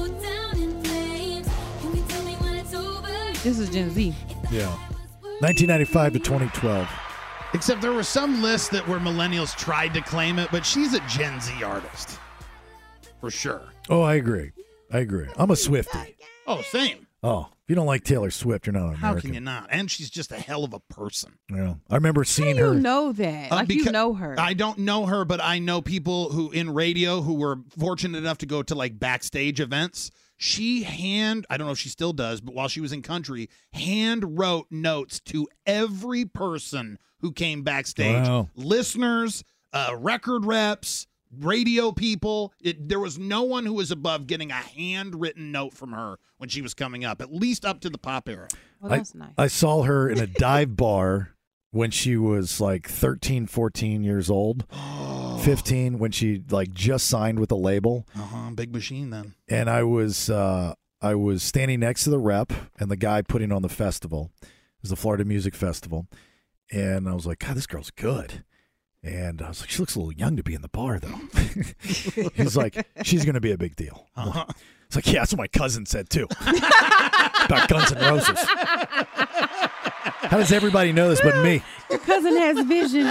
[SPEAKER 9] This is Gen Z.
[SPEAKER 8] Yeah. 1995 to 2012.
[SPEAKER 10] Except there were some lists that were millennials tried to claim it, but she's a Gen Z artist for sure.
[SPEAKER 8] Oh, I agree. I agree. I'm a Swifty.
[SPEAKER 10] Oh, same.
[SPEAKER 8] Oh, if you don't like Taylor Swift, you're not an
[SPEAKER 10] How can
[SPEAKER 8] American.
[SPEAKER 10] you not? And she's just a hell of a person.
[SPEAKER 8] Yeah. I remember seeing
[SPEAKER 9] You
[SPEAKER 8] her.
[SPEAKER 9] know that.
[SPEAKER 10] Uh,
[SPEAKER 9] like you
[SPEAKER 10] becau-
[SPEAKER 9] know her.
[SPEAKER 10] I don't know her, but I know people who in radio who were fortunate enough to go to like backstage events. She hand, I don't know if she still does, but while she was in country, hand wrote notes to every person who came backstage
[SPEAKER 8] Wow.
[SPEAKER 10] listeners, uh, record reps, radio people. It, there was no one who was above getting a handwritten note from her when she was coming up, at least up to the pop era.
[SPEAKER 9] Well, that's nice.
[SPEAKER 8] I saw her in a dive bar when she was like 13, 14 years old, 15, when she like just signed with a label.
[SPEAKER 10] Uh huh. Big machine then.
[SPEAKER 8] and I was uh, I was standing next to the rep and the guy putting on the festival. It was the Florida Music Festival, and I was like, God, this girl's good. And I was like, she looks a little young to be in the bar, though. He's like, she's going to be a big deal. I'm like- It's like, yeah, that's what my cousin said too about Guns N' Roses. How does everybody know this but me?
[SPEAKER 9] Your cousin has vision.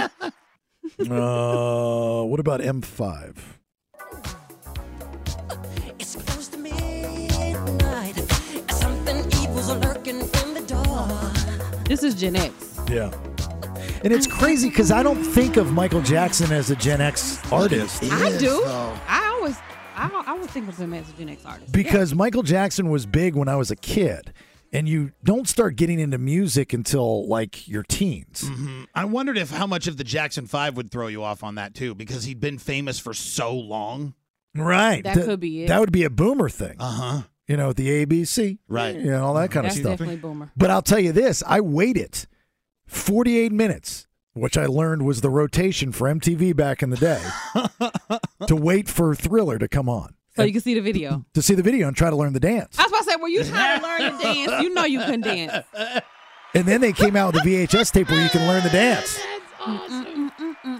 [SPEAKER 8] Uh, what about M5?
[SPEAKER 12] It's close to midnight. Something evil's lurking in the dark.
[SPEAKER 9] This is Gen X.
[SPEAKER 8] Yeah. And it's crazy because I don't think of Michael Jackson as a Gen X artist.
[SPEAKER 9] I do. I always I, I would think of them as a Gen X artist.
[SPEAKER 8] because Michael Jackson was big when I was a kid, and you don't start getting into music until like your teens.
[SPEAKER 10] I wondered if how much of the Jackson Five would throw you off on that too, because he'd been famous for so long.
[SPEAKER 8] Right.
[SPEAKER 10] That could be it.
[SPEAKER 8] That would be a boomer thing. Uh huh. You know, the ABC.
[SPEAKER 10] Right.
[SPEAKER 8] You know, all that kind
[SPEAKER 9] That's
[SPEAKER 8] of stuff.
[SPEAKER 9] definitely boomer.
[SPEAKER 8] But I'll tell you this I waited 48 minutes, which I learned was the rotation for MTV back in the day, to wait for Thriller to come on,
[SPEAKER 9] So you can see the video.
[SPEAKER 8] to see the video and try to learn the dance.
[SPEAKER 9] I was about to say, were you trying to learn to dance? You know you couldn't dance.
[SPEAKER 8] And then they came out with the VHS tape where you can learn the dance.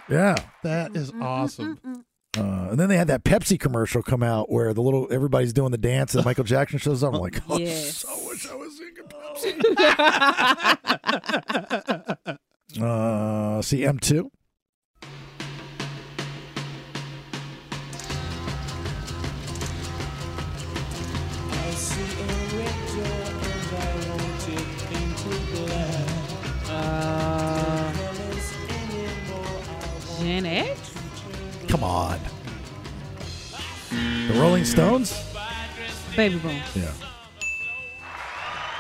[SPEAKER 8] Yeah.
[SPEAKER 10] That is awesome.
[SPEAKER 8] Uh, and then they had that Pepsi commercial come out where the little everybody's doing the dance and Michael Jackson shows up. I'm like, oh,
[SPEAKER 9] Yes.
[SPEAKER 8] I wish I was singing
[SPEAKER 9] Pepsi.
[SPEAKER 8] uh, see M2.
[SPEAKER 12] I see a red door and I want it into black.
[SPEAKER 9] Uh, Gen X?
[SPEAKER 8] Come on. The Rolling Stones?
[SPEAKER 9] Baby boom.
[SPEAKER 8] Yeah.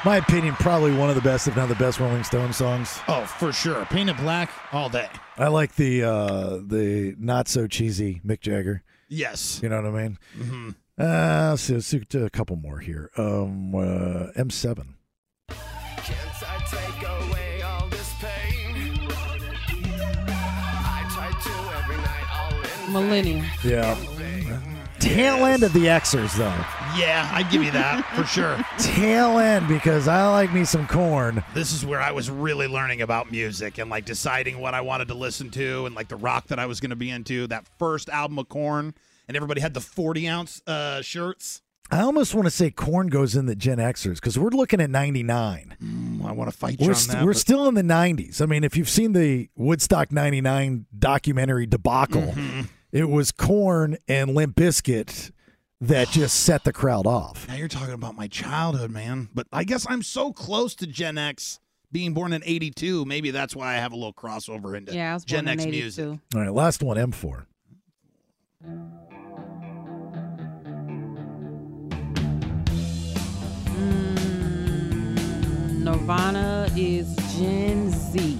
[SPEAKER 8] My opinion, probably one of the best, if not the best Rolling Stone songs.
[SPEAKER 10] Oh, for sure. Painted black all day.
[SPEAKER 8] I like the uh, the not so cheesy Mick Jagger.
[SPEAKER 10] Yes.
[SPEAKER 8] You know what I mean? Mm-hmm. Uh, let's see, let's do a couple more here. Um, uh, M7.
[SPEAKER 12] Can't I take away all this pain? I try to every night all in
[SPEAKER 9] Millennial.
[SPEAKER 8] Yeah. Tail end of the Xers, though.
[SPEAKER 10] Yeah, I'd give you that for sure.
[SPEAKER 8] Tail end because I like me some corn.
[SPEAKER 10] This is where I was really learning about music and like deciding what I wanted to listen to and like the rock that I was going to be into. That first album of Corn, and everybody had the 40 ounce uh, shirts.
[SPEAKER 8] I almost want to say corn goes in the Gen Xers because we're looking at 99.
[SPEAKER 10] I want to fight you
[SPEAKER 8] We're,
[SPEAKER 10] on
[SPEAKER 8] st-
[SPEAKER 10] that.
[SPEAKER 8] we're
[SPEAKER 10] but-
[SPEAKER 8] still in the 90s. I mean, if you've seen the Woodstock 99 documentary debacle,
[SPEAKER 10] Mm-hmm.
[SPEAKER 8] it was corn and Limp Bizkit that just set the crowd off.
[SPEAKER 10] Now you're talking about my childhood, man. But I guess I'm so close to Gen X being born in 82. Maybe that's why I have a little crossover into
[SPEAKER 9] Yeah, I was
[SPEAKER 10] Gen
[SPEAKER 9] born in
[SPEAKER 10] X
[SPEAKER 9] 82.
[SPEAKER 10] music.
[SPEAKER 8] All right, last one, M4.
[SPEAKER 9] Nirvana is Gen Z.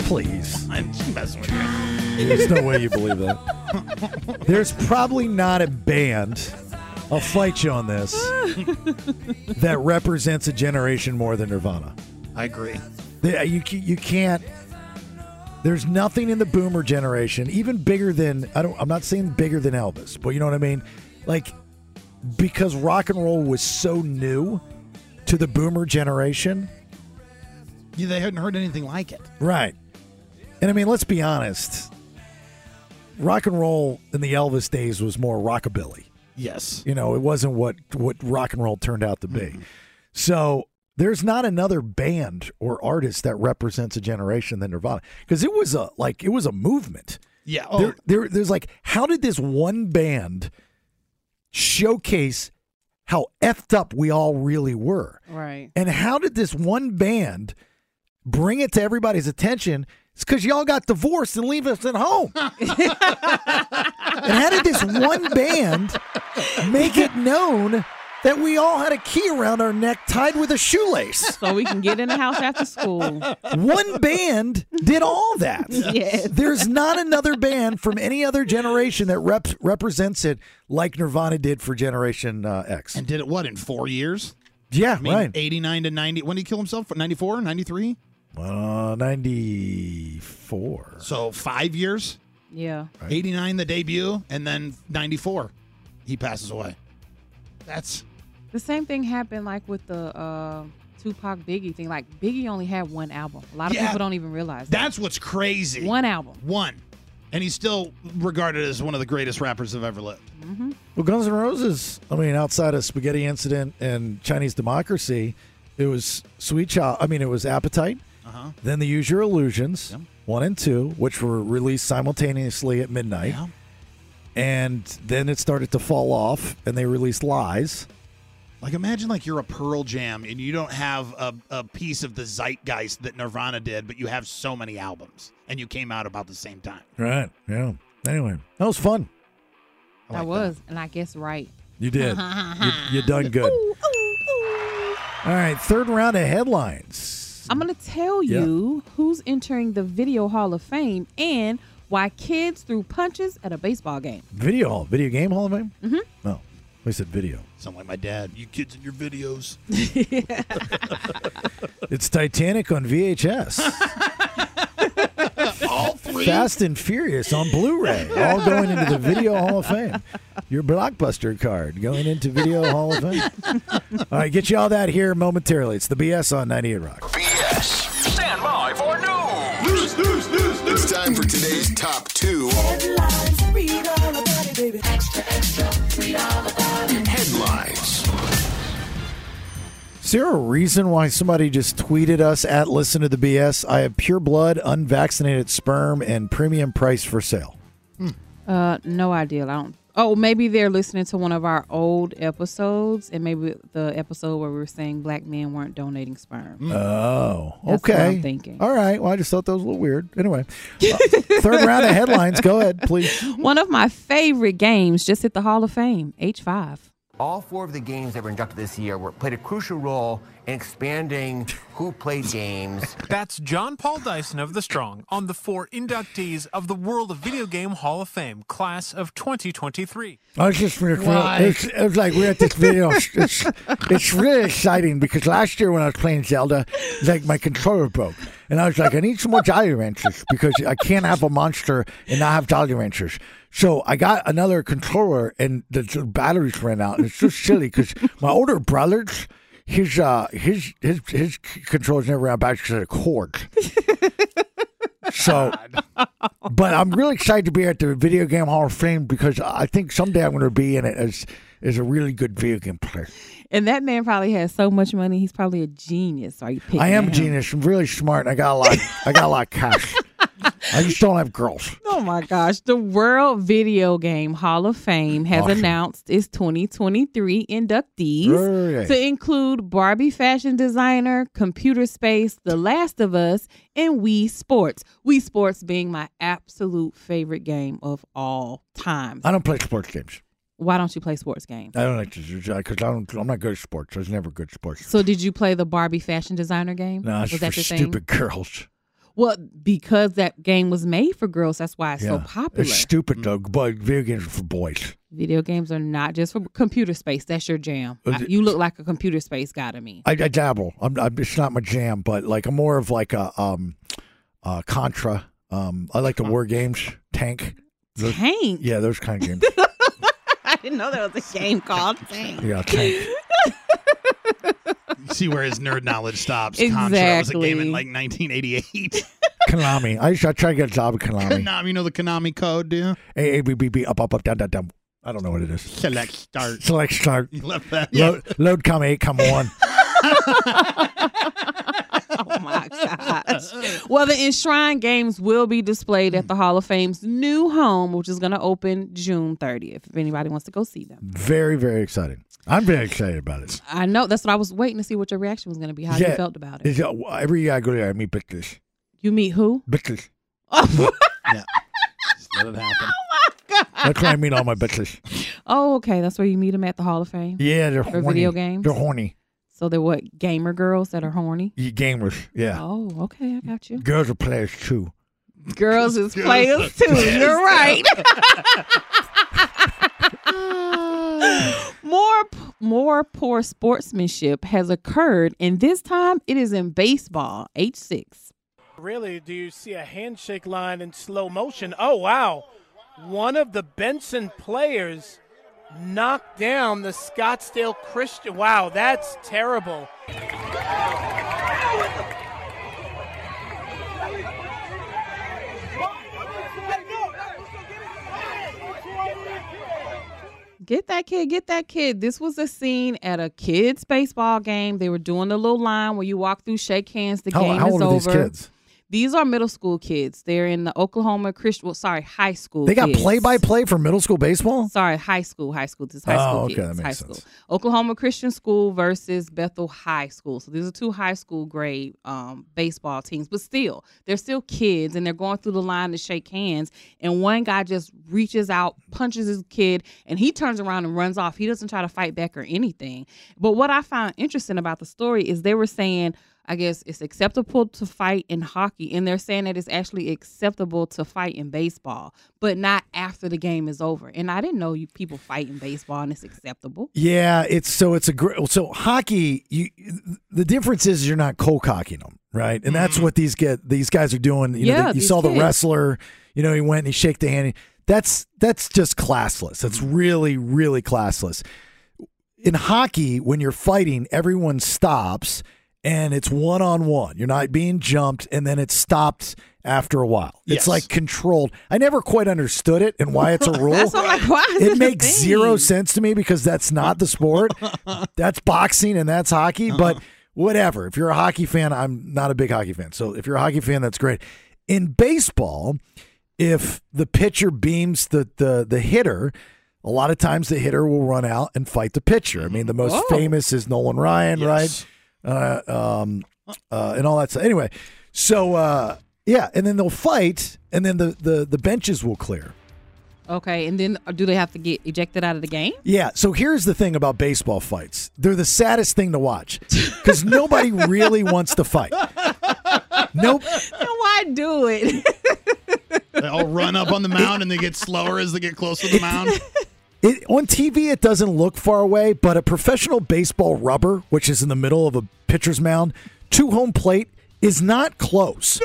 [SPEAKER 8] Please.
[SPEAKER 10] I'm just messing with you.
[SPEAKER 8] There's no way you believe that. There's probably not a band, I'll fight you on this, that represents a generation more than Nirvana.
[SPEAKER 10] I agree.
[SPEAKER 8] They- uh, You, ca- you can't. There's nothing in the boomer generation, even bigger than I don't. I'm not saying bigger than Elvis, but you know what I mean. Like because rock and roll was so new to the boomer generation,
[SPEAKER 10] Yeah, they hadn't heard anything like it.
[SPEAKER 8] Right. And I mean, let's be honest. Rock and roll in the Elvis days was more rockabilly.
[SPEAKER 10] Yes.
[SPEAKER 8] You know, it wasn't what what rock and roll turned out to be. So there's not another band or artist that represents a generation than Nirvana because it was a like it was a movement.
[SPEAKER 10] Yeah. oh,
[SPEAKER 8] There, there, there's like, how did this one band showcase how effed up we all really were?
[SPEAKER 9] Right.
[SPEAKER 8] And how did this one band bring it to everybody's attention? It's because y'all got divorced and leave us at home. and how did this one band make it known that we all had a key around our neck tied with a shoelace?
[SPEAKER 9] So we can get in the house after school.
[SPEAKER 8] One band did all that.
[SPEAKER 9] Yes.
[SPEAKER 8] There's not another band from any other generation that rep- represents it like Nirvana did for Generation uh, X.
[SPEAKER 10] And did it what in four years?
[SPEAKER 8] Yeah,
[SPEAKER 10] I mean,
[SPEAKER 8] right.
[SPEAKER 10] 89 to 90. When did he kill himself? 94, 93?
[SPEAKER 8] Uh, 94.
[SPEAKER 10] So five years.
[SPEAKER 9] Yeah.
[SPEAKER 10] 89, the debut, and then 94, he passes away. That's
[SPEAKER 9] The same thing happened like with the uh, Tupac Biggie thing. Like Biggie only had one album. A lot of
[SPEAKER 10] Yeah.
[SPEAKER 9] people don't even realize that.
[SPEAKER 10] that's what's crazy.
[SPEAKER 9] One album.
[SPEAKER 10] One. And he's still regarded as one of the greatest rappers that have ever lived.
[SPEAKER 8] Well, Guns N' Roses, I mean, outside of Spaghetti Incident and Chinese Democracy, it was Sweet Child. I mean, it was Appetite.
[SPEAKER 10] Uh-huh.
[SPEAKER 8] Then the Use Your Illusions, one and two, which were released simultaneously at midnight. And then it started to fall off, and they released Lies.
[SPEAKER 10] Like imagine like you're a Pearl Jam and you don't have a, a piece of the zeitgeist that Nirvana did, but you have so many albums and you came out about the same time.
[SPEAKER 8] Right. Yeah. Anyway, that was fun.
[SPEAKER 9] I, was, and I guess right.
[SPEAKER 8] You did. you, you done good. All right, third round of headlines.
[SPEAKER 9] I'm going to tell
[SPEAKER 8] Yeah.
[SPEAKER 9] you who's entering the Video Hall of Fame and why kids threw punches at a baseball game.
[SPEAKER 8] Video Hall, Video Game Hall of Fame?
[SPEAKER 9] Mhm.
[SPEAKER 8] Oh, we said video.
[SPEAKER 10] Sound like my dad. You kids in your videos.
[SPEAKER 8] It's Titanic on VHS.
[SPEAKER 10] All three.
[SPEAKER 8] Fast and Furious on Blu-ray, all going into the Video Hall of Fame. Your Blockbuster card going into Video Hall of Fame. All right, get you all that here momentarily. It's the BS on 98 Rock.
[SPEAKER 5] Stand by for news. News, news, news, news. It's time for today's top two. Headlines.
[SPEAKER 8] Is there a reason why somebody just tweeted us at Listen to the BS? I have pure blood, unvaccinated sperm, and premium price for sale.
[SPEAKER 9] Uh, no idea. I don't. Oh, maybe they're listening to one of our old episodes, and maybe the episode where we were saying black men weren't donating sperm.
[SPEAKER 8] Oh,
[SPEAKER 9] Mm. That's
[SPEAKER 8] okay.
[SPEAKER 9] what I'm thinking.
[SPEAKER 8] All right. Well, I just thought that was a little weird. Anyway, uh, third round of headlines. Go ahead, please.
[SPEAKER 9] One of my favorite games just hit the Hall of Fame, H5.
[SPEAKER 13] All four of the games that were inducted this year were, played a crucial role
[SPEAKER 28] expanding who played games.
[SPEAKER 29] That's John Paul Dyson of The Strong on the four inductees of the World of Video Game Hall of Fame class of 2023.
[SPEAKER 8] I was just really
[SPEAKER 29] Why?
[SPEAKER 8] it's, it was like we're at this video. It's, it's really exciting because last year when I was playing Zelda, like my controller broke, and I was like, I need some more Jolly Ranchers because I can't have a monster and not have Jolly Ranchers. So I got another controller, and the, the batteries ran out, and it's just silly because my older brothers. His uh his his his c- controllers never ran back to the cord. So, but I'm really excited to be at the Video Game Hall of Fame because I think someday I'm going to be in it as as a really good video game player.
[SPEAKER 9] And that man probably has so much money. He's probably a genius. Are you picking
[SPEAKER 8] I am
[SPEAKER 9] him?
[SPEAKER 8] a genius. I'm really smart. And I got a lot. I got a lot of cash. I just don't have girls.
[SPEAKER 9] Oh my gosh. The World Video Game Hall of Fame has
[SPEAKER 8] Awesome.
[SPEAKER 9] announced its 2023 inductees
[SPEAKER 8] Right.
[SPEAKER 9] to include Barbie fashion designer, Computer Space, The Last of Us, and Wii Sports. Wii Sports being my absolute favorite game of all time.
[SPEAKER 8] I don't play sports games.
[SPEAKER 9] Why don't you play sports games?
[SPEAKER 8] I don't like to because I don't. I'm not good at sports. I was never good at sports.
[SPEAKER 9] So did you play the Barbie fashion designer game?
[SPEAKER 8] No, it's
[SPEAKER 9] was
[SPEAKER 8] for
[SPEAKER 9] that your
[SPEAKER 8] stupid
[SPEAKER 9] thing?
[SPEAKER 8] girls.
[SPEAKER 9] Well, because that game was made for girls, that's why it's so
[SPEAKER 8] Yeah.
[SPEAKER 9] popular. Mm.
[SPEAKER 8] It's stupid though. But video games are for boys.
[SPEAKER 9] Video games are not just for computer space. That's your jam.
[SPEAKER 8] Uh,
[SPEAKER 9] I- you look like a computer space guy to me.
[SPEAKER 8] I, I dabble. I'm, I'm. It's not my jam, but like I'm more of like a um, uh, Contra. Um, I like the war games. Tank. Those-
[SPEAKER 9] Tank?
[SPEAKER 8] Yeah, those kind of games.
[SPEAKER 9] I didn't know there was a game called Tank.
[SPEAKER 8] yeah, tank.
[SPEAKER 10] You see where his nerd knowledge stops. Contra was a game in
[SPEAKER 8] Exactly.
[SPEAKER 10] like 1988.
[SPEAKER 8] Konami. I used to try to get a job at Konami.
[SPEAKER 10] Konami, you know the Konami code, do you?
[SPEAKER 8] A A B B B up up up down down down. I don't know what it is.
[SPEAKER 10] Select start.
[SPEAKER 8] Select start.
[SPEAKER 10] You left that.
[SPEAKER 8] Load, load come eight come one.
[SPEAKER 9] Oh my gosh. Well, the enshrined games will be displayed at the Hall of Fame's new home, which is going to open June 30th. If anybody wants to go see them,
[SPEAKER 8] Very very exciting. I'm very excited about it.
[SPEAKER 9] I know that's what I was waiting to see what your reaction was going to be, how you felt about it.
[SPEAKER 8] Is it- uh, every year I go there, I meet bitches.
[SPEAKER 9] You meet who?
[SPEAKER 8] Bitches.
[SPEAKER 10] yeah. Just let it happen.
[SPEAKER 8] That's where I meet all my bitches.
[SPEAKER 9] Oh, okay. That's where you meet them at the Hall of Fame.
[SPEAKER 8] Yeah, they're
[SPEAKER 9] for
[SPEAKER 8] horny.
[SPEAKER 9] video games.
[SPEAKER 8] They're horny.
[SPEAKER 9] So they're what gamer girls that are horny.
[SPEAKER 8] You gamers. Yeah.
[SPEAKER 9] Oh, okay. I got you.
[SPEAKER 8] Girls are players too.
[SPEAKER 9] Girls is
[SPEAKER 8] Girls
[SPEAKER 9] players
[SPEAKER 8] are
[SPEAKER 9] too. You're right.
[SPEAKER 8] players.
[SPEAKER 9] more p- more poor sportsmanship has occurred, and this time it is in baseball. H six.
[SPEAKER 12] Really, do you see a handshake line in slow motion? Oh, wow. One of the Benson players knocked down the Scottsdale Christian. Wow, that's terrible.
[SPEAKER 9] Get that kid, get that kid. This was a scene at a kids' baseball game. They were doing the little line where you walk through, shake hands, the
[SPEAKER 8] How-
[SPEAKER 9] game
[SPEAKER 8] how
[SPEAKER 9] is
[SPEAKER 8] old are
[SPEAKER 9] over.
[SPEAKER 8] these kids?
[SPEAKER 9] These are middle school kids. They're in the Oklahoma Christian, well, sorry, high school.
[SPEAKER 8] They got
[SPEAKER 9] kids.
[SPEAKER 8] play by play for middle school baseball?
[SPEAKER 9] Sorry, high school, high school. This is high
[SPEAKER 8] Oh,
[SPEAKER 9] school
[SPEAKER 8] okay,
[SPEAKER 9] kids.
[SPEAKER 8] that makes
[SPEAKER 9] high school. Oklahoma Christian School versus Bethel High School. So these are two high school grade um, baseball teams, but still, they're still kids and they're going through the line to shake hands. And one guy just reaches out, punches his kid, and he turns around and runs off. He doesn't try to fight back or anything. But what I found interesting about the story is they were saying. I guess it's acceptable to fight in hockey, and they're saying that it's actually acceptable to fight in baseball, but not after the game is over. And I didn't know you people fight in baseball, and it's acceptable.
[SPEAKER 8] Yeah, it's so it's a gr- so hockey. You the difference is you're not cold cocking them, right? And that's what these get these guys are doing. You
[SPEAKER 30] Mm-hmm. Yeah,
[SPEAKER 8] know, they, you
[SPEAKER 30] these
[SPEAKER 8] saw
[SPEAKER 30] kids.
[SPEAKER 8] the wrestler. You know, he went and he shake the hand. That's that's just classless. That's
[SPEAKER 30] Mm-hmm.
[SPEAKER 8] really really classless. In hockey, when you're fighting, everyone stops and it's one on one. You're not being jumped, and then it stops after a while.
[SPEAKER 30] Yes.
[SPEAKER 8] It's like controlled. I never quite understood it and why it's a rule.
[SPEAKER 30] That's what I'm like, why is it a
[SPEAKER 8] it makes
[SPEAKER 30] thing?
[SPEAKER 8] zero sense to me because that's not the sport. that's boxing and that's hockey,
[SPEAKER 30] Uh-huh.
[SPEAKER 8] but whatever. If you're a hockey fan, I'm not a big hockey fan. So if you're a hockey fan, that's great. In baseball, if the pitcher beams the the the hitter, a lot of times the hitter will run out and fight the pitcher. I mean, the most
[SPEAKER 30] Whoa.
[SPEAKER 8] famous is Nolan Ryan, right? Uh, um, uh, and all that stuff. Anyway, so uh, yeah, and then they'll fight, and then the the, the benches will clear.
[SPEAKER 9] Okay, and then do they have to get ejected out of the game?
[SPEAKER 8] Yeah, so here's the thing about baseball fights. They're the saddest thing to watch because nobody really wants to fight. Nope.
[SPEAKER 9] Why do it?
[SPEAKER 10] They all run up on the mound and they get slower as they get close to the mound.
[SPEAKER 8] It, on TV, it doesn't look far away, but a professional baseball rubber, which is in the middle of a pitcher's mound, to home plate is not close.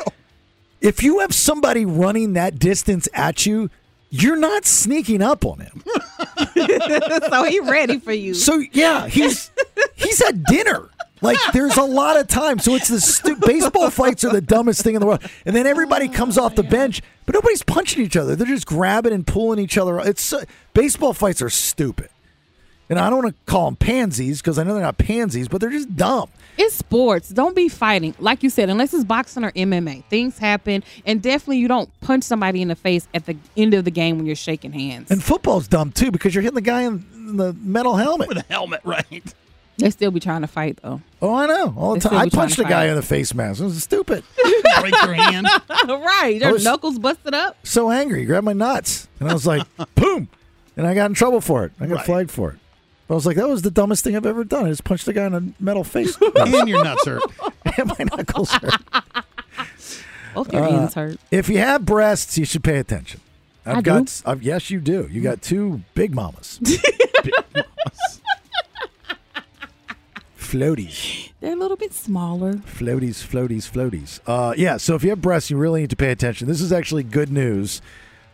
[SPEAKER 8] If you have somebody running that distance at you, you're not sneaking up on him.
[SPEAKER 9] so he ready for you.
[SPEAKER 8] So yeah, he's he's at dinner. Like there's a lot of time, so it's the stu- baseball fights are the dumbest thing in the world. And then everybody
[SPEAKER 10] Oh,
[SPEAKER 8] comes off the bench, but nobody's punching each other. They're just grabbing and pulling each other. It's so- baseball fights are stupid, and I don't want to call them pansies because I know they're not pansies, but they're just dumb.
[SPEAKER 9] It's sports. Don't be fighting. Like you said, unless it's boxing or MMA, things happen. And definitely you don't punch somebody in the face at the end of the game when you're shaking hands.
[SPEAKER 8] And football's dumb too because you're hitting the guy in in the metal helmet.
[SPEAKER 10] With a helmet, right?
[SPEAKER 9] They still be trying to fight, though.
[SPEAKER 8] Oh, I know. All the
[SPEAKER 9] They
[SPEAKER 8] time. I
[SPEAKER 9] still be trying
[SPEAKER 8] punched
[SPEAKER 9] to
[SPEAKER 8] a guy
[SPEAKER 9] fight.
[SPEAKER 8] in the face mask. It was stupid.
[SPEAKER 10] Break your hand.
[SPEAKER 9] right. Their
[SPEAKER 8] was-
[SPEAKER 9] knuckles busted up.
[SPEAKER 8] So angry. He grabbed my nuts. And I was like, boom. And I got in trouble for it. I got
[SPEAKER 10] Right.
[SPEAKER 8] flagged for it. But I was like, that was the dumbest thing I've ever done. I just punched a guy in the metal face.
[SPEAKER 10] And your nuts hurt.
[SPEAKER 8] and my knuckles hurt.
[SPEAKER 9] Both your
[SPEAKER 8] Uh,
[SPEAKER 9] ends hurt.
[SPEAKER 8] If you have breasts, you should pay attention. I've
[SPEAKER 9] I do.
[SPEAKER 8] got I've, yes, you do. You got two big mamas. big mamas. Floaties.
[SPEAKER 9] They're a little bit smaller.
[SPEAKER 8] Floaties, floaties, floaties. Uh, yeah, so if you have breasts, you really need to pay attention. This is actually good news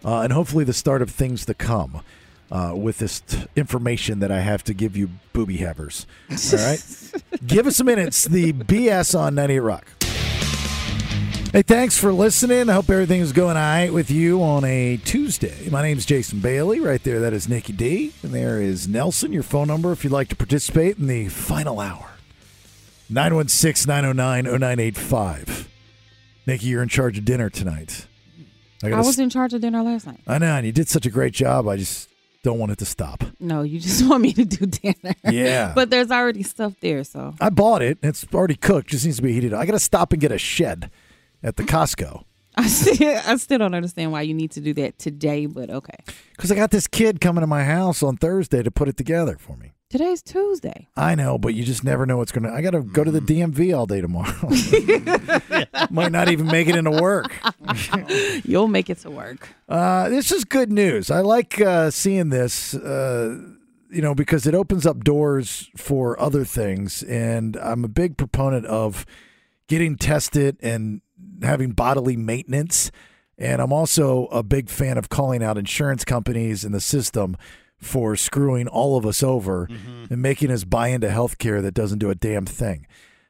[SPEAKER 8] uh, and hopefully the start of things to come uh, with this t- information that I have to give you, booby havers. All right? give us a minute. It's the BS on 98 Rock. Hey, thanks for listening. I hope everything is going all right with you on a Tuesday. My name's Jason Bailey. Right there, that is Nikki D. And there is Nelson, your phone number if you'd like to participate in the final hour. 916 909 0985. Nikki, you're in charge of dinner tonight.
[SPEAKER 9] I,
[SPEAKER 8] gotta
[SPEAKER 9] was
[SPEAKER 8] s-
[SPEAKER 9] in charge of dinner last night.
[SPEAKER 8] I know, and you did such a great job. I just don't want it to stop.
[SPEAKER 9] No, you just want me to do dinner.
[SPEAKER 8] Yeah.
[SPEAKER 9] but there's already stuff there, so.
[SPEAKER 8] I bought it. and It's already cooked. Just needs to be heated. up. I got to stop and get a shed at the Costco
[SPEAKER 9] I still, I still don't understand why you need to do that today, but okay.
[SPEAKER 8] because I got this kid coming to my house on Thursday to put it together for me.
[SPEAKER 9] Today's Tuesday.
[SPEAKER 8] I know, but you just never know what's going to. I got to go to the DMV all day tomorrow. Might not even make it into work.
[SPEAKER 9] You'll make it to work.
[SPEAKER 8] Uh, this is good news. I like uh, seeing this, uh, you know, because it opens up doors for other things. And I'm a big proponent of getting tested and having bodily maintenance. And I'm also a big fan of calling out insurance companies and the system for screwing all of us over and making us buy into healthcare that doesn't do a damn thing.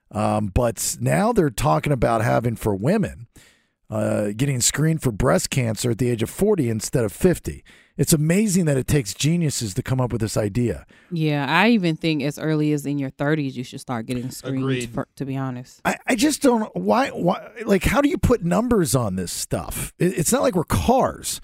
[SPEAKER 8] Um, but now they're talking about having for women uh, getting screened for breast cancer at the age of 40 instead of 50. It's amazing that it takes geniuses to come up with this idea.
[SPEAKER 9] Yeah, I even think as early as in your 30s, you should start getting screened, for, to be honest.
[SPEAKER 8] I, I just don't why why like how do you put numbers on this stuff? It, it's not like we're cars,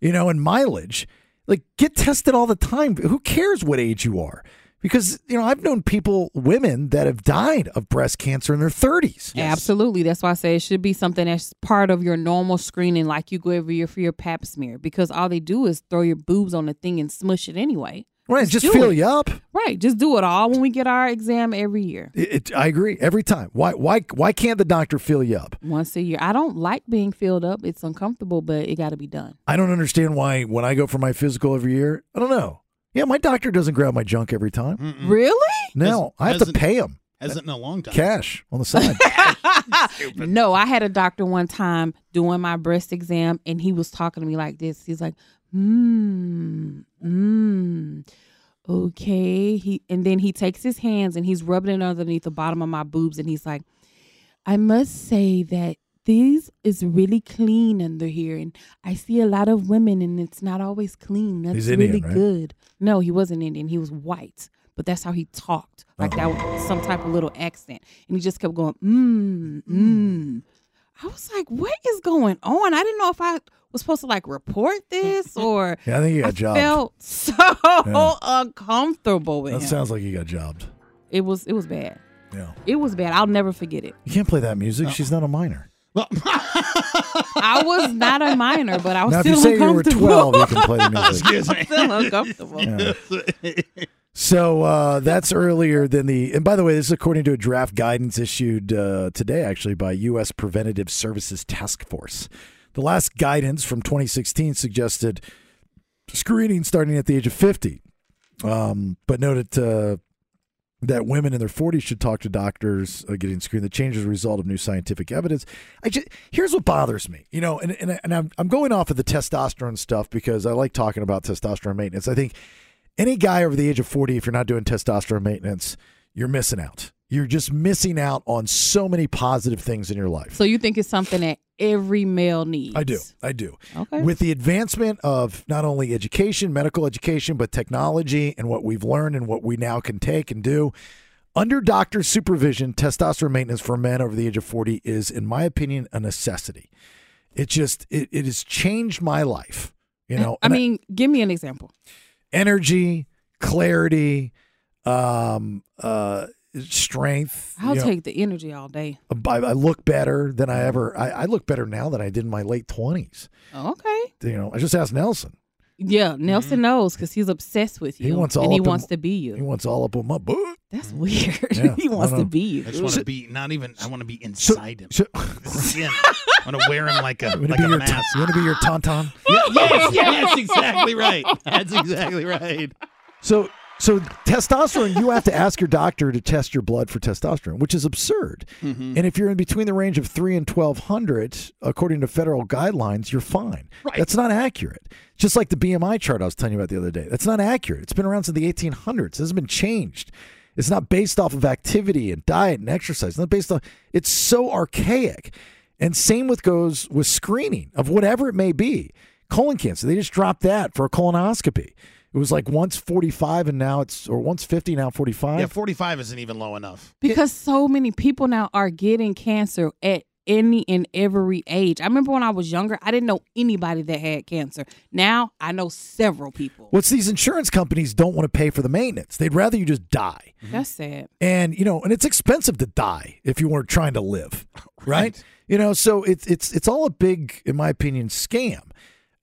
[SPEAKER 8] you know, and mileage. Like get tested all the time. Who cares what age you are? Because you know I've known people, women that have died of breast cancer in their 30s.
[SPEAKER 9] Absolutely. That's why I say it should be something that's part of your normal screening, like you go every year for your pap smear, because all they do is throw your boobs on the thing and smush it anyway.
[SPEAKER 8] Right, just
[SPEAKER 9] do
[SPEAKER 8] fill
[SPEAKER 9] it.
[SPEAKER 8] you up.
[SPEAKER 9] Right. Just do it all when we get our exam every year.
[SPEAKER 8] It, it, I agree every time. Why why why can't the doctor fill you up?
[SPEAKER 9] Once a year. I don't like being filled up. It's uncomfortable, but it got to be done.
[SPEAKER 8] I don't understand why when I go for my physical every year, I don't know. Yeah, my doctor doesn't grab my junk every time.
[SPEAKER 9] Mm, Really?
[SPEAKER 8] No, I have to
[SPEAKER 10] Hasn't-
[SPEAKER 8] pay him
[SPEAKER 10] Hasn't in a long time.
[SPEAKER 8] cash on the side.
[SPEAKER 9] No, I had a doctor one time doing my breast exam, and he was talking to me like this. He's like, "Hmm, hmm, okay." He and then he takes his hands and he's rubbing it underneath the bottom of my boobs, and he's like, "I must say that." This is really clean under here, and I see a lot of women, and it's not always clean. That's
[SPEAKER 8] He's
[SPEAKER 9] really
[SPEAKER 8] Indian, right?
[SPEAKER 9] good. No, he wasn't Indian; he was white, but that's how he talked, like that was some type of little accent, and he just kept going, "Mm, mm, I was like, what is going on? I didn't know if I was supposed to like report this or
[SPEAKER 8] Yeah, I think you got jobbed.
[SPEAKER 9] felt so
[SPEAKER 8] Yeah.
[SPEAKER 9] uncomfortable with
[SPEAKER 8] that
[SPEAKER 9] him.
[SPEAKER 8] sounds like you got jobbed.
[SPEAKER 9] it was it was bad.
[SPEAKER 8] Yeah.
[SPEAKER 9] It was bad. I'll never forget it.
[SPEAKER 8] You can't play that music. She's not a minor.
[SPEAKER 9] I was not a minor, but I was
[SPEAKER 8] Now, if
[SPEAKER 9] still
[SPEAKER 8] you say you were
[SPEAKER 9] uncomfortable.
[SPEAKER 8] 12, you can play the music. Excuse me.
[SPEAKER 9] I'm still uncomfortable.
[SPEAKER 8] Yeah. So uh, that's earlier than the. And by the way, this is according to a draft guidance issued uh, today, actually, by U.S. Preventative Services Task Force. The last guidance from 2016 suggested screening starting at the age of 50, um, but noted uh, that women in their 40s should talk to doctors uh, getting screened. The change is a result of new scientific evidence. I just, here's what bothers me, you know, and, and, I- and I'm, I'm going off of the testosterone stuff because I like talking about testosterone maintenance. I think any guy over the age of 40, if you're not doing testosterone maintenance, you're missing out. You're just missing out on so many positive things in your life.
[SPEAKER 9] So you think it's something that every male needs?
[SPEAKER 8] I do. I do.
[SPEAKER 9] Okay.
[SPEAKER 8] With the advancement of not only education, medical education, but technology and what we've learned and what we now can take and do, under doctor supervision, testosterone maintenance for men over the age of 40 is, in my opinion, a necessity. It just, it, it has changed my life. You know,
[SPEAKER 9] I mean, give me an example.
[SPEAKER 8] energy, clarity, um, uh, strength.
[SPEAKER 9] I'll
[SPEAKER 8] you know.
[SPEAKER 9] take the energy all day.
[SPEAKER 8] I, I look better than I ever. I, I look better now than I did in my late twenties.
[SPEAKER 9] Okay.
[SPEAKER 8] You know, I just asked Nelson.
[SPEAKER 9] Yeah, Nelson knows because he's obsessed with you.
[SPEAKER 8] Mm-hmm. He wants all.
[SPEAKER 9] and he
[SPEAKER 8] up in-
[SPEAKER 9] wants to be you.
[SPEAKER 8] He wants all up on my butt.
[SPEAKER 9] That's weird.
[SPEAKER 8] Yeah,
[SPEAKER 9] he wants
[SPEAKER 8] I
[SPEAKER 9] to
[SPEAKER 8] know.
[SPEAKER 9] be you.
[SPEAKER 10] I just want to be not even. I want to be inside him. Again, I want to wear him like a
[SPEAKER 8] You want
[SPEAKER 10] like
[SPEAKER 8] to
[SPEAKER 10] a
[SPEAKER 8] be your.
[SPEAKER 10] mask.
[SPEAKER 8] you want to be your tauntaun.
[SPEAKER 10] Yeah, yes, yes, exactly right. That's exactly right.
[SPEAKER 8] So so testosterone, you have to ask your doctor to test your blood for testosterone, which is absurd.
[SPEAKER 10] Mhm.
[SPEAKER 8] And if you're in between the range of three and twelve hundred, according to federal guidelines, you're fine. That's not accurate. Just like the BMI chart I was telling you about the other day. That's not accurate. It's been around since the eighteen hundreds. It hasn't been changed. It's not based off of activity and diet and exercise. It's not based on it's so archaic. And same with goes with screening of whatever it may be. Colon cancer, they just dropped that for a colonoscopy. It was like once 45 and now it's or once 50 now 45.
[SPEAKER 10] Yeah, forty-five isn't even low enough.
[SPEAKER 9] Because so many people now are getting cancer at any and every age. I remember when I was younger, I didn't know anybody that had cancer. Now I know several people.
[SPEAKER 8] What's these insurance companies don't want to pay for the maintenance. They'd rather you just die.
[SPEAKER 9] That's sad.
[SPEAKER 8] And you know, and it's expensive to die if you weren't trying to live, right? You know, so it's it's it's all a big in my opinion scam.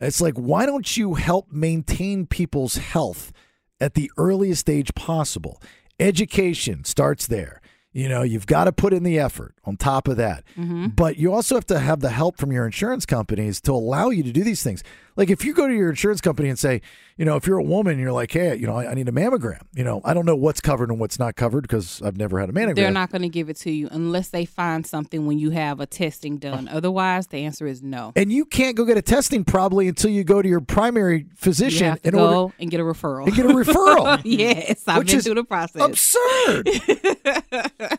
[SPEAKER 8] It's like why don't you help maintain people's health at the earliest age possible? Education starts there. You know, you've got to put in the effort on top of that.
[SPEAKER 9] Mm-hmm.
[SPEAKER 8] But you also have to have the help from your insurance companies to allow you to do these things. Like if you go to your insurance company and say, you know, if you're a woman, you're like, hey, you know, I, I need a mammogram. You know, I don't know what's covered and what's not covered because I've never had a mammogram.
[SPEAKER 9] They're not going to give it to you unless they find something when you have a testing done.
[SPEAKER 8] Uh.
[SPEAKER 9] Otherwise, the answer is no.
[SPEAKER 8] and you can't go get a testing probably until you go to your primary
[SPEAKER 9] You
[SPEAKER 8] physician
[SPEAKER 9] have to
[SPEAKER 8] in
[SPEAKER 9] go
[SPEAKER 8] order
[SPEAKER 9] and get a referral.
[SPEAKER 8] and get a referral.
[SPEAKER 9] yes, I've
[SPEAKER 8] Which
[SPEAKER 9] been
[SPEAKER 8] is
[SPEAKER 9] through the process.
[SPEAKER 8] Absurd.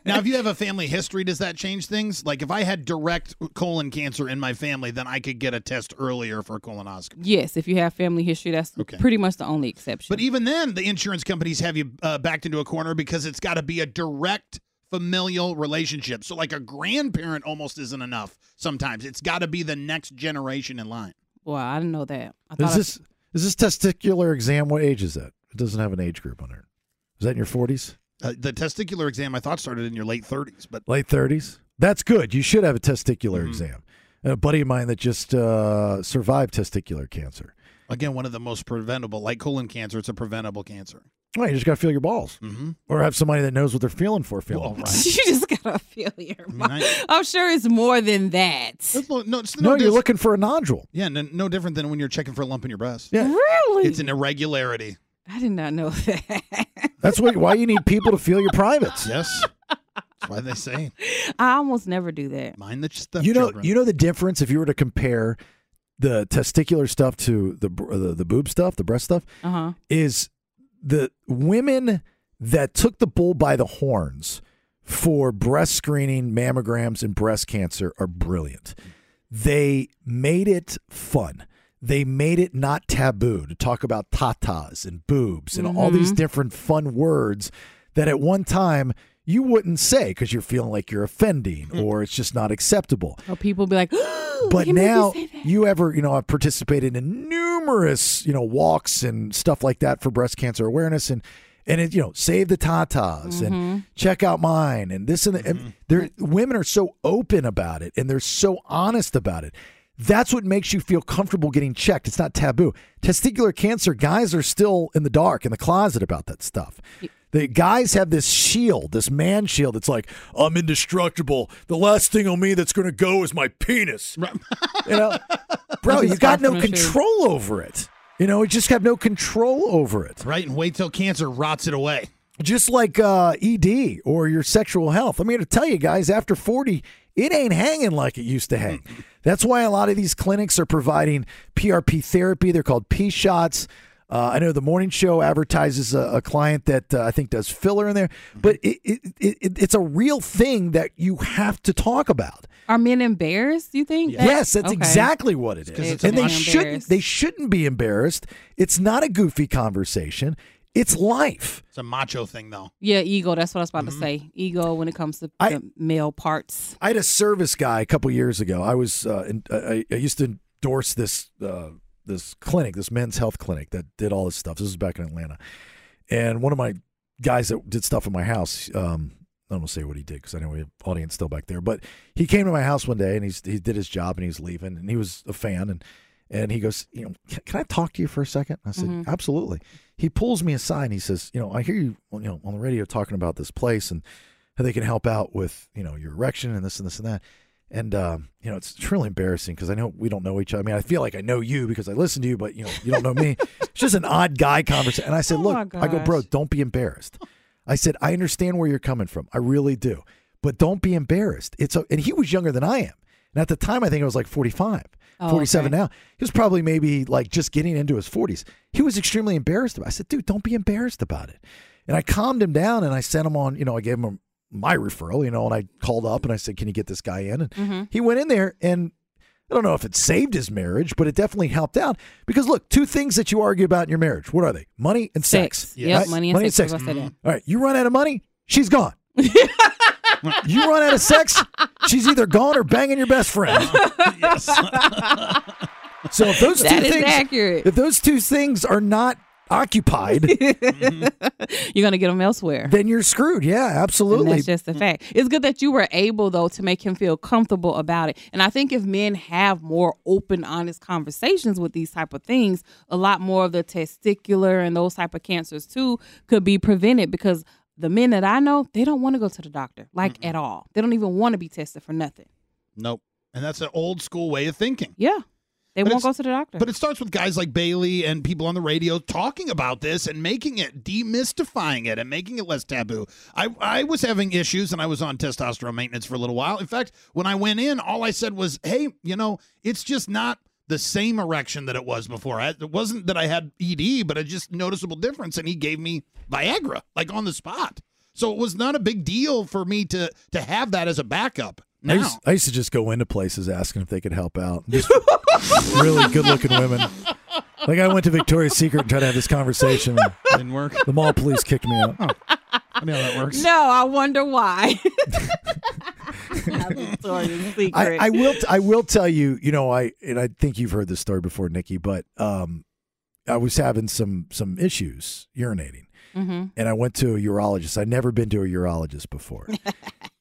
[SPEAKER 10] now, if you have a family history, does that change things? Like, if I had direct colon cancer in my family, then I could get a test earlier for a colonoscopy.
[SPEAKER 9] Yes, if you have family history, that's pretty much the only exception.
[SPEAKER 8] e-
[SPEAKER 10] But even then, the insurance companies have you uh, backed into a corner because it's got to be a direct familial relationship. So, like a grandparent almost isn't enough sometimes. It's got to be the next generation in line.
[SPEAKER 9] Well, I didn't know that. I
[SPEAKER 8] Is
[SPEAKER 9] thought I-
[SPEAKER 8] this is this testicular exam? What age is that? It doesn't have an age group on it. Is that in your forties,
[SPEAKER 10] Uh, the testicular exam I thought started in your late 30s, but
[SPEAKER 8] late thirties? That's good. You should have a testicular exam. And a buddy of mine that just uh, survived testicular cancer.
[SPEAKER 10] again, one of the most preventable, like colon cancer, it's a preventable cancer.
[SPEAKER 8] Well, you just got to feel your balls,
[SPEAKER 10] Mm-hmm.
[SPEAKER 8] or have somebody that knows what they're feeling for feeling.
[SPEAKER 10] Well,
[SPEAKER 8] them.
[SPEAKER 9] you just got a failure. I'm sure it's more than that.
[SPEAKER 10] No, no, it's no
[SPEAKER 8] No, you're
[SPEAKER 10] dis-
[SPEAKER 8] looking for a nodule.
[SPEAKER 10] Yeah, no, no different than when you're checking for a lump in your breast.
[SPEAKER 8] Yeah.
[SPEAKER 9] Really?
[SPEAKER 10] It's an irregularity.
[SPEAKER 9] I did not know that.
[SPEAKER 8] That's what, why you need people to feel your privates.
[SPEAKER 10] Yes. That's why they say
[SPEAKER 9] I almost never do that.
[SPEAKER 10] mind the stuff.
[SPEAKER 8] you know, you know the difference if you were to compare the testicular stuff to the br- the, the boob stuff, the breast stuff,
[SPEAKER 9] Uh huh.
[SPEAKER 8] is the women that took the bull by the horns for breast screening, mammograms, and breast cancer are brilliant. They made it fun. They made it not taboo to talk about tatas and boobs and all these
[SPEAKER 10] Mhm.
[SPEAKER 8] different fun words that at one time you wouldn't say because you're feeling like you're offending or it's just not acceptable
[SPEAKER 9] Or people be like,
[SPEAKER 8] but
[SPEAKER 9] "He made me
[SPEAKER 8] now
[SPEAKER 9] say
[SPEAKER 8] you ever you know i've participated in numerous you know walks and stuff like that for breast cancer awareness and and it you know save the tatas
[SPEAKER 18] Mhm.
[SPEAKER 9] Mm-hmm.
[SPEAKER 8] and check out mine and this and, the, and they're- women are so open about it and they're so honest about it that's what makes you feel comfortable getting checked it's not taboo testicular cancer guys are still in the dark in the closet about that stuff the guys have this shield, this man shield. It's like I'm indestructible. The last thing on me that's going to go is my penis. you know, bro,
[SPEAKER 10] This
[SPEAKER 8] you
[SPEAKER 10] is
[SPEAKER 8] got no
[SPEAKER 10] far from a shield.
[SPEAKER 8] control over it. You know, you just have no control over it.
[SPEAKER 10] Right, and wait till cancer rots it away.
[SPEAKER 8] Just like uh, ED or your sexual health. I'm here to tell you guys, after 40, it ain't hanging like it used to hang. That's why a lot of these clinics are providing PRP therapy. They're called P shots. Uh, I know the morning show advertises a, a client that uh, I think does filler in there, but it, it, it, it, it's a real thing that you have to talk about.
[SPEAKER 9] Are men embarrassed? You think? that-
[SPEAKER 8] Yes, that's
[SPEAKER 9] Okay.
[SPEAKER 8] exactly what it
[SPEAKER 9] 'cause
[SPEAKER 8] is.
[SPEAKER 9] it's
[SPEAKER 8] and they
[SPEAKER 9] emotionally
[SPEAKER 8] shouldn't
[SPEAKER 9] embarrassed.
[SPEAKER 8] they shouldn't be embarrassed. It's not a goofy conversation. It's life.
[SPEAKER 10] It's a macho thing, though.
[SPEAKER 9] Yeah, ego. That's what I was about to say. Ego when it comes to the male parts.
[SPEAKER 8] I had a service guy a couple years ago. I was uh, in, I, I used to endorse this uh, this clinic, this men's health clinic that did all this stuff. This was back in Atlanta, and one of my guys that did stuff in my house. Um, I don't want to say what he did because I know we have audience still back there. But he came to my house one day and he's he did his job and he's leaving and he was a fan and and he goes, you know, can, can I talk to you for a second? I said,
[SPEAKER 18] Mhm.
[SPEAKER 8] absolutely. He pulls me aside and he says, you know, I hear you, you know, on the radio talking about this place and how they can help out with, you know, your erection and this and this and that. And um, you know, it's, it's really embarrassing because I know we don't know each other. I mean, I feel like I know you because I listen to you, but you know, you don't know me. it's just an odd guy conversation. And I said,
[SPEAKER 18] Oh
[SPEAKER 8] look,
[SPEAKER 18] my
[SPEAKER 8] I go, bro, don't be embarrassed. I said, I understand where you're coming from. I really do, but don't be embarrassed. It's a, and he was younger than I am. And at the time, I think I was like 45,
[SPEAKER 18] Oh,
[SPEAKER 8] 47
[SPEAKER 18] okay.
[SPEAKER 8] now. He was probably maybe like just getting into his 40s. He was extremely embarrassed about it. I said, dude, don't be embarrassed about it. And I calmed him down and I sent him on, you know, I gave him my referral, you know, and I called up and I said, can you get this guy in? And
[SPEAKER 9] Mm-hmm.
[SPEAKER 18] Mhm.
[SPEAKER 8] he went in there and I don't know if it saved his marriage, but it definitely helped out because look, two things that you argue about in your marriage. What are they? Money and sex.
[SPEAKER 9] Sex. Yep, money and sex. We've all said that.
[SPEAKER 8] All right, you run out of money, she's gone. you run out of sex, she's either gone or banging your best friend. So if those
[SPEAKER 9] That
[SPEAKER 8] two
[SPEAKER 9] is
[SPEAKER 8] things,
[SPEAKER 9] accurate.
[SPEAKER 8] if those two things are not occupied,
[SPEAKER 9] you're gonna get them elsewhere.
[SPEAKER 8] Then you're screwed. Yeah, absolutely.
[SPEAKER 9] And that's just the fact. It's good that you were able though to make him feel comfortable about it. And I think if men have more open, honest conversations with these type of things, a lot more of the testicular and those type of cancers too could be prevented because the men that I know, they don't want to go to the doctor like at all. They don't even want to be tested for nothing.
[SPEAKER 10] Nope. And that's an old school way of thinking.
[SPEAKER 9] Yeah. They
[SPEAKER 10] But
[SPEAKER 9] won't go
[SPEAKER 10] it's-
[SPEAKER 9] to the doctor.
[SPEAKER 10] But it starts with guys like Bailey and people on the radio talking about this and making it demystifying it and making it less taboo. I, I was having issues and I was on testosterone maintenance for a little while. In fact, when I went in, all I said was, hey, you know, it's just not the same erection that it was before. I, it wasn't that I had ED, but a just noticeable difference. And he gave me Viagra, like on the spot. So it was not a big deal for me to to have that as a backup.
[SPEAKER 8] I used, I used to just go into places asking if they could help out. Just really good looking women. Like I went to Victoria's Secret and tried to have this conversation.
[SPEAKER 10] Didn't work.
[SPEAKER 8] The mall police kicked me out.
[SPEAKER 10] I mean, how that works.
[SPEAKER 9] No, I wonder why.
[SPEAKER 8] I, I will. I will tell you. You know, I and I think you've heard this story before, Nikki. But um, I was having some some issues urinating,
[SPEAKER 18] Mhm.
[SPEAKER 8] and I went to a urologist. I'd never been to a urologist before,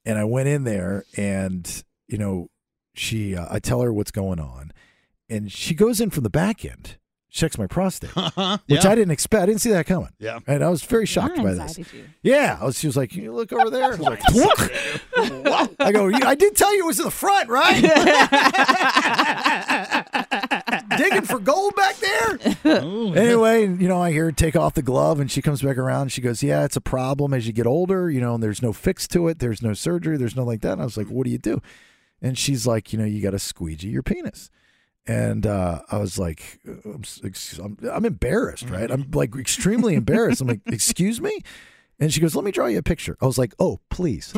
[SPEAKER 8] and I went in there, and you know, she. Uh, I tell her what's going on, and she goes in from the back end, checks my prostate,
[SPEAKER 10] Uh-huh.
[SPEAKER 8] which
[SPEAKER 18] Yeah.
[SPEAKER 8] I didn't expect. I didn't see that coming.
[SPEAKER 18] Yeah.
[SPEAKER 8] and I was very shocked by this. Yeah, I was, she was like, "You look over there." I was like, "Look." I go, "You- "I did tell you it was in the front, right?" Digging for gold back there. anyway, you know, I hear her take off the glove, and she comes back around. And she goes, "Yeah, it's a problem as you get older, you know, and there's no fix to it. There's no surgery. There's nothing like that." And I was like, "What do you do?" And she's like, "You know, you got to squeegee your penis." And uh, I was like, I'm, s- ex- I'm, I'm embarrassed, right? I'm like extremely embarrassed. I'm like, excuse me? And she goes, let me draw you a picture. I was like, oh, please.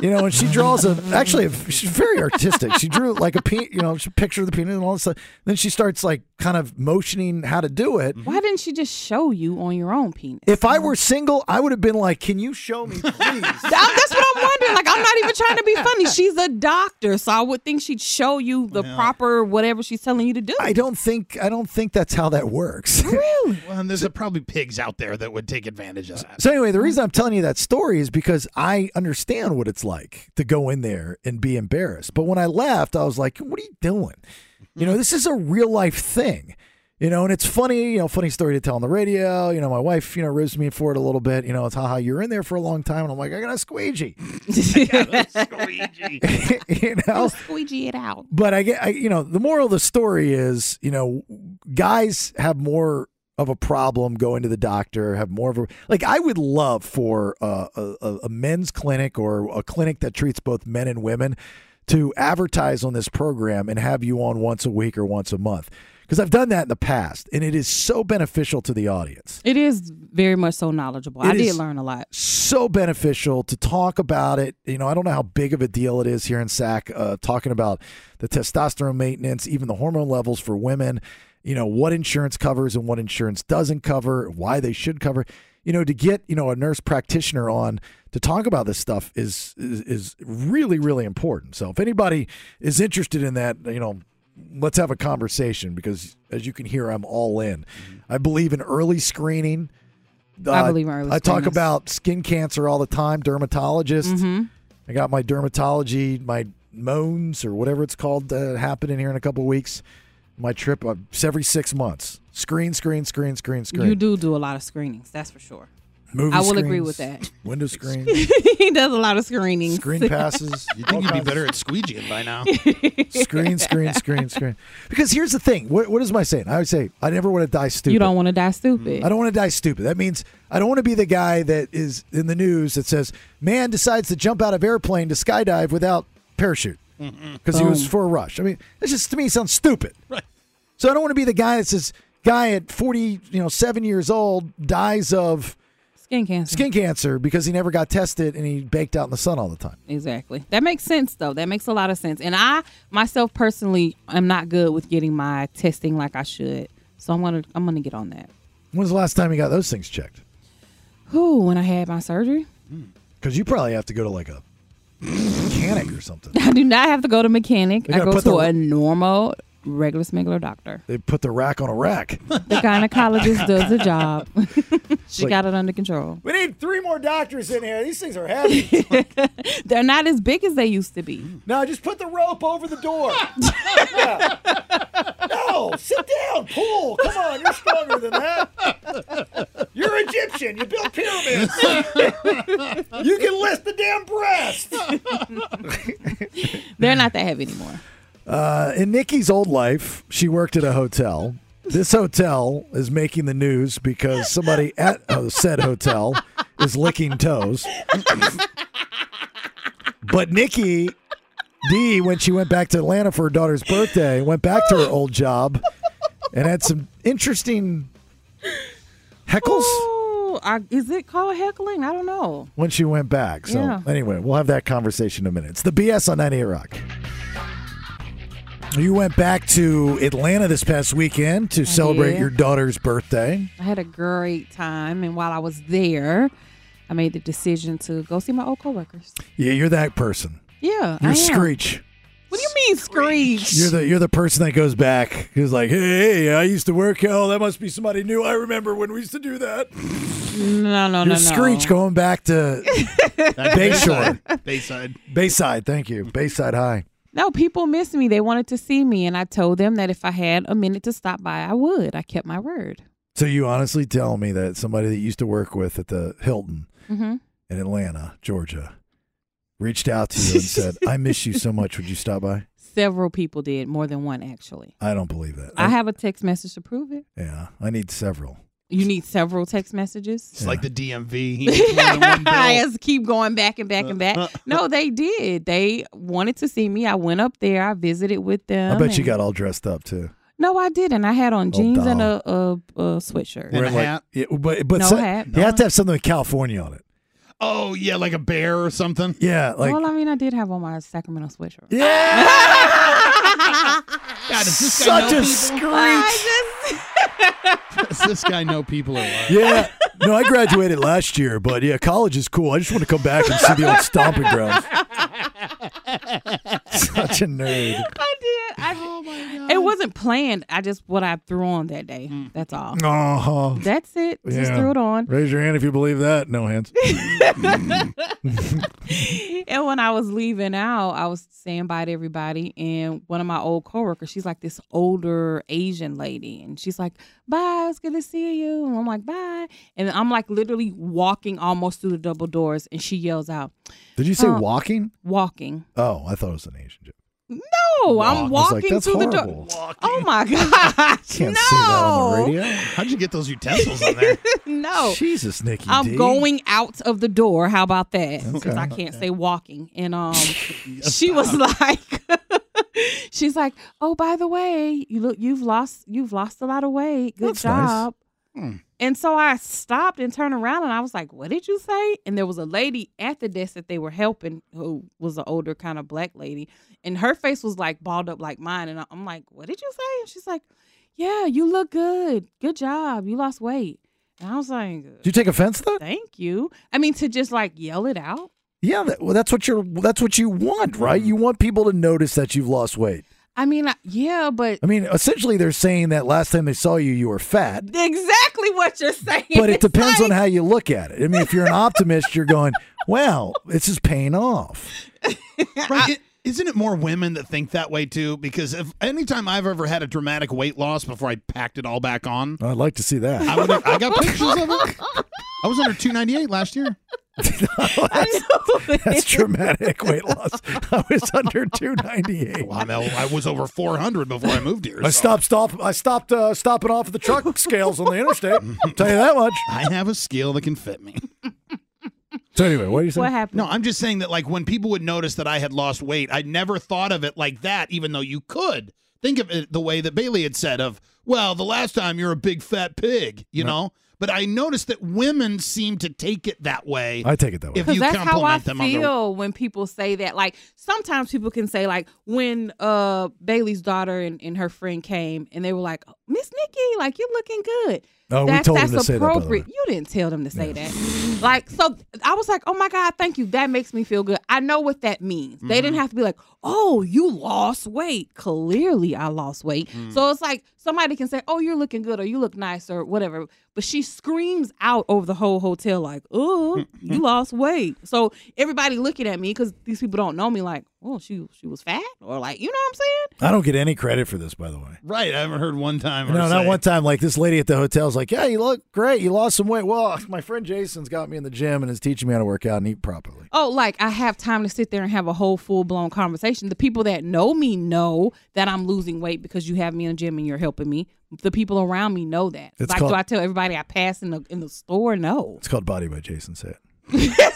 [SPEAKER 8] You know, and she draws a actually she's very artistic. She drew like a pe- you know, she picture of the penis and all this stuff. Then she starts like kind of motioning how to do it.
[SPEAKER 9] Why didn't she just show you on your own penis?
[SPEAKER 8] If I were single, I would have been like, "Can you show me?"
[SPEAKER 9] That- that's what I'm wondering. Like, I'm not even trying to be funny. She's a doctor, so I would think she'd show you the proper whatever she's telling you to do.
[SPEAKER 8] I don't think I don't think that's how that works.
[SPEAKER 9] Really?
[SPEAKER 10] Well, and there's probably pigs out there that would take advantage of that.
[SPEAKER 8] So anyway, the reason I'm telling you that story is because I understand what it's like to go in there and be embarrassed. But when I left, I was like, "What are you doing?" You know, this is a real life thing. You know, and it's funny. You know, funny story to tell on the radio. You know, my wife, you know, rips me for it a little bit. You know, it's haha, you're in there for a long time, and I'm like, I got a squeegee. you know,
[SPEAKER 9] squeegee it out.
[SPEAKER 8] but I get, I, you know, the moral of the story is, you know, guys have more of a problem going to the doctor, have more of a, like, I would love for uh, a, a, a men's clinic or a clinic that treats both men and women to advertise on this program and have you on once a week or once a month. Because I've done that in the past and it is so beneficial to the audience
[SPEAKER 9] It is very much so knowledgeable. I
[SPEAKER 8] It
[SPEAKER 9] did
[SPEAKER 8] is
[SPEAKER 9] learn a lot.
[SPEAKER 8] so beneficial to talk about it. You know, I don't know how big of a deal it is here in SAC, uh, talking about the testosterone maintenance, even the hormone levels for women, you know, what insurance covers and what insurance doesn't cover, why they should cover. You know, to get, you know, a nurse practitioner on to talk about this stuff is is, is really, really important. So if anybody is interested in that, you know, let's have a conversation because as you can hear, I'm all in. I believe in early screening.
[SPEAKER 9] I believe in early
[SPEAKER 8] Uh, I talk
[SPEAKER 9] screenings.
[SPEAKER 8] about skin cancer all the time. Dermatologist.
[SPEAKER 9] Mm-hmm.
[SPEAKER 8] I got my dermatology, my moans or whatever it's called, uh, happening here in a couple of weeks. My trip uh, it's every six months. Screen, screen, screen, screen, screen.
[SPEAKER 9] You do do a lot of screenings, that's for sure.
[SPEAKER 8] Movie
[SPEAKER 9] I will agree
[SPEAKER 8] screens,
[SPEAKER 9] with that.
[SPEAKER 8] Window screen,
[SPEAKER 9] he does a lot of screenings.
[SPEAKER 8] screen passes.
[SPEAKER 10] You think you'd be better at squeegeeing by now? screen,
[SPEAKER 8] screen, screen, screen. Because here's the thing. What, what is my saying? I would say I never want to die stupid.
[SPEAKER 9] You don't want to die stupid.
[SPEAKER 8] Mm. I don't want to die stupid. That means I don't want to be the guy that is in the news that says man decides to jump out of airplane to skydive without parachute because he was
[SPEAKER 9] Boom.
[SPEAKER 8] for a rush. I mean, that's just to me sounds stupid. Mm-hmm. Right. So I don't want to be the guy that says guy at 40, you know, 7 years old dies of
[SPEAKER 9] skin cancer.
[SPEAKER 8] Skin cancer because he never got tested and he baked out in the sun all the time.
[SPEAKER 9] Exactly. That makes sense though. That makes a lot of sense. And I myself personally am not good with getting my testing like I should. So I'm gonna I'm gonna get on that.
[SPEAKER 8] When's the last time you got those things checked?
[SPEAKER 9] Who when I had my surgery?
[SPEAKER 8] Cuz you probably have to go to like a mechanic or something.
[SPEAKER 9] I do not have to go to mechanic.
[SPEAKER 8] They
[SPEAKER 9] I
[SPEAKER 8] gotta
[SPEAKER 9] go to
[SPEAKER 8] put the-
[SPEAKER 9] a normal regular smegular doctor.
[SPEAKER 8] They put the rack on a rack.
[SPEAKER 9] The gynecologist does the job. she
[SPEAKER 8] Like-
[SPEAKER 9] got it under control.
[SPEAKER 8] We need three more doctors in here. These things are heavy.
[SPEAKER 9] They're not as big as they used to be.
[SPEAKER 8] No, just put the rope over the door. No, sit down, pull. Come on, you're stronger than that. You're Egyptian. You built pyramids. you can lift the damn breast.
[SPEAKER 9] They're not that heavy anymore.
[SPEAKER 8] Uh, in Nikki's old life, she worked at a hotel. This hotel is making the news because somebody at uh, said hotel is licking toes. but Nikki D, when she went back to Atlanta for her daughter's birthday, went back to her old job and had some interesting heckles
[SPEAKER 9] Oh, Ooh, I, is it called heckling? I don't know.
[SPEAKER 8] when she went back. So
[SPEAKER 9] Yeah.
[SPEAKER 8] anyway, we'll have that conversation in a minute. It's the BS on 98 Rock. You went back to Atlanta this past weekend to celebrate
[SPEAKER 9] did.
[SPEAKER 8] your daughter's birthday.
[SPEAKER 9] I had a great time, and while I was there, I made the decision to go see my old coworkers.
[SPEAKER 8] Yeah, you're that person.
[SPEAKER 9] Yeah, I
[SPEAKER 8] You're
[SPEAKER 9] am.
[SPEAKER 8] Screech.
[SPEAKER 9] What do you mean screech?
[SPEAKER 8] You're the you're the person that goes back who's like, hey, hey, I used to work here. Oh, that must be somebody new. I remember when we used to do that.
[SPEAKER 9] no, Oh, no, no,
[SPEAKER 8] you're
[SPEAKER 9] no.
[SPEAKER 8] Screech going back to Bayshore,
[SPEAKER 10] Bayside.
[SPEAKER 8] Bayside. Thank you, Bayside High.
[SPEAKER 9] No, people missed me. They wanted to see me, and I told them that if I had a minute to stop by, I would. I kept my word.
[SPEAKER 8] So you honestly tell me that somebody that you used to work with at the Hilton
[SPEAKER 9] Mm-hmm.
[SPEAKER 8] in Atlanta, Georgia, reached out to you and said, I miss you so much. Would you stop by?
[SPEAKER 9] Several people did, more than one actually.
[SPEAKER 8] I don't believe that.
[SPEAKER 9] I have a text message to prove it.
[SPEAKER 8] yeah, I need several.
[SPEAKER 9] You need several text messages.
[SPEAKER 10] It's like the DMV. He needs more than one bill.
[SPEAKER 9] I just keep going back and back and back.
[SPEAKER 8] Uh,
[SPEAKER 9] No, they did. They wanted to see me. I went up there. I visited with them.
[SPEAKER 8] I bet you
[SPEAKER 9] and-
[SPEAKER 8] got all dressed up too.
[SPEAKER 9] No, I didn't. I had on
[SPEAKER 8] Oh,
[SPEAKER 9] jeans and
[SPEAKER 8] doll.
[SPEAKER 9] a, a, a sweatshirt.
[SPEAKER 8] Wearing, like- yeah, but but
[SPEAKER 9] No
[SPEAKER 8] so-
[SPEAKER 9] hat,
[SPEAKER 8] you have to have something with California on it.
[SPEAKER 10] Oh yeah, like a bear or something.
[SPEAKER 8] Yeah,
[SPEAKER 9] well, I mean, I did have on my Sacramento sweatshirt.
[SPEAKER 8] Yeah.
[SPEAKER 10] God, does this guy
[SPEAKER 8] Such
[SPEAKER 10] know
[SPEAKER 8] a
[SPEAKER 10] people? does this guy know people are alive?
[SPEAKER 8] Yeah. No, I graduated last year, but yeah, college is cool. I just want to come back and see the old stomping grounds. Such a nerd.
[SPEAKER 9] I did. I, It wasn't planned. I just what I threw on that day. That's all.
[SPEAKER 8] Uh-huh.
[SPEAKER 9] That's it. Just
[SPEAKER 8] Yeah.
[SPEAKER 9] threw it on.
[SPEAKER 8] Raise your hand if you believe that. No hands.
[SPEAKER 9] and when I was leaving out, I was saying bye to everybody. And one of my old coworkers, she's like this older Asian lady, and she's like, "Bye, it's good to see you." And I'm like, "Bye," and I'm like literally walking almost through the double doors, and she yells out,
[SPEAKER 8] Did you say
[SPEAKER 9] Uh,
[SPEAKER 8] walking?
[SPEAKER 9] Walking.
[SPEAKER 8] Oh, I thought it was an Asian.
[SPEAKER 9] No,
[SPEAKER 8] Walk. I
[SPEAKER 9] I'm
[SPEAKER 8] was like,
[SPEAKER 9] walking
[SPEAKER 8] "That's
[SPEAKER 9] through
[SPEAKER 8] horrible."
[SPEAKER 9] the door. Oh my god!
[SPEAKER 8] Can't say
[SPEAKER 9] no,
[SPEAKER 8] that on the radio. How'd
[SPEAKER 10] you get those utensils on there?
[SPEAKER 9] no.
[SPEAKER 8] Jesus, Nikki.
[SPEAKER 9] I'm
[SPEAKER 8] D.
[SPEAKER 9] going out of the door. How about that?
[SPEAKER 8] Okay.
[SPEAKER 9] Since I can't say walking. And um, she was like, she's like, oh, by the way, you look, you've lost, you've lost a lot of weight. Good
[SPEAKER 18] That's nice.
[SPEAKER 9] job.
[SPEAKER 8] Hmm.
[SPEAKER 9] And so I stopped and turned around and I was like, What did you say? And there was a lady at the desk that they were helping who was an older kind of black lady. And her face was like balled up like mine. And I- I'm like, What did you say? And she's like, Yeah, you look good. Good job. You lost weight. And I was like,
[SPEAKER 8] Did you take offense though?
[SPEAKER 9] Thank you. I mean, to just like yell it out.
[SPEAKER 8] Yeah, that, well, that's what you're. That's what you want,
[SPEAKER 9] Mm.
[SPEAKER 8] right? You want people to notice that you've lost weight.
[SPEAKER 9] I mean, I, yeah, but
[SPEAKER 10] Um,
[SPEAKER 8] I mean, essentially, they're saying that last time they saw you, you were fat.
[SPEAKER 9] exactly what you're saying.
[SPEAKER 8] But it depends on how you look at it. I mean, if you're an optimist, you're going, "Wow, this is paying off."
[SPEAKER 10] Right. it- isn't it more women that think that way too? Because if anytime I've ever had a dramatic weight loss before I packed it all back on,
[SPEAKER 8] I'd like to see that.
[SPEAKER 10] I, would I got pictures of it. I was under 298 last year.
[SPEAKER 8] That's dramatic weight loss. I was under 298.
[SPEAKER 10] Well, I'm, el- I was over 400 before I moved here.
[SPEAKER 8] I stopped, stop, I stopped uh, stopping off at the truck scales on the interstate. Tell you that much.
[SPEAKER 10] I have a scale that can fit me.
[SPEAKER 8] So anyway, what do you say?
[SPEAKER 9] happened?
[SPEAKER 10] No, I'm just saying that like when people would notice that I had lost weight, I never thought of it like that, even though you could think of it the way that Bailey had said of, well, the last time you're a big fat pig, you know? But I noticed that women seem to take it that way.
[SPEAKER 8] I take it that way.
[SPEAKER 10] If
[SPEAKER 9] Because
[SPEAKER 10] you
[SPEAKER 9] that's how I
[SPEAKER 10] compliment them on
[SPEAKER 9] feel
[SPEAKER 10] their
[SPEAKER 9] when people say that. Like sometimes people can say like when uh Bailey's daughter and, and her friend came and they were like, Miss Nikki, like you're looking good.
[SPEAKER 8] Oh, we
[SPEAKER 9] that's
[SPEAKER 8] told them
[SPEAKER 9] that's
[SPEAKER 8] to say that, by the
[SPEAKER 9] appropriate. You didn't tell them to say that. Like so I was like, Oh my God, thank you. That makes me feel good. I know what that means. They didn't have to be like, Oh, you lost weight. Clearly I lost weight.
[SPEAKER 18] Mhm.
[SPEAKER 9] So it's like somebody can say, Oh, you're looking good or you look nice or whatever. But she screams out over the whole hotel, like, Oh, you lost weight. So everybody looking at me because these people don't know me, like, Oh, she she was fat or like, you know what I'm saying?
[SPEAKER 8] I don't get any credit for this, by the way.
[SPEAKER 10] Right. I haven't heard one time. her
[SPEAKER 8] No,
[SPEAKER 10] say
[SPEAKER 8] not
[SPEAKER 10] it.
[SPEAKER 8] one time. Like this lady at the hotel's like, "Yeah, you look great. You lost some weight." Well, my friend Jason's got me in the gym and is teaching me how to work out and eat properly.
[SPEAKER 9] Oh, like I have time to sit there and have a whole full blown conversation. The people that know me know that I'm losing weight because you have me in the gym and you're helping me. The people around me know that.
[SPEAKER 8] It's
[SPEAKER 9] like,
[SPEAKER 8] called-
[SPEAKER 9] do I tell everybody I pass in the in the store? No.
[SPEAKER 8] It's called Body by Jason. Say it.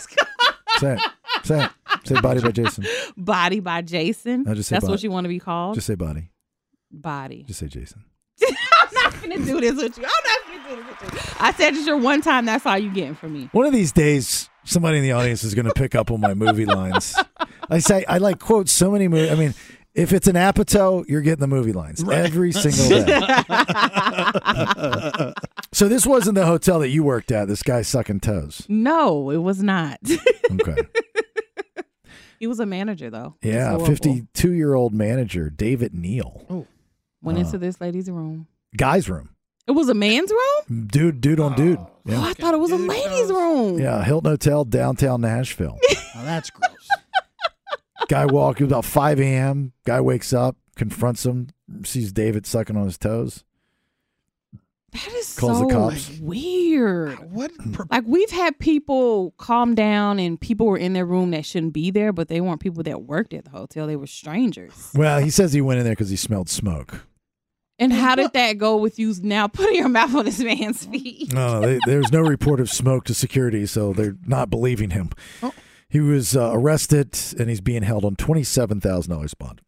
[SPEAKER 8] say it. Say it. Say Body by Jason.
[SPEAKER 9] Body by Jason.
[SPEAKER 8] No, just say
[SPEAKER 9] That's
[SPEAKER 8] body.
[SPEAKER 9] what you want to be called.
[SPEAKER 8] Just say Body.
[SPEAKER 9] body.
[SPEAKER 8] Just say Jason.
[SPEAKER 9] I'm not gonna do this with you. I'm not gonna do this with you. I said it's your one time. That's all you getting from me.
[SPEAKER 8] One of these days, somebody in the audience is going to pick up on my movie lines. I say I like quote so many movies. I mean, if it's an Apatow, you're getting the movie lines every single day. so this wasn't the hotel that you worked at. This guy sucking toes.
[SPEAKER 9] No, it was not.
[SPEAKER 8] Okay.
[SPEAKER 9] he was a manager though. It was
[SPEAKER 8] Yeah,
[SPEAKER 9] horrible. Oh.
[SPEAKER 8] fifty-two-year-old manager David Neal.
[SPEAKER 9] Went
[SPEAKER 8] Uh.
[SPEAKER 9] into this lady's room.
[SPEAKER 8] Guy's room,
[SPEAKER 9] It was a man's room.
[SPEAKER 8] dude, dude on dude. Yeah.
[SPEAKER 9] Oh, I thought it was a lady's room.
[SPEAKER 8] Yeah, Hilton Hotel, downtown Nashville.
[SPEAKER 10] Oh, that's gross.
[SPEAKER 8] Guy walk it was about 5 a.m. Guy wakes up, confronts him, sees David sucking on his toes.
[SPEAKER 9] That is
[SPEAKER 8] Calls
[SPEAKER 9] so
[SPEAKER 8] the cops.
[SPEAKER 9] weird.
[SPEAKER 10] What?
[SPEAKER 9] Like we've had people calm down, and people were in their room that shouldn't be there, but they weren't people that worked at the hotel. They were strangers.
[SPEAKER 8] Well, he says he went in there because he smelled smoke.
[SPEAKER 9] And how did that go with you now putting your mouth on this man's feet?
[SPEAKER 8] No, they, there's no report of smoke to security, so they're not believing him.
[SPEAKER 10] Oh.
[SPEAKER 8] He was uh, arrested and he's being held on $27,000 bond,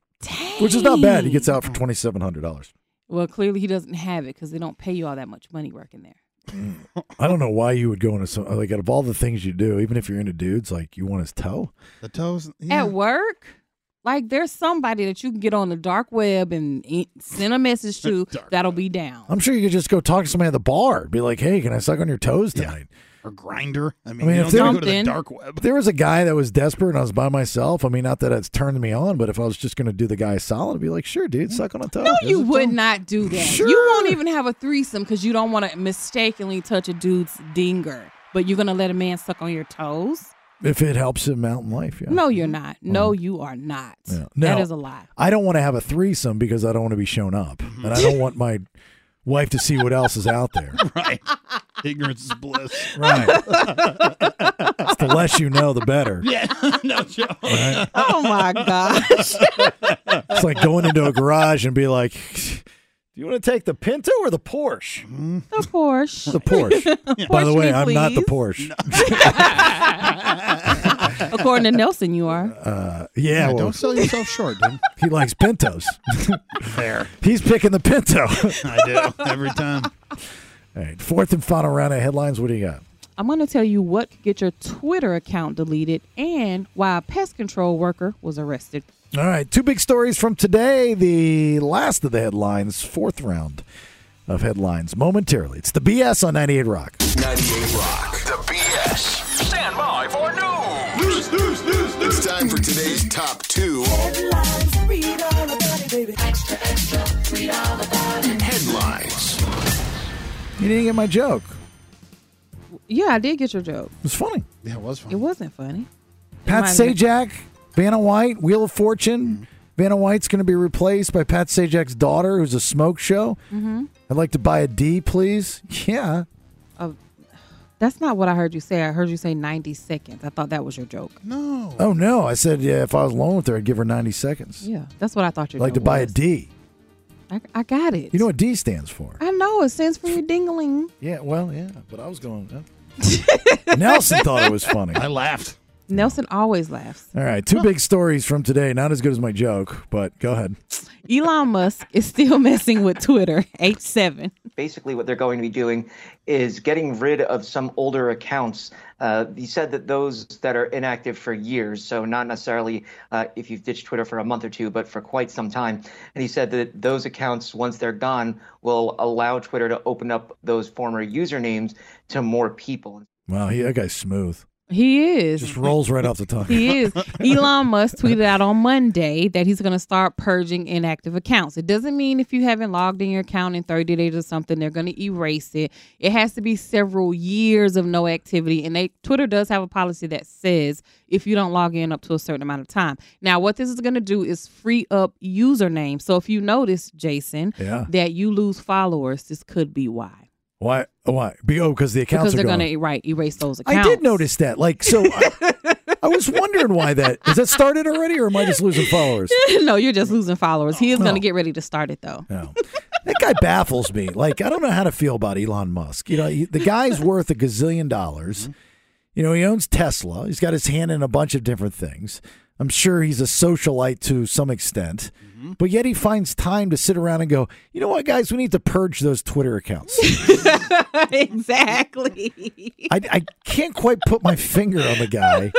[SPEAKER 8] which is not bad. He gets out for $2,700.
[SPEAKER 9] Well, clearly he doesn't have it because they don't pay you all that much money working there.
[SPEAKER 8] I don't know why you would go into some like out of all the things you do, even if you're into dudes, like you want his toe.
[SPEAKER 10] The toes.
[SPEAKER 9] At work, like there's somebody that you can get on the dark web and e- send a message to that'll be down.
[SPEAKER 8] I'm sure you could just go talk to somebody at the bar, be like, "Hey, can I suck on your toes tonight?"
[SPEAKER 10] Or grinder. I mean,
[SPEAKER 8] I mean,
[SPEAKER 10] you
[SPEAKER 8] if
[SPEAKER 10] don't gotta go to
[SPEAKER 8] there-
[SPEAKER 10] the
[SPEAKER 8] Something.
[SPEAKER 10] dark web.
[SPEAKER 8] If there was a guy that was desperate and I was by myself, I mean, not that it's turned me on, but if I was just going to do the guy a solid, I'd be like, "Sure, dude, suck on a toe."
[SPEAKER 9] No,
[SPEAKER 8] There's
[SPEAKER 9] you
[SPEAKER 8] a toe.
[SPEAKER 9] would not do that. You won't even have a threesome because you don't want to mistakenly touch a dude's dinger. But you're gonna let a man suck on your toes?
[SPEAKER 8] If it helps him out in life, yeah. Mm-hmm.
[SPEAKER 9] No, you're not. No, you are not.
[SPEAKER 8] Yeah. No,
[SPEAKER 9] That is a lie.
[SPEAKER 8] I don't want to have a threesome because I don't want to be shown up, and I don't want my wife to see what else is out there.
[SPEAKER 10] right. Ignorance is bliss.
[SPEAKER 8] Right. It's the less you know, the better.
[SPEAKER 10] yeah. No joke.
[SPEAKER 8] Right.
[SPEAKER 9] Oh my gosh.
[SPEAKER 8] It's like going into a garage and be like, "Do you want to take the Pinto or the Porsche?"
[SPEAKER 9] The Porsche.
[SPEAKER 8] The Porsche. By the
[SPEAKER 9] Porsche
[SPEAKER 8] way,
[SPEAKER 9] me,
[SPEAKER 8] I'm not the
[SPEAKER 9] please.
[SPEAKER 8] Porsche.
[SPEAKER 9] According to Nelson, you are.
[SPEAKER 8] Uh, yeah, well,
[SPEAKER 10] don't sell yourself short, dude.
[SPEAKER 8] he likes Pintos.
[SPEAKER 10] Fair.
[SPEAKER 8] He's picking the Pinto.
[SPEAKER 10] I do every time.
[SPEAKER 8] All right, fourth and final round of headlines. What do you got?
[SPEAKER 9] I'm going to tell you what could get your Twitter account deleted and why a pest control worker was arrested.
[SPEAKER 8] All right, two big stories from today. The last of the headlines, fourth round of headlines momentarily. It's the BS on 98 Rock.
[SPEAKER 5] 98 Rock. The BS. Stand by for news. News, news, news, news. It's time for today's top two. Headlines. Read all about it, baby. Extra, extra. Read all about it. Headlines.
[SPEAKER 8] You didn't get my joke.
[SPEAKER 9] Yeah, I did get your joke.
[SPEAKER 8] It was funny.
[SPEAKER 10] Yeah, it was funny.
[SPEAKER 9] It wasn't funny.
[SPEAKER 8] Pat
[SPEAKER 9] It might have been-
[SPEAKER 8] Sajak, Vanna White, Wheel of Fortune. Vanna White's going to be replaced by Pat Sajak's daughter, who's a smoke show.
[SPEAKER 9] Mhm.
[SPEAKER 8] I'd like to buy a D, please. Yeah.
[SPEAKER 9] That's not what I heard you say. I heard you say 90 seconds. I thought that was your joke.
[SPEAKER 10] No.
[SPEAKER 8] Oh no, I said yeah, if I was alone with her, I'd give her 90 seconds.
[SPEAKER 9] Yeah, that's what I thought
[SPEAKER 8] I'd
[SPEAKER 9] your
[SPEAKER 8] like to
[SPEAKER 9] joke
[SPEAKER 8] buy a
[SPEAKER 9] was.
[SPEAKER 8] D.
[SPEAKER 9] I, I got it.
[SPEAKER 8] You know what D stands for?
[SPEAKER 9] I know. It stands for your dingling.
[SPEAKER 8] Yeah, well, yeah, but I was going. uh. Nelson thought it was funny.
[SPEAKER 10] I laughed.
[SPEAKER 9] Nelson always laughs.
[SPEAKER 8] All right, two big stories from today. Not as good as my joke, but go ahead.
[SPEAKER 9] Elon Musk is still messing with Twitter, H7.
[SPEAKER 18] basically what they're going to be doing is getting rid of some older accounts. Uh, he said that those that are inactive for years, so not necessarily uh, if you've ditched Twitter for a month or two, but for quite some time. And he said that those accounts, once they're gone, will allow Twitter to open up those former usernames to more people.
[SPEAKER 8] Wow, he, that guy's smooth.
[SPEAKER 9] He is.
[SPEAKER 8] Just rolls right off the tongue.
[SPEAKER 9] He is. Elon Musk tweeted out on Monday that he's going to start purging inactive accounts. It doesn't mean if you haven't logged in your account in 30 days or something, they're going to erase it. It has to be several years of no activity. And they Twitter does have a policy that says if you don't log in up to a certain amount of time. Now, what this is going to do is free up usernames. So if you notice, Jason,
[SPEAKER 8] Yeah.
[SPEAKER 9] that you lose followers, this could be why.
[SPEAKER 8] Why? Why? Be- Oh, because the accounts
[SPEAKER 9] Because
[SPEAKER 8] are
[SPEAKER 9] they're
[SPEAKER 8] gone.
[SPEAKER 9] going to right, erase those
[SPEAKER 8] I
[SPEAKER 9] accounts.
[SPEAKER 8] did notice that. Like, so I, I was wondering why that is that started already, or am I just losing followers?
[SPEAKER 9] no, you're just losing followers. He is
[SPEAKER 8] Oh.
[SPEAKER 9] going to get ready to start it though.
[SPEAKER 8] No. That guy baffles me. Like, I don't know how to feel about Elon Musk. You know, he, the guy's worth a gazillion dollars. You know, he owns Tesla. He's got his hand in a bunch of different things. I'm sure he's a socialite to some extent, but yet he finds time to sit around and go, you know what, guys, we need to purge those Twitter accounts.
[SPEAKER 9] exactly.
[SPEAKER 8] I, I can't quite put my finger on the guy.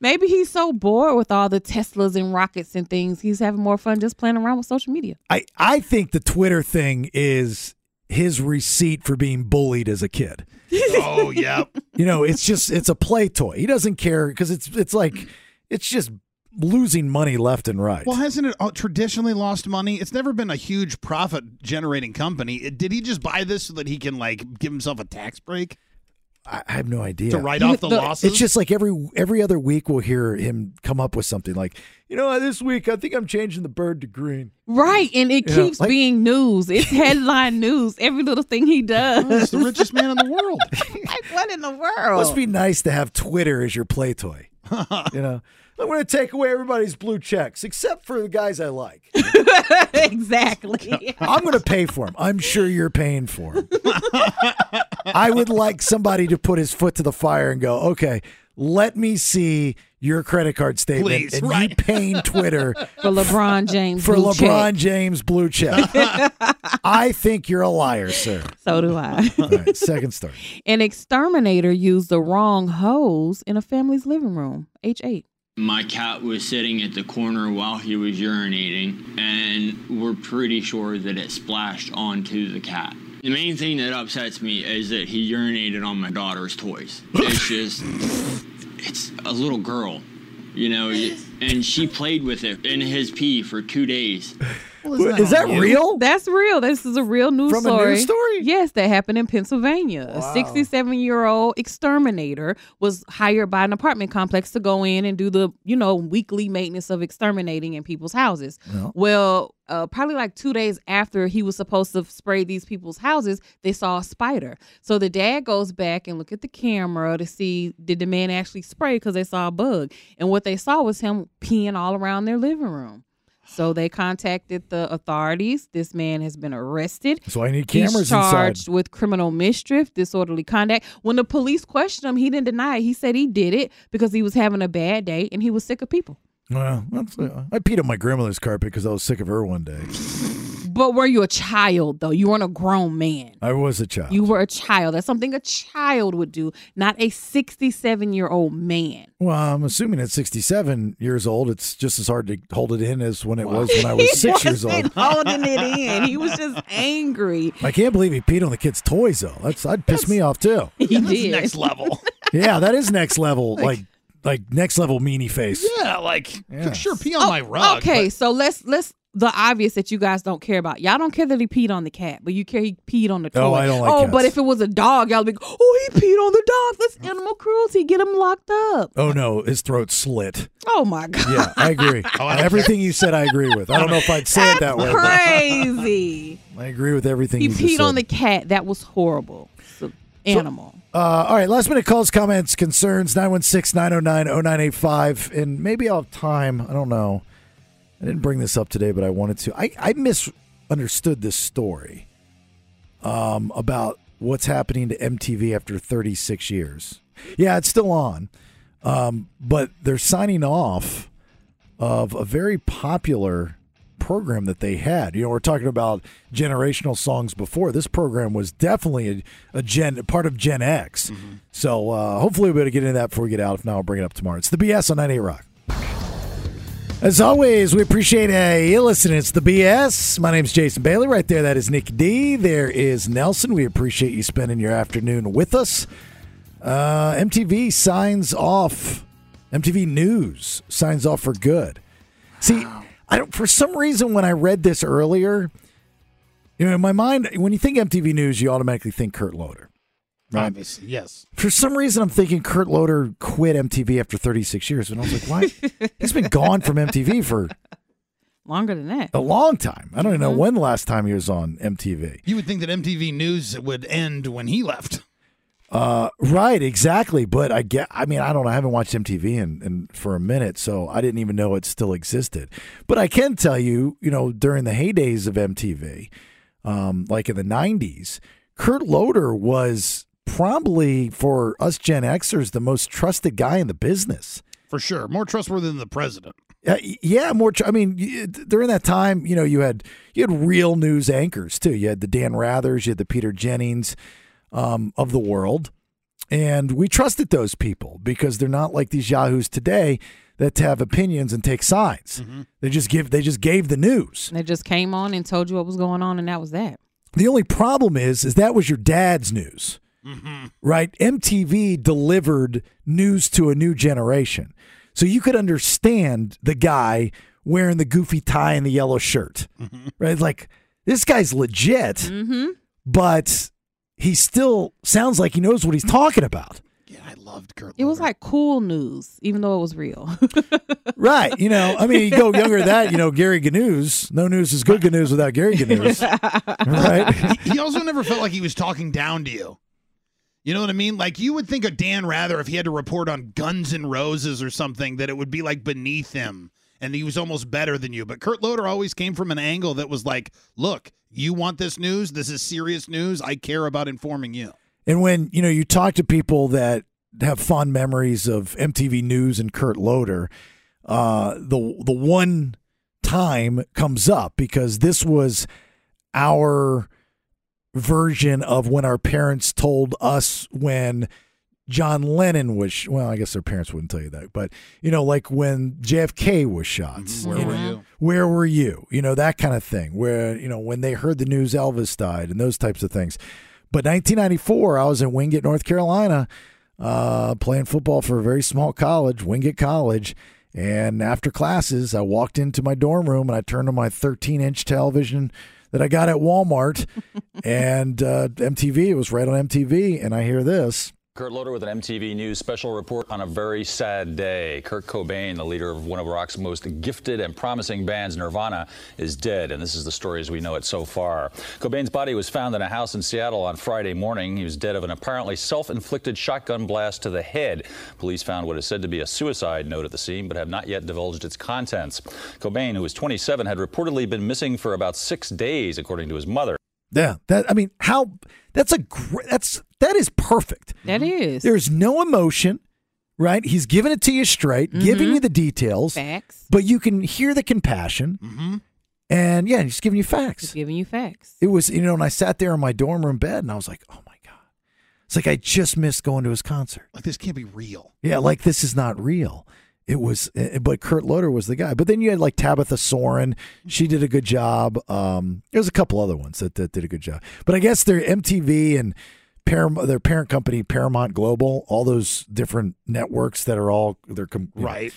[SPEAKER 9] Maybe he's so bored with all the Teslas and rockets and things. He's having more fun just playing around with social media.
[SPEAKER 8] I, I think the Twitter thing is his receipt for being bullied as a kid.
[SPEAKER 10] Oh, yep.
[SPEAKER 8] You know, it's just it's a play toy. He doesn't care because it's it's like it's just losing money left and right.
[SPEAKER 10] Well, hasn't it all traditionally lost money? It's never been a huge profit generating company. It- did he just buy this so that he can like give himself a tax break?
[SPEAKER 8] I, I have no idea
[SPEAKER 10] To write off the The- losses?
[SPEAKER 8] It's just like every every other week we'll hear him come up with something like, you know, this week I think I'm changing the bird to green.
[SPEAKER 9] Right. And it
[SPEAKER 8] Yeah,
[SPEAKER 9] keeps
[SPEAKER 8] like-
[SPEAKER 9] being news. It's headline news. Every little thing he does.
[SPEAKER 10] the richest man in the world.
[SPEAKER 9] like, what in the
[SPEAKER 8] It
[SPEAKER 10] Oh.
[SPEAKER 9] world?
[SPEAKER 8] Must be nice to have Twitter as your play toy. you know, I'm going to take away everybody's blue checks except for the guys I like.
[SPEAKER 9] exactly.
[SPEAKER 8] I'm going to pay for him. I'm sure you're paying for him. I would like somebody to put his foot to the fire and go, okay, let me see your credit card statement
[SPEAKER 10] Please,
[SPEAKER 8] and you
[SPEAKER 10] right.
[SPEAKER 8] paying Twitter
[SPEAKER 9] for LeBron James.
[SPEAKER 8] for
[SPEAKER 9] blue check.
[SPEAKER 8] LeBron James blue check. I think you're a liar, sir.
[SPEAKER 9] So do I.
[SPEAKER 8] All right, second story.
[SPEAKER 9] An exterminator used the wrong hose in a family's living room. H8.
[SPEAKER 19] My cat was sitting at the corner while he was urinating, and we're pretty sure that it splashed onto the cat. The main thing that upsets me is that he urinated on my daughter's toys. It's just, it's a little girl, you know, and she played with it in his pee for two days.
[SPEAKER 8] Is that real?
[SPEAKER 9] That's real. This is a real news
[SPEAKER 19] From a
[SPEAKER 9] story.
[SPEAKER 19] news
[SPEAKER 9] story? Yes, that happened in Pennsylvania.
[SPEAKER 19] Wow.
[SPEAKER 9] A 67 year old exterminator was hired by an apartment complex to go in and do the, you know, weekly maintenance of exterminating in people's houses.
[SPEAKER 20] Yeah.
[SPEAKER 9] Well, uh, probably like two days after he was supposed to spray these people's houses, they saw a spider. So the dad goes back and look at the camera to see did the man actually spray because they saw a bug. And what they saw was him peeing all around their living room. So they contacted the authorities. This man has been arrested.
[SPEAKER 8] That's why I need
[SPEAKER 9] He's
[SPEAKER 8] cameras
[SPEAKER 9] charged
[SPEAKER 8] inside.
[SPEAKER 9] with criminal mischief, disorderly conduct. When the police questioned him, he didn't deny it. He said he did it because he was having a bad day and he was sick of people.
[SPEAKER 8] Well, that's, uh, I peed on my grandmother's carpet because I was sick of her one day.
[SPEAKER 9] But were you a child though? You weren't a grown man.
[SPEAKER 8] I was a child.
[SPEAKER 9] You were a child. That's something a child would do, not a 67 year old man.
[SPEAKER 8] Well, I'm assuming at 67 years old, it's just as hard to hold it in as when it was when I was six years old.
[SPEAKER 9] wasn't holding it in. He was just angry.
[SPEAKER 8] I can't believe he peed on the kid's toys, though. That's that'd piss me off too.
[SPEAKER 9] He did.
[SPEAKER 10] Next level.
[SPEAKER 8] Yeah, that is next level, like
[SPEAKER 10] Like-
[SPEAKER 8] like, next level meanie face.
[SPEAKER 10] yeah, like sure, pee on
[SPEAKER 9] Oh,
[SPEAKER 10] my rug.
[SPEAKER 9] Okay,
[SPEAKER 10] but-
[SPEAKER 9] so let's let's the obvious that you guys don't care about. Y'all don't care that he peed on the cat, but you care he peed on the toy.
[SPEAKER 8] Oh, I don't like
[SPEAKER 9] Oh,
[SPEAKER 8] cats.
[SPEAKER 9] but if it was a dog, y'all would be, oh, he peed on the dog. That's animal cruelty. Get him locked up.
[SPEAKER 8] Oh no, his throat slit.
[SPEAKER 9] Oh my god.
[SPEAKER 8] Yeah, I agree. everything you said, I agree with. I don't know if I'd say it that way. but
[SPEAKER 9] Crazy.
[SPEAKER 8] I agree with everything
[SPEAKER 9] he
[SPEAKER 8] you just
[SPEAKER 9] peed on
[SPEAKER 8] said.
[SPEAKER 9] the cat. That was horrible. It's an animal.
[SPEAKER 8] Uh, all right, last minute calls, comments, concerns, 916-909-0985. And maybe I'll have time. I don't know. I didn't bring this up today, but I wanted to. I, I misunderstood this story um, about what's happening to MTV after 36 years. Yeah, it's still on. Um, but they're signing off of a very popular program that they had. You know, we're talking about generational songs before. This program was definitely a, a gen part of Gen X. So uh, hopefully we'll be able to get into that before we get out. If not, I'll bring it up tomorrow. It's the BS on 98 Rock. As always, we appreciate uh, you listening. It's the BS. My name's Jason Bailey. Right there, that is Nick D. There is Nelson. We appreciate you spending your afternoon with us. Uh, MTV signs off. MTV News signs off for good. See, I don't. For some reason, when I read this earlier, you know, in my mind, when you think MTV News, you automatically think Kurt Loder. Right?
[SPEAKER 10] Obviously, yes.
[SPEAKER 8] For some reason, I'm thinking Kurt Loder quit MTV after 36 years, and I was like, "Why? He's been gone from MTV for
[SPEAKER 9] Longer than that.
[SPEAKER 8] a long time. I don't even know when the last time he was on MTV."
[SPEAKER 10] You would think that MTV News would end when he left.
[SPEAKER 8] Uh, right, exactly. But I get. I mean, I don't. know. I haven't watched MTV in, in for a minute, so I didn't even know it still existed. But I can tell you, you know, during the heydays of MTV, um, like in the '90s, Kurt Loder was probably for us Gen Xers the most trusted guy in the business.
[SPEAKER 10] For sure. More trustworthy than the president.
[SPEAKER 8] Uh, y- yeah, more. Tr- I mean, y- during that time, you know, you had you had real news anchors too. You had the Dan Rathers, you had the Peter Jennings um, of the world, and we trusted those people because they're not like these yahoos today that have opinions and take sides. They just give. They just gave the news.
[SPEAKER 9] They just came on and told you what was going on, and that was that.
[SPEAKER 8] The only problem is, is that was your dad's news, right? MTV delivered news to a new generation, so you could understand the guy wearing the goofy tie and the yellow shirt, right? Like this guy's legit, but he still sounds like he knows what he's talking about,
[SPEAKER 9] It was like cool news, even though it was real.
[SPEAKER 8] right? You know, I mean, you go younger than that, you know, Gary Ganews. No news is good news without Gary Ganews, right?
[SPEAKER 10] he, he also never felt like he was talking down to you. You know what I mean? Like you would think of Dan Rather if he had to report on Guns N' Roses or something that it would be like beneath him and he was almost better than you. But Kurt Loder always came from an angle that was like, "Look, you want this news? This is serious news. I care about informing you."
[SPEAKER 8] And when you know you talk to people that have fond memories of MTV News and Kurt Loder, uh, the the one time comes up because this was our version of when our parents told us when John Lennon was sh- well, I guess their parents wouldn't tell you that, but you know, like when JFK was shot.
[SPEAKER 10] Mm-hmm. Where
[SPEAKER 8] you
[SPEAKER 10] were
[SPEAKER 8] know?
[SPEAKER 10] you?
[SPEAKER 8] Where were you? You know, that kind of thing. Where, you know, when they heard the news Elvis died and those types of things. But 1994, I was in Wingate, North Carolina, uh, playing football for a very small college, Wingate College. And after classes, I walked into my dorm room and I turned on my 13 inch television that I got at Walmart and uh, MTV. It was right on MTV. And I hear this.
[SPEAKER 20] Kurt Loder with an MTV News special report on a very sad day. Kurt Cobain, the leader of one of rock's most gifted and promising bands, Nirvana, is dead, and this is the story as we know it so far. Cobain's body was found in a house in Seattle on Friday morning. He was dead of an apparently self inflicted shotgun blast to the head. Police found what is said to be a suicide note at the scene, but have not yet divulged its contents. Cobain, who was 27, had reportedly been missing for about six days, according to his mother.
[SPEAKER 8] Yeah, that I mean, how that's a gr- that's that is perfect.
[SPEAKER 9] That is.
[SPEAKER 8] There's no emotion, right? He's giving it to you straight, giving you the details,
[SPEAKER 9] Facts.
[SPEAKER 8] but you can hear the compassion, and yeah, just giving you facts.
[SPEAKER 9] giving you facts.
[SPEAKER 8] It was you know, and I sat there in my dorm room bed, and I was like, oh my god, it's like I just missed going to his concert.
[SPEAKER 10] Like this can't be real.
[SPEAKER 8] Yeah, like this is not real. It was, eh, but Kurt Loder was the guy. But then you had like Tabitha Soren. She did a good job. Um, there's a couple other ones that, that did a good job. But I guess their MTV and Param- their parent company Paramount Global, all those different networks that are all they're com- you know,
[SPEAKER 10] Right.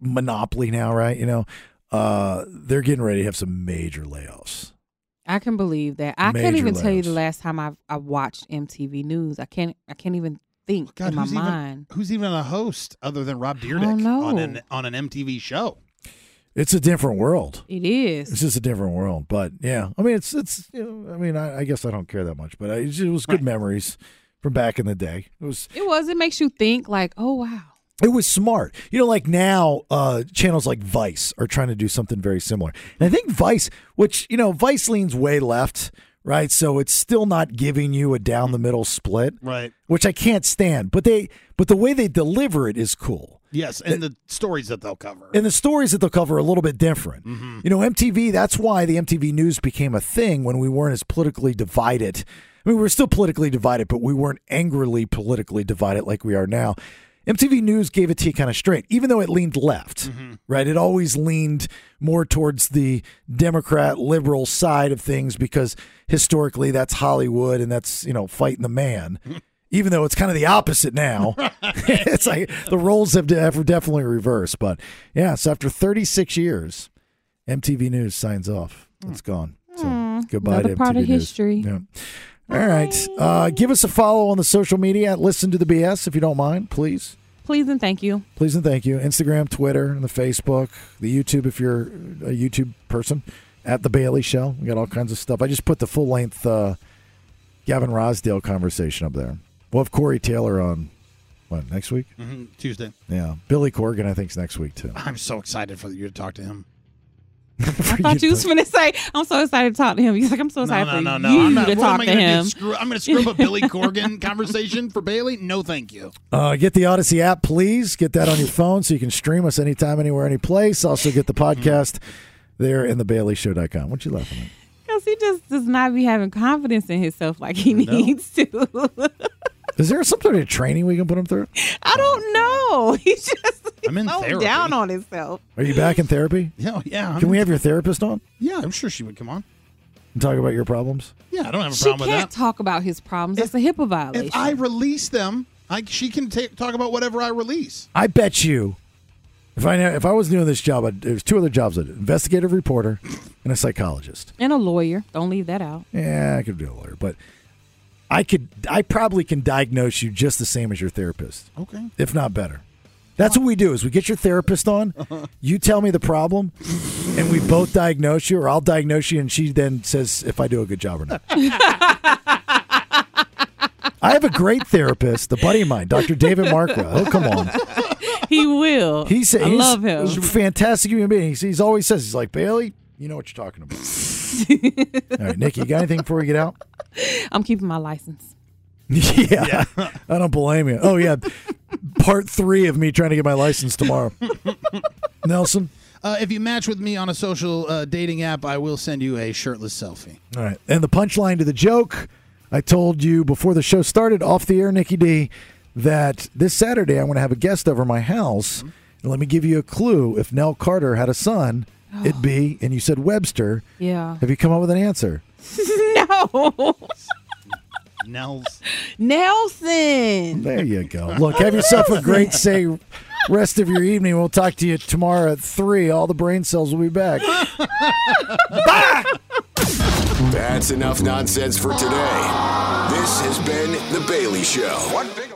[SPEAKER 8] monopoly now, right? You know, uh, they're getting ready to have some major layoffs.
[SPEAKER 9] I can believe that. I can't
[SPEAKER 8] Major
[SPEAKER 9] even tell you the last time I I watched MTV News. I can't I can't even think in my
[SPEAKER 10] who's
[SPEAKER 9] mind.
[SPEAKER 10] Oh, Even, who's even a host other than Rob Deerdick on an on an MTV show?
[SPEAKER 8] It's a different world.
[SPEAKER 9] It is.
[SPEAKER 8] It's just a different world. But yeah, I mean, it's it's. You know, I mean, I, I guess I don't care that much, but I, it just was good memories from back in the day. It was
[SPEAKER 9] It was. It makes you think like, oh wow.
[SPEAKER 8] It was smart. You know, like now, uh, channels like Vice are trying to do something very similar. And I think Vice, which, you know, Vice leans way left, right? So it's still not giving you a down the middle split.
[SPEAKER 10] Right.
[SPEAKER 8] Which I can't stand. But they but the way they deliver it is cool.
[SPEAKER 10] Yes, and the stories that they'll cover.
[SPEAKER 8] And the stories that they'll cover are a little bit different.
[SPEAKER 10] Mhm.
[SPEAKER 8] You know, MTV, that's why the MTV news became a thing when we weren't as politically divided. I mean, we were still politically divided, but we weren't angrily politically divided like we are now. MTV News gave it to you kind of straight, even though it leaned left, right? It always leaned more towards the Democrat liberal side of things because historically that's Hollywood and that's, you know, fighting the man, even though it's kind of the opposite now. it's like the roles have, de- have definitely reversed. But yeah, so after 36 years, MTV News signs off. It's gone. So goodbye
[SPEAKER 9] Hmm. another
[SPEAKER 8] to MTV
[SPEAKER 9] part of
[SPEAKER 8] News.
[SPEAKER 9] history.
[SPEAKER 8] Yeah. All right. Uh, give us a follow on the social media at Listen to the BS if you don't mind, please.
[SPEAKER 9] Please and thank you.
[SPEAKER 8] Please and thank you. Instagram, Twitter, and the Facebook, the YouTube if you're a YouTube person, at the Bailey Show. We got all kinds of stuff. I just put the full length uh, Gavin Rosdale conversation up there. We'll have Corey Taylor on what next week?
[SPEAKER 10] Mhm, Tuesday.
[SPEAKER 8] Yeah, Billy Corgan I think's next week too.
[SPEAKER 10] I'm so excited for you to talk to him.
[SPEAKER 9] I thought you was finna say, I'm so excited to talk to him. He's like, I'm
[SPEAKER 10] No,
[SPEAKER 9] so excited
[SPEAKER 10] no, no,
[SPEAKER 9] for
[SPEAKER 10] no.
[SPEAKER 9] you
[SPEAKER 10] I'm not,
[SPEAKER 9] to
[SPEAKER 10] what am
[SPEAKER 9] talk
[SPEAKER 10] I
[SPEAKER 9] to
[SPEAKER 10] gonna do?
[SPEAKER 9] him.
[SPEAKER 10] Screw, I'm going to screw up a Billy Corgan conversation for Bailey? No, thank you.
[SPEAKER 8] Uh, get the Odyssey app, please. Get that on your phone so you can stream us anytime, anywhere, any place. Also, get the
[SPEAKER 9] Mm-hmm.
[SPEAKER 8] podcast there in thebaileyshow.com. What you laughing at?
[SPEAKER 9] Because he just does not be having confidence in himself like he needs to.
[SPEAKER 8] Is there some sort of training we can put him through?
[SPEAKER 9] I don't know. He's just
[SPEAKER 10] Oh, I'm in
[SPEAKER 9] so
[SPEAKER 10] therapy.
[SPEAKER 9] down on himself.
[SPEAKER 8] Are you back in therapy?
[SPEAKER 10] Yeah, yeah. I'm
[SPEAKER 8] Can we
[SPEAKER 10] in-
[SPEAKER 8] have your therapist on
[SPEAKER 10] Yeah, I'm sure she would come on.
[SPEAKER 8] and talk about your problems?
[SPEAKER 10] Yeah, I don't have a
[SPEAKER 9] she
[SPEAKER 10] problem with
[SPEAKER 9] can't
[SPEAKER 10] that.
[SPEAKER 9] talk about his problems. That's a HIPAA violation.
[SPEAKER 10] If I release them, I, she can ta talk about whatever I release.
[SPEAKER 8] I bet you, if I if I was doing this job, I'd, there's two other jobs I did: investigative reporter and a psychologist.
[SPEAKER 9] and a lawyer. Don't leave that out.
[SPEAKER 8] Yeah, I could be a lawyer, but I could. I probably can diagnose you just the same as your therapist.
[SPEAKER 10] Okay.
[SPEAKER 8] if not better. That's what we do: is we get your therapist on, you tell me the problem, and we both diagnose you, or I'll diagnose you, and she then says if I do a good job or not. I have a great therapist, a buddy of mine, Dr. David Markra. He'll come on.
[SPEAKER 9] He will.
[SPEAKER 8] He said,
[SPEAKER 9] I
[SPEAKER 8] he's
[SPEAKER 9] love him.
[SPEAKER 8] a fantastic human being. He's, he's always says, he's like, Bailey, you know what you're talking about. All right, Nikki, you got anything before we get out?
[SPEAKER 9] I'm keeping my license.
[SPEAKER 8] yeah. I don't blame you. Oh, yeah. part three of me trying to get my license tomorrow. Nelson?
[SPEAKER 10] Uh, if you match with me on a social uh, dating app, I will send you a shirtless selfie.
[SPEAKER 8] All right. And the punchline to the joke I told you before the show started off the air, Nikki D, that this Saturday I'm going to have a guest over my house. And let me give you a clue. If Nell Carter had a son, it'd be, and you said Webster.
[SPEAKER 9] Yeah.
[SPEAKER 8] Have you come up with an answer?
[SPEAKER 9] no.
[SPEAKER 10] Nels.
[SPEAKER 9] Nelson.
[SPEAKER 8] There you go. Look, have yourself a great, say, rest of your evening. We'll talk to you tomorrow at 3. All the brain cells will be back.
[SPEAKER 5] That's enough nonsense for today. This has been The Bailey Show.